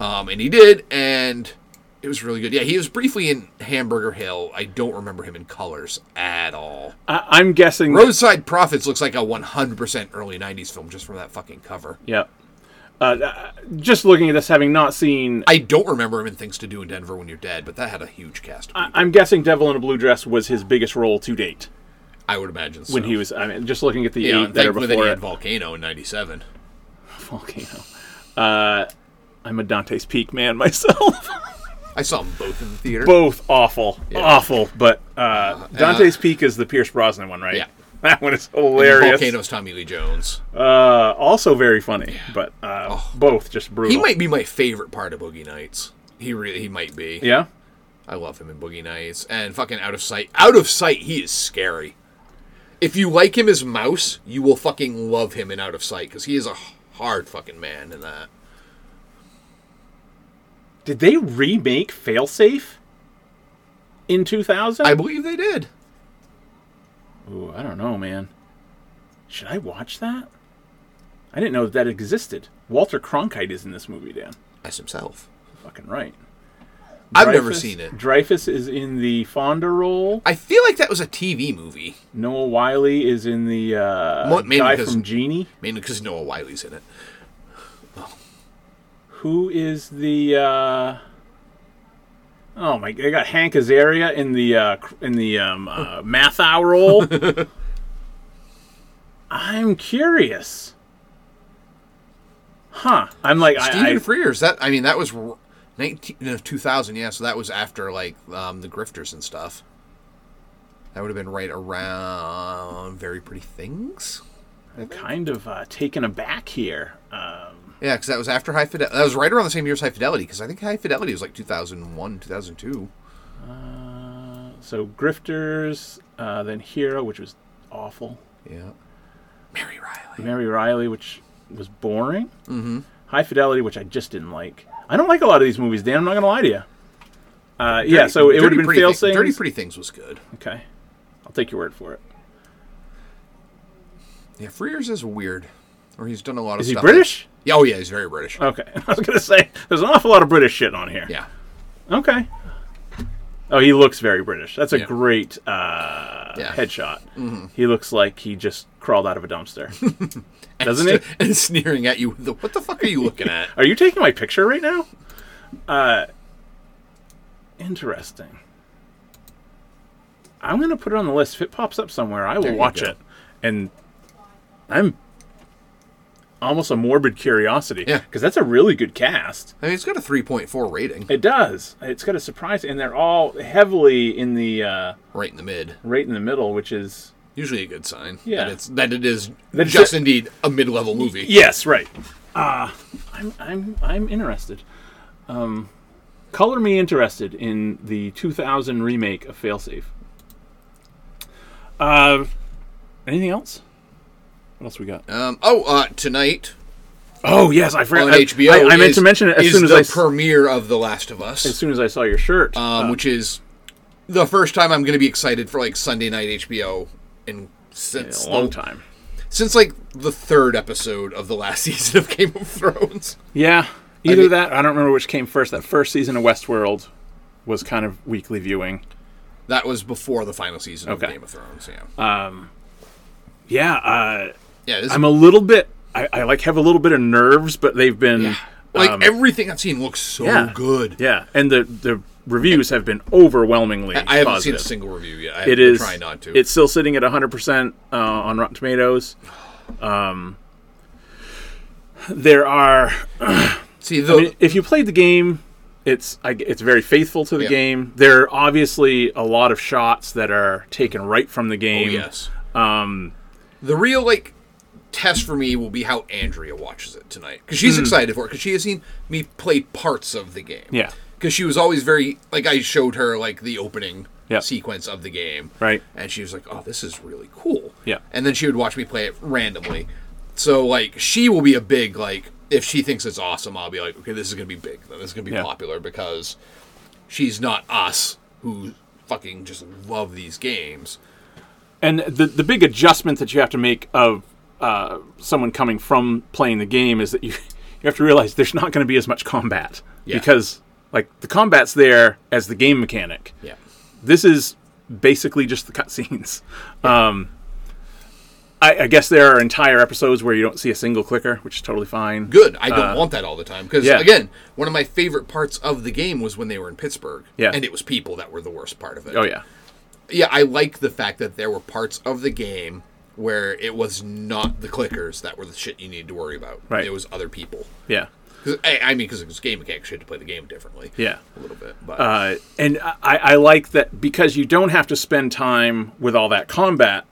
Um, and he did, and it was really good. Yeah, he was briefly in Hamburger Hill. I don't remember him in Colors at all.
I, I'm guessing.
Roadside Profits looks like a 100% early 90s film just from that fucking cover.
Yeah. Uh, Uh, just looking at this, having not seen,
I don't remember him in Things to Do in Denver When You're Dead, but that had a huge cast. of
I, I'm guessing Devil in a Blue Dress was his biggest role to date
people. I would imagine so.
when he was. I mean, just looking at the
yeah,
eight that are
thankfully that he
before
had
it.
Volcano in '97.
Volcano. Uh, I'm a Dante's Peak man myself.
I saw them both in the theater.
Both awful, awful. But uh, Dante's Peak is the Pierce Brosnan one, right?
yeah.
That one is hilarious.
Volcano's Tommy Lee Jones.
Uh, also very funny, but uh, both just brutal.
Oh. He might be my favorite part of Boogie Nights. He really he might be.
Yeah.
I love him in Boogie Nights. And fucking out of sight. Out of sight, he is scary. If you like him as Mouse, you will fucking love him in Out of Sight because he is a hard fucking man in that.
Did they remake Failsafe in 2000?
I believe they did.
Ooh, I don't know, man. Should I watch that? I didn't know that existed. Walter Cronkite is in this movie, Dan.
As himself.
Fucking right.
I've never
Dreyfus-
seen it.
Dreyfus is in the Fonda role.
I feel like that was a TV movie,
Noah Wiley is in the uh,
Mo- mainly
guy
'cause-
from Genie.
mainly because Noah Wiley's in it.
Who is the? Uh... Oh my! They got Hank Azaria in the uh, cr- in the um, uh, Mathau role. I'm curious. Huh? I'm like I,
Stephen
I,
Frears. That I mean, that was r- 19, no, 2000. Yeah, so that was after like um, the Grifters and stuff. That would have been right around Very Pretty Things.
I'm kind of uh, taken aback here. Um,
Yeah, because that was after High Fidelity. That was right around the same year as High Fidelity. Because I think High Fidelity was like 2001, 2002.
so grifters, uh, then Hero, which was awful.
Yeah. Mary Riley.
Mary Riley, which was boring. Mm-hmm. High Fidelity, which I just didn't like. I don't like a lot of these movies, Dan. I'm not gonna lie to you. Uh, yeah, so it would have been
Pretty
fail
Thi- Dirty
safe.
Pretty Things was good.
Okay, I'll take your word for it.
Yeah, Frears is weird, or he's done a lot of.
Is he
stuff
British? Uh,
that- yeah, oh yeah, he's very British.
Okay, I was gonna say there's an awful lot of British shit on here.
yeah,
Okay. Oh, he looks very British. That's a
Yeah. Mm-hmm.
great uh,
yeah.
headshot. He looks like he just crawled out of a dumpster.
And
doesn't
st-
he?
And sneering at you. With the, what the fuck are you looking at?
Are you taking my picture right now? Uh, interesting. I'm gonna put it on the list. If it pops up somewhere, I will
There you
watch
go.
it. And I'm almost a morbid curiosity.
Yeah.
because that's a really good cast.
I mean, it's got a 3.4 rating,
It does. It's got a surprise, and they're all heavily in the uh,
right in the mid.
right in the middle, which is
Usually a good sign.
Yeah.
that it's that it is
That it's
just
a-
indeed a mid-level movie.
yes, right. Uh, I'm I'm I'm interested. Um, color me interested in the 2000 remake of Failsafe. Uh, anything else? What else we got?
Um, oh, uh, tonight
oh yes, I forgot.
on
I,
HBO.
I, I meant
is-
to mention it as
is
soon as
the
I s-
premiere of The Last of Us,
as soon Ah. as I saw your shirt.
um, which is the first time I'm going to be excited for like Sunday night HBO in since
a long
the-
time.
since like the third episode of the last season of Game of Thrones.
Yeah, either
mean-
that. I don't remember which came first. That first season of Westworld was kind of weekly viewing.
That was before the final season
Okay.
of Game of Thrones. Yeah,
Yeah, uh,
yeah. This,
I'm a little bit. I, I like have a little bit of nerves, but they've been
like
um,
everything I've seen looks so
yeah.
Oh, good.
yeah, and the the reviews have been overwhelmingly.
I haven't
positive.
seen a single review yet. I
It
been
is
trying not to.
It's still sitting at 100 uh, percent on Rotten Tomatoes. Um, there are.
see the
I mean, if you played the game, it's I, it's very faithful to the
Yeah.
game. There are obviously a lot of shots that are taken right from the game.
Oh, yes. Um, the real like test for me will be how Andrea watches it tonight because
Hmm.
she's excited for it because she has seen me play parts of the game.
Yeah.
because she was always very like I showed her like the opening
Yep.
sequence of the game.
Right.
and she was like, "Oh, this is really cool."
Yeah.
and then she would watch me play it randomly. So like she will be a big like if she thinks it's awesome, I'll be like, "Okay, this is gonna be big. Then this is gonna be
Yeah.
popular because she's not us who fucking just love these games."
And the the big adjustment that you have to make of uh, someone coming from playing the game is that you you have to realize there's not going to be as much combat
Yeah.
because like the combat's there as the game mechanic.
Yeah.
this is basically just the cutscenes. Um, I, I guess there are entire episodes where you don't see a single clicker, which is totally fine.
Good. I don't want that all the time because
Uh, yeah.
again, one of my favorite parts of the game was when they were in Pittsburgh.
Yeah.
and it was people that were the worst part of it.
Oh yeah,
yeah, I like the fact that there were parts of the game where it was not the clickers that were the shit you needed to worry about.
Right.
It was other people.
yeah,
'Cause- I, I mean, because it was game mechanics, you had to play the game differently.
yeah.
A little bit. But
Uh, and I, I like that because you don't have to spend time with all that combat.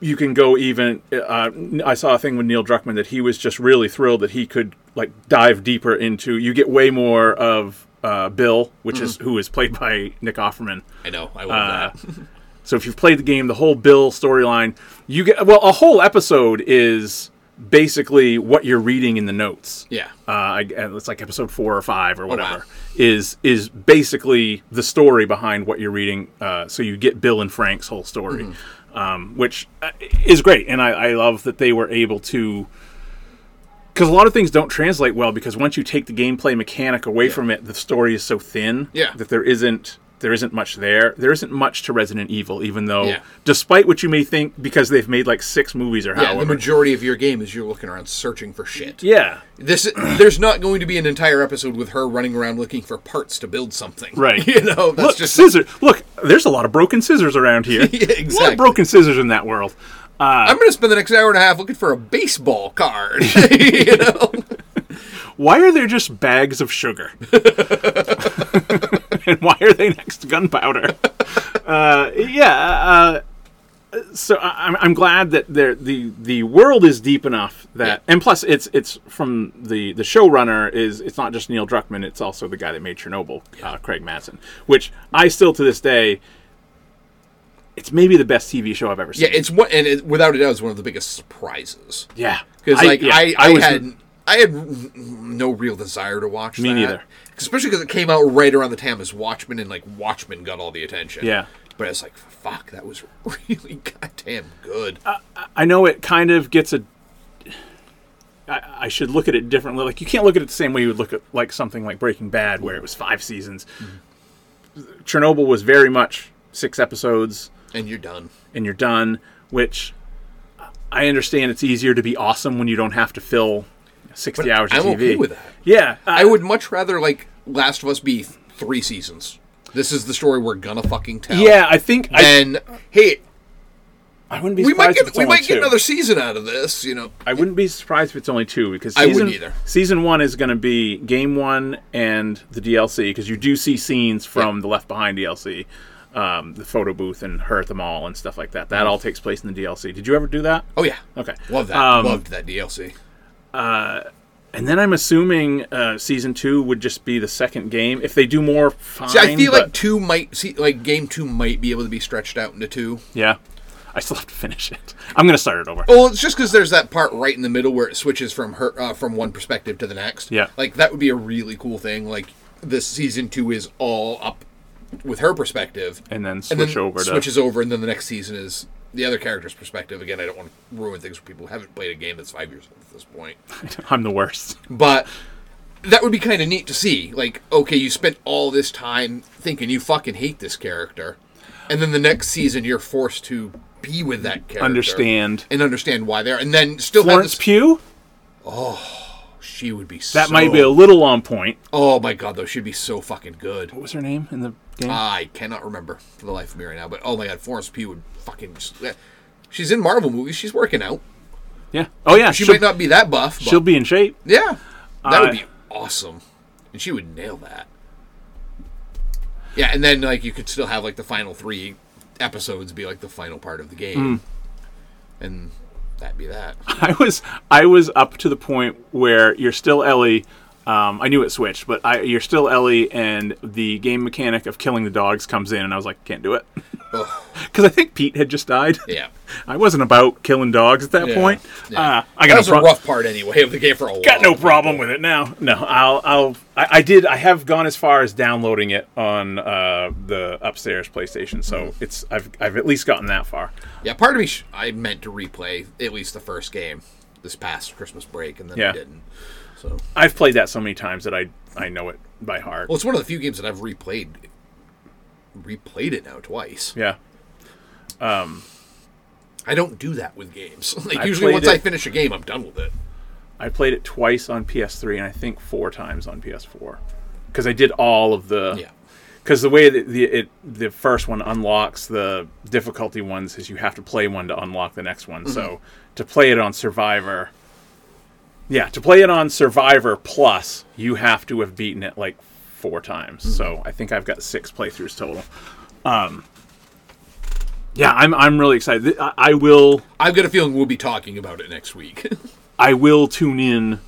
You can go even. Uh, I saw a thing with Neil Druckmann that he was just really thrilled that he could like dive deeper into. You get way more of uh, Bill, which is who is played by Nick Offerman.
I know. I Mm-hmm.
uh,
love that.
So if you've played the game, the whole Bill storyline, you get well a whole episode is basically what you're reading in the notes.
Yeah.
uh, I, and it's like episode four or five or
Oh, wow.
whatever is is basically the story behind what you're reading. Uh, so you get Bill and Frank's whole story,
Mm-hmm.
um, which uh, is great, and I, I love that they were able to. Because a lot of things don't translate well because once you take the gameplay mechanic away from it, the story is so thin
Yeah.
that there isn't there isn't much there. There isn't much to Resident Evil, even though,
Yeah.
despite what you may think, because they've made like six movies or
Yeah, the
however,
majority of your game is you're looking around searching for shit.
yeah,
This is- there's not going to be an entire episode with her running around looking for parts to build something.
Right.
You know, that's
look,
just
scissors. Look, there's a lot of broken scissors around here. A lot
exactly.
of broken scissors in that world.
I'm going to spend the next hour and a half looking for a baseball card. you know.
Why are there just bags of sugar? and why are they next to gunpowder? Uh, yeah. Uh, so I, I'm- I'm glad that there, the the world is deep enough that,
Yeah.
and plus it's it's from the the showrunner is it's not just Neil Druckmann, it's also the guy that made Chernobyl, uh, Craig Matson, which I still to this day. It's maybe the best TV show I've ever
Yeah,
seen.
it's one, and it, without a doubt, it's one of the biggest surprises.
Yeah,
Because like I,
yeah,
I, had I had n- n- no real desire to watch.
Me
that.
neither.
Especially because it came out right around the time as Watchmen, and like Watchmen got all the attention.
Yeah.
But it's like, fuck, that was really goddamn damn good.
I know it kind of gets a. I, I should look at it differently. Like you can't look at it the same way you would look at like something like Breaking Bad, where it was five seasons. Chernobyl was very much six episodes,
and you're done.
and you're done. Which I understand it's easier to be awesome when you don't have to fill sixty hours. Of
I'm
TV.
okay with that.
Yeah, uh,
I would much rather like Last of Us be th- three seasons. This is the story we're gonna fucking tell.
Yeah, I think I,
And hey,
I wouldn't be
we
surprised
might
if
get
it's
we
only
might get
two.
another season out of this. You know,
I wouldn't be surprised if it's only two because
I
season,
wouldn't either.
Season one is going to be game one and the DLC because you do see scenes from the Left Behind DLC, um, the photo booth and her at the mall and stuff like that.
Mm-hmm.
That all takes place in the DLC. Did you ever do that?
oh yeah,
Okay.
love that.
Um,
Loved that DLC.
And then I'm assuming uh, season two would just be the second game. If they do more, fine.
See, I feel
but-
like two might see like game two might be able to be stretched out into two.
yeah, I still have to finish it. I'm going to start it over.
Well, it's just because there's that part right in the middle where it switches from her uh, from one perspective to the next.
Yeah.
like that would be a really cool thing. Like this season two is all up with her perspective,
And then switch over to-
switches over, and then the next season is the other character's perspective. Again, I don't want to ruin things for people who haven't played a game that's five years old at this point,
I'm the worst.
but. That would be kind of neat to see. Like, okay, you spent all this time thinking you fucking hate this character, and then the next season you're forced to be with that character,
Understand.
and understand why they're, and then still have
Florence
this
Pugh?
She would be
That
so,
might be a little on point.
Oh my god, though, she'd be so fucking good.
What was her name in the game?
I cannot remember for the life of me right now, but oh my god, Florence Pugh would fucking. Just, eh. she's in Marvel movies. She's working out.
yeah. Oh yeah.
She
she'll-
might not be that buff. But
She'll be in shape.
Yeah, that
I-
would be awesome, and she would nail that. Yeah, and then like you could still have like the final three episodes be like the final part of the game,
Hmm.
and that be that.
I was I was up to the point where you're still Ellie. Um, I knew it switched, but I, you're still Ellie, and the game mechanic of killing the dogs comes in, and I was like, can't do it,
Ugh.
because I think Pete had just died.
Yeah,
I wasn't about killing dogs at that
Yeah.
point.
Yeah.
Uh, I
that
got
was
no
a
pro-
rough part anyway of the game for a while.
got no problem with it now. No, I'll I'll I, I did I have gone as far as downloading it on uh, the upstairs PlayStation, so
Mm-hmm.
it's I've I've at least gotten that far.
Yeah, part of me, sh- I meant to replay at least the first game this past Christmas break, and then
Yeah.
I didn't. So,
I've played that so many times that I I know it by heart.
well, it's one of the few games that I've replayed, replayed it now twice.
yeah.
I don't do that with games. Like
I
usually,
played
once I
it-
finish a game, I'm done with it.
I played it twice on PS3 and I think four times on PS4 because I did all of the.
Yeah.
Because the way that the it the first one unlocks the difficulty ones is you have to play one to unlock the next one. So to play it on Survivor, yeah, to play it on Survivor Plus, you have to have beaten it like four times. So I think I've got six playthroughs total. Um, yeah, I'm I'm really excited. Th- I, I will
I've got a feeling we'll be talking about it next week.
I will tune in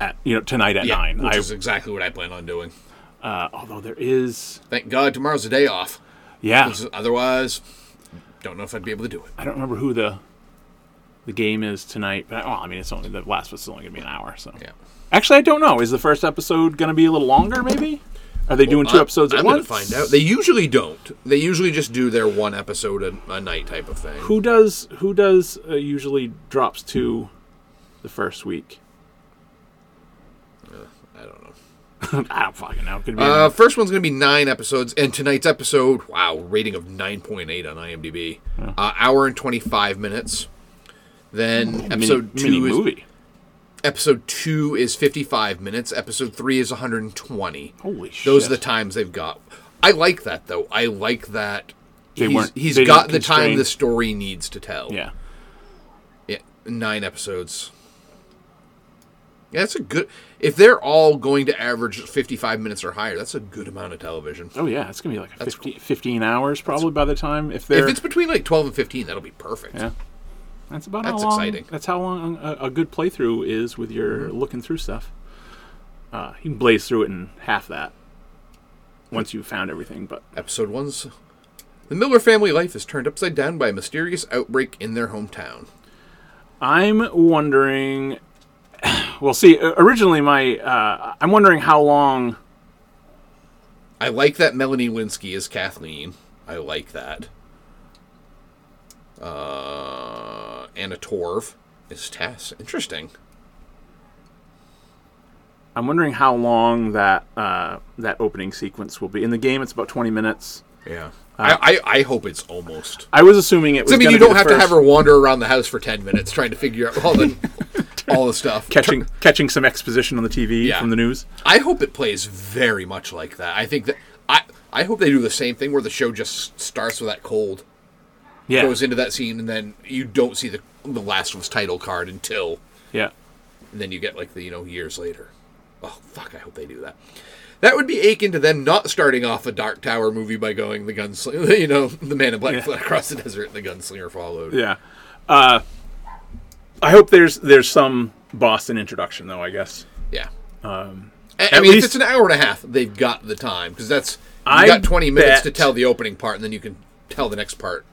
at you know tonight at nine.
which
I,
is exactly what I plan on doing.
uh, although there is,
Thank God tomorrow's a day off.
yeah,
'cause Otherwise, don't know if I'd be able to do it.
I don't remember who the the game is tonight. But well, I mean, it's only the last was only gonna be an hour. So
Yeah.
actually, I don't know. Is the first episode gonna be a little longer? Maybe are they doing two
I-
episodes
I'm
at
gonna
once?
find out. They usually don't. They usually just do their one episode a, a night type of thing.
Who does who does uh, usually drops to the first week?
I don't know.
I don't fucking know. Could be
Uh, first one's going to be nine episodes, and tonight's episode, wow, rating of 9.8 on IMDb. Uh, hour and 25 minutes. Then
a mini,
episode two
mini
is
movie.
episode two is 55 minutes. Episode three is 120.
Holy shit!
Those are the times they've got. I like that though. I like that.
They
he's
weren't-
he's
they
got the
didn't
time
constrain-
the story needs to tell.
yeah.
Yeah, nine episodes. Yeah, that's a good. If they're all going to average 55 minutes or higher, that's a good amount of television.
Oh yeah, it's gonna be like a 50, 15 hours probably by the time if they're
If it's between like 12 and 15, that'll be perfect.
Yeah. That's about
That's
how long,
exciting. Mm-hmm.
That's how long a, a good playthrough is with your looking through stuff. Uh, you can blaze through it in half that once you've found everything. But
Episode 1's The Miller family life is turned upside down by a mysterious outbreak in their hometown.
I'm wondering. Well, see, o- originally my uh, I'm wondering how long.
I like that Melanie Linsky is Kathleen. I like that. Uh, Anna Torv is Tess. Interesting.
I'm wondering how long that uh, that opening sequence will be. In the game, it's about 20 minutes.
Yeah. I, I, I hope it's almost.
I was assuming it was.
I mean,
Uh, gonna
you
be
don't
the
have to have
first
her wander around the house for ten minutes trying to figure out all the all the stuff.
catching catching some exposition on the TV
Yeah.
from the news.
I hope it plays very much like that. I think that I I hope they do the same thing where the show just starts with that cold,
Yeah,
goes into that scene, and then you don't see the the Last of Us title card until,
yeah.
and then you get like the you know years later. Oh fuck! I hope they do that. That would be akin to them not starting off a Dark Tower movie by going the gunslinger, you know, the man in black fled across the desert, and the gunslinger followed.
Yeah. Uh, I hope there's there's some Boston introduction though. I guess
Yeah. Um, I, I mean, if
least-
it's an hour and a half, they've got the time because that's you
I
got twenty minutes to
bet-
tell the opening part, and then you can tell the next part.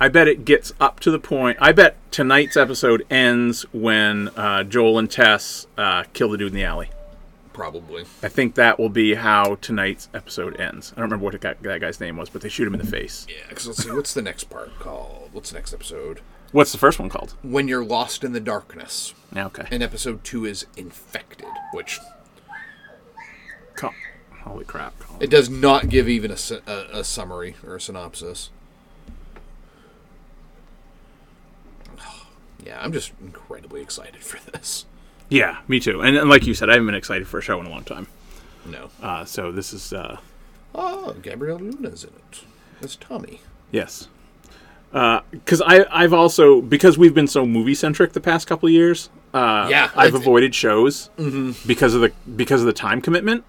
I bet it gets up to the point. I bet tonight's episode ends when uh, Joel and Tess uh, kill the dude in the alley.
Probably.
I think that will be how tonight's episode ends. I don't remember what the guy, that guy's name was, but they shoot him in the face.
Yeah. Because let's see, what's the next part called? What's the next episode?
What's the first one called?
When you're lost in the darkness,
Yeah, okay.
and episode two is infected, which
Col- Holy crap. Colin.
it does not give even a, sy- a, a summary or a synopsis. Yeah, I'm just incredibly excited for this.
Yeah, me too. And, and like you said, I haven't been excited for a show in a long time.
No.
Uh, so this is, uh,
Oh, Gabrielle Luna's in it. That's Tommy.
yes. Because I I've also, because we've been so movie centric the past couple of years, uh,
Yeah,
I've
it's-
avoided shows because of the because of the time commitment.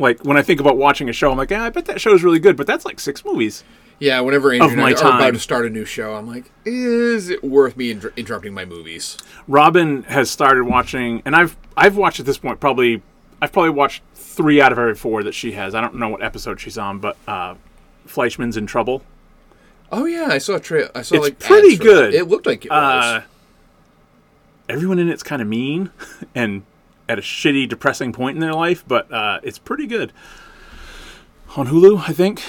Like when I think about watching a show, I'm like, yeah, I bet that show's really good, but that's like six movies.
Yeah, whenever Andrew and
my
I are about
time.
to start a new show, I'm like, is it worth me inter- interrupting my movies?
Robin has started watching, and I've I've watched at this point probably I've probably watched three out of every four that she has. I don't know what episode she's on, but uh, Fleischman's in trouble.
Oh yeah, I saw a tra- I saw
It's
like ads
pretty
for that.
good.
It looked like it was.
Uh, everyone in it's kind of mean and at a shitty, depressing point in their life, but uh, it's pretty good. On Hulu, I think.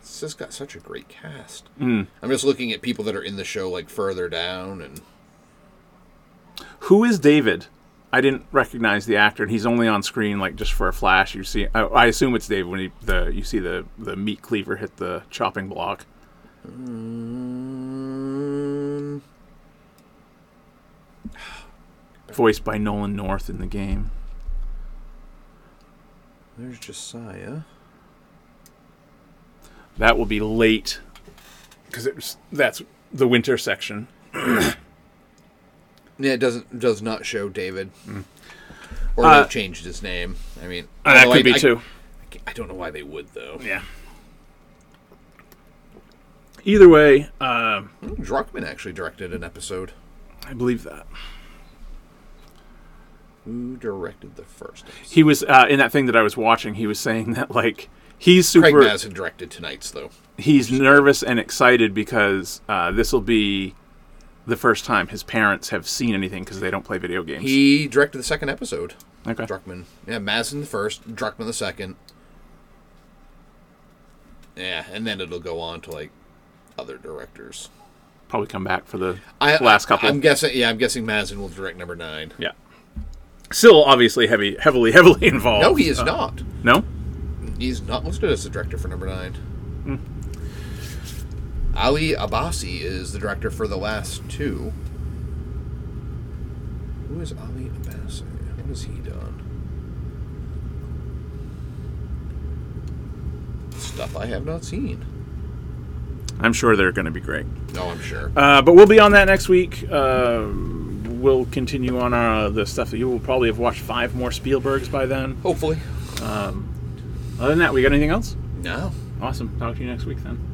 It's just got such a great cast.
hmm.
I'm just looking at people that are in the show like further down, and
Who is David? I didn't recognize the actor, and he's only on screen like just for a flash. You see, I, I assume it's David when he, the you see the the meat cleaver hit the chopping block.
Mm,
voiced by Nolan North in the game.
there's Josiah.
That will be late because that's the winter section.
Yeah, it doesn't does not show David, or
Uh,
they've changed his name. I mean,
that
although
could
I-
be
I-
too.
I don't know why they would though.
Yeah. Either way, um,
Druckman actually directed an episode.
I believe that
Who directed the first? Episode?
he was uh, in that thing that I was watching. He was saying that like he's
Craig
super.
Mazin directed tonight's though.
He's nervous and excited because uh, this will be the first time his parents have seen anything because they don't play video games.
He directed the second episode.
okay.
Druckman. Yeah, Mazin the first, Druckman the second. Yeah, and then it'll go on to like other directors.
Probably come back for the
I
last couple.
I'm guessing. Yeah, I'm guessing Mazin will direct number nine.
yeah. Still, obviously, heavy, heavily, heavily involved.
No, he is
Uh,
not.
No.
He's not listed as the director for number nine. Ali Abbasi is the director for the last two. Who is Ali Abbasi? What has he done? Stuff I have not seen.
I'm sure they're going to be great.
No, I'm sure.
Uh, but we'll be on that next week. Uh, we'll continue on our, the stuff that you will probably have watched five more Spielbergs by then.
Hopefully.
Other than that, we got anything else?
No.
Awesome. Talk to you next week then.